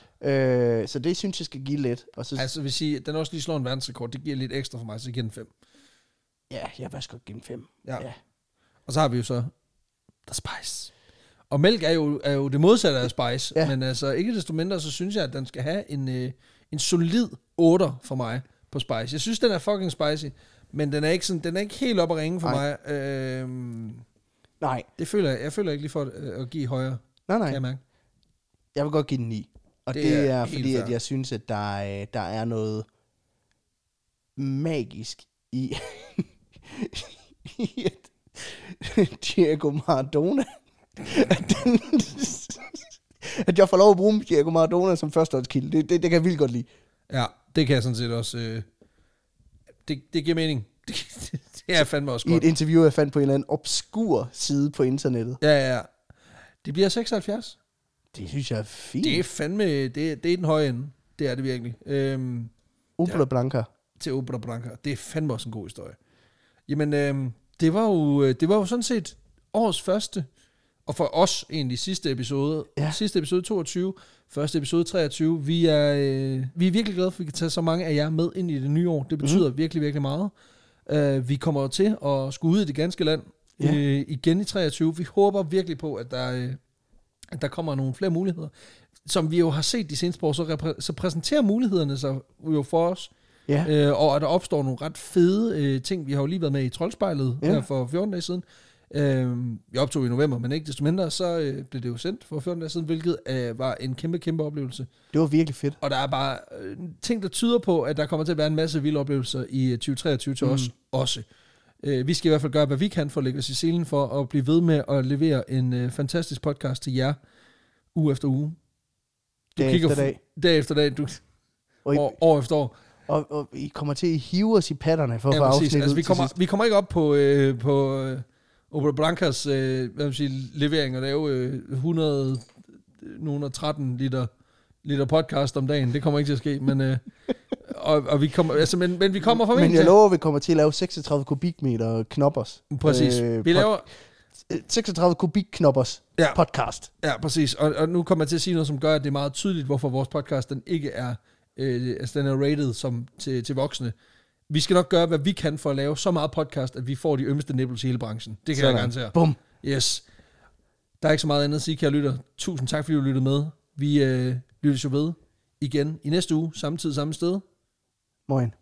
[SPEAKER 2] Øh, så det synes jeg skal give lidt. Og så,
[SPEAKER 1] Altså, hvis I, den også lige slår en verdensrekord, det giver lidt ekstra for mig, så jeg giver den 5.
[SPEAKER 2] ja, jeg vil også godt give dem fem.
[SPEAKER 1] Ja. Og så har vi jo så The Spice. Og mælk er jo, er jo det modsatte af Spice, ja.
[SPEAKER 2] Ja.
[SPEAKER 1] men altså ikke desto mindre, så synes jeg, at den skal have en, øh, en solid 8 for mig på Spice. Jeg synes, den er fucking spicy, men den er ikke, sådan, den er ikke helt op at ringe for Ej.
[SPEAKER 2] Nej.
[SPEAKER 1] mig. Øhm,
[SPEAKER 2] Nej,
[SPEAKER 1] det føler jeg, jeg føler ikke lige for at, øh, at give højere,
[SPEAKER 2] nej,
[SPEAKER 1] kan jeg
[SPEAKER 2] nej.
[SPEAKER 1] mærke.
[SPEAKER 2] Jeg vil godt give den ni. Og
[SPEAKER 1] Det
[SPEAKER 2] det, det
[SPEAKER 1] er
[SPEAKER 2] er,
[SPEAKER 1] helt
[SPEAKER 2] fordi,
[SPEAKER 1] fair.
[SPEAKER 2] at jeg synes, at der, øh, der er noget magisk i, i at Diego Maradona, at, den, at jeg får lov at bruge Diego Maradona som førsteårskilde. Det, det, det kan jeg vildt godt lide.
[SPEAKER 1] Ja, det kan jeg sådan set også... Øh, det, det giver mening. det er fandme også
[SPEAKER 2] I
[SPEAKER 1] godt.
[SPEAKER 2] et interview, jeg fandt på en eller anden obskur side på internettet.
[SPEAKER 1] Ja, ja. Det bliver 76.
[SPEAKER 2] Det synes jeg er fint.
[SPEAKER 1] Det er fandme, det, er- det er den høje ende. Det er det virkelig. Øhm,
[SPEAKER 2] Opel og Blanca.
[SPEAKER 1] til Opera Blanca. Det er fandme også en god historie. Jamen, øhm, det, var jo, øh, det var jo sådan set årets første, og for os egentlig sidste episode.
[SPEAKER 2] Ja.
[SPEAKER 1] Sidste episode 22, første episode 23. Vi er, øh, vi er virkelig glade for, at vi kan tage så mange af jer med ind i det nye år.
[SPEAKER 2] Mhm.
[SPEAKER 1] Det betyder mm. virkelig, virkelig meget. Uh, vi kommer jo til at skulle ud i det ganske land
[SPEAKER 2] Ja.
[SPEAKER 1] øh, igen i 23. Vi håber virkelig på, at der, øh, at der kommer nogle flere muligheder. Som vi jo har set de seneste par år, så, repræ- så præsenterer mulighederne sig jo for os.
[SPEAKER 2] Ja.
[SPEAKER 1] Øh, og at der opstår nogle ret fede øh, ting. Vi har jo lige været med i Troldspejlet
[SPEAKER 2] Ja.
[SPEAKER 1] ja. her for 14 dage siden. Øh, vi optog i november, men ikke desto mindre, så øh, blev det jo sendt for 14 dage siden, hvilket øh, var en kæmpe, kæmpe oplevelse.
[SPEAKER 2] Det var virkelig fedt.
[SPEAKER 1] Og der er bare øh, ting, der tyder på, at der kommer til at være en masse vilde oplevelser i øh, 2023 til mm. os også. Øh, vi skal i hvert fald gøre, hvad vi kan for at lægge os i selen for at blive ved med at levere en øh, fantastisk podcast til jer uge efter uge. Du
[SPEAKER 2] Dag efter dag.
[SPEAKER 1] fu- dag efter dag, du,
[SPEAKER 2] Og I,
[SPEAKER 1] år, år efter år.
[SPEAKER 2] og, og I kommer til at hive os i patterne for at få
[SPEAKER 1] Ja, præcis.
[SPEAKER 2] afsnittet
[SPEAKER 1] Altså, vi,
[SPEAKER 2] til
[SPEAKER 1] kommer,
[SPEAKER 2] sidst.
[SPEAKER 1] vi kommer ikke op på, øh, på øh, Opera Blancas øh, hvad vil man sige, levering og lave øh, 100, øh, nogle og 13 liter, liter podcast om dagen. Det kommer ikke til at ske, men, øh, og, og vi kommer, altså, men, men vi kommer
[SPEAKER 2] Men
[SPEAKER 1] formentlig.
[SPEAKER 2] jeg lover, at vi kommer til at lave 36 kubikmeter knoppers.
[SPEAKER 1] Præcis.
[SPEAKER 2] Øh,
[SPEAKER 1] vi laver,
[SPEAKER 2] 36 kubikknoppers
[SPEAKER 1] Ja.
[SPEAKER 2] ja. podcast.
[SPEAKER 1] ja, præcis. Og, og nu kommer jeg til at sige noget, som gør, at det er meget tydeligt, hvorfor vores podcast den ikke er, øh, altså den er rated som til, til voksne. Vi skal nok gøre, hvad vi kan for at lave så meget podcast, at vi får de ømmeste nipples i hele branchen. Det kan Sådan. jeg garantere.
[SPEAKER 2] Bum.
[SPEAKER 1] Yes. Der er ikke så meget andet at sige, kære lytter. Tusind tak, fordi du lyttede med. Vi øh, lyttes jo ved igen i næste uge, samme tid, samme sted.
[SPEAKER 2] Moin.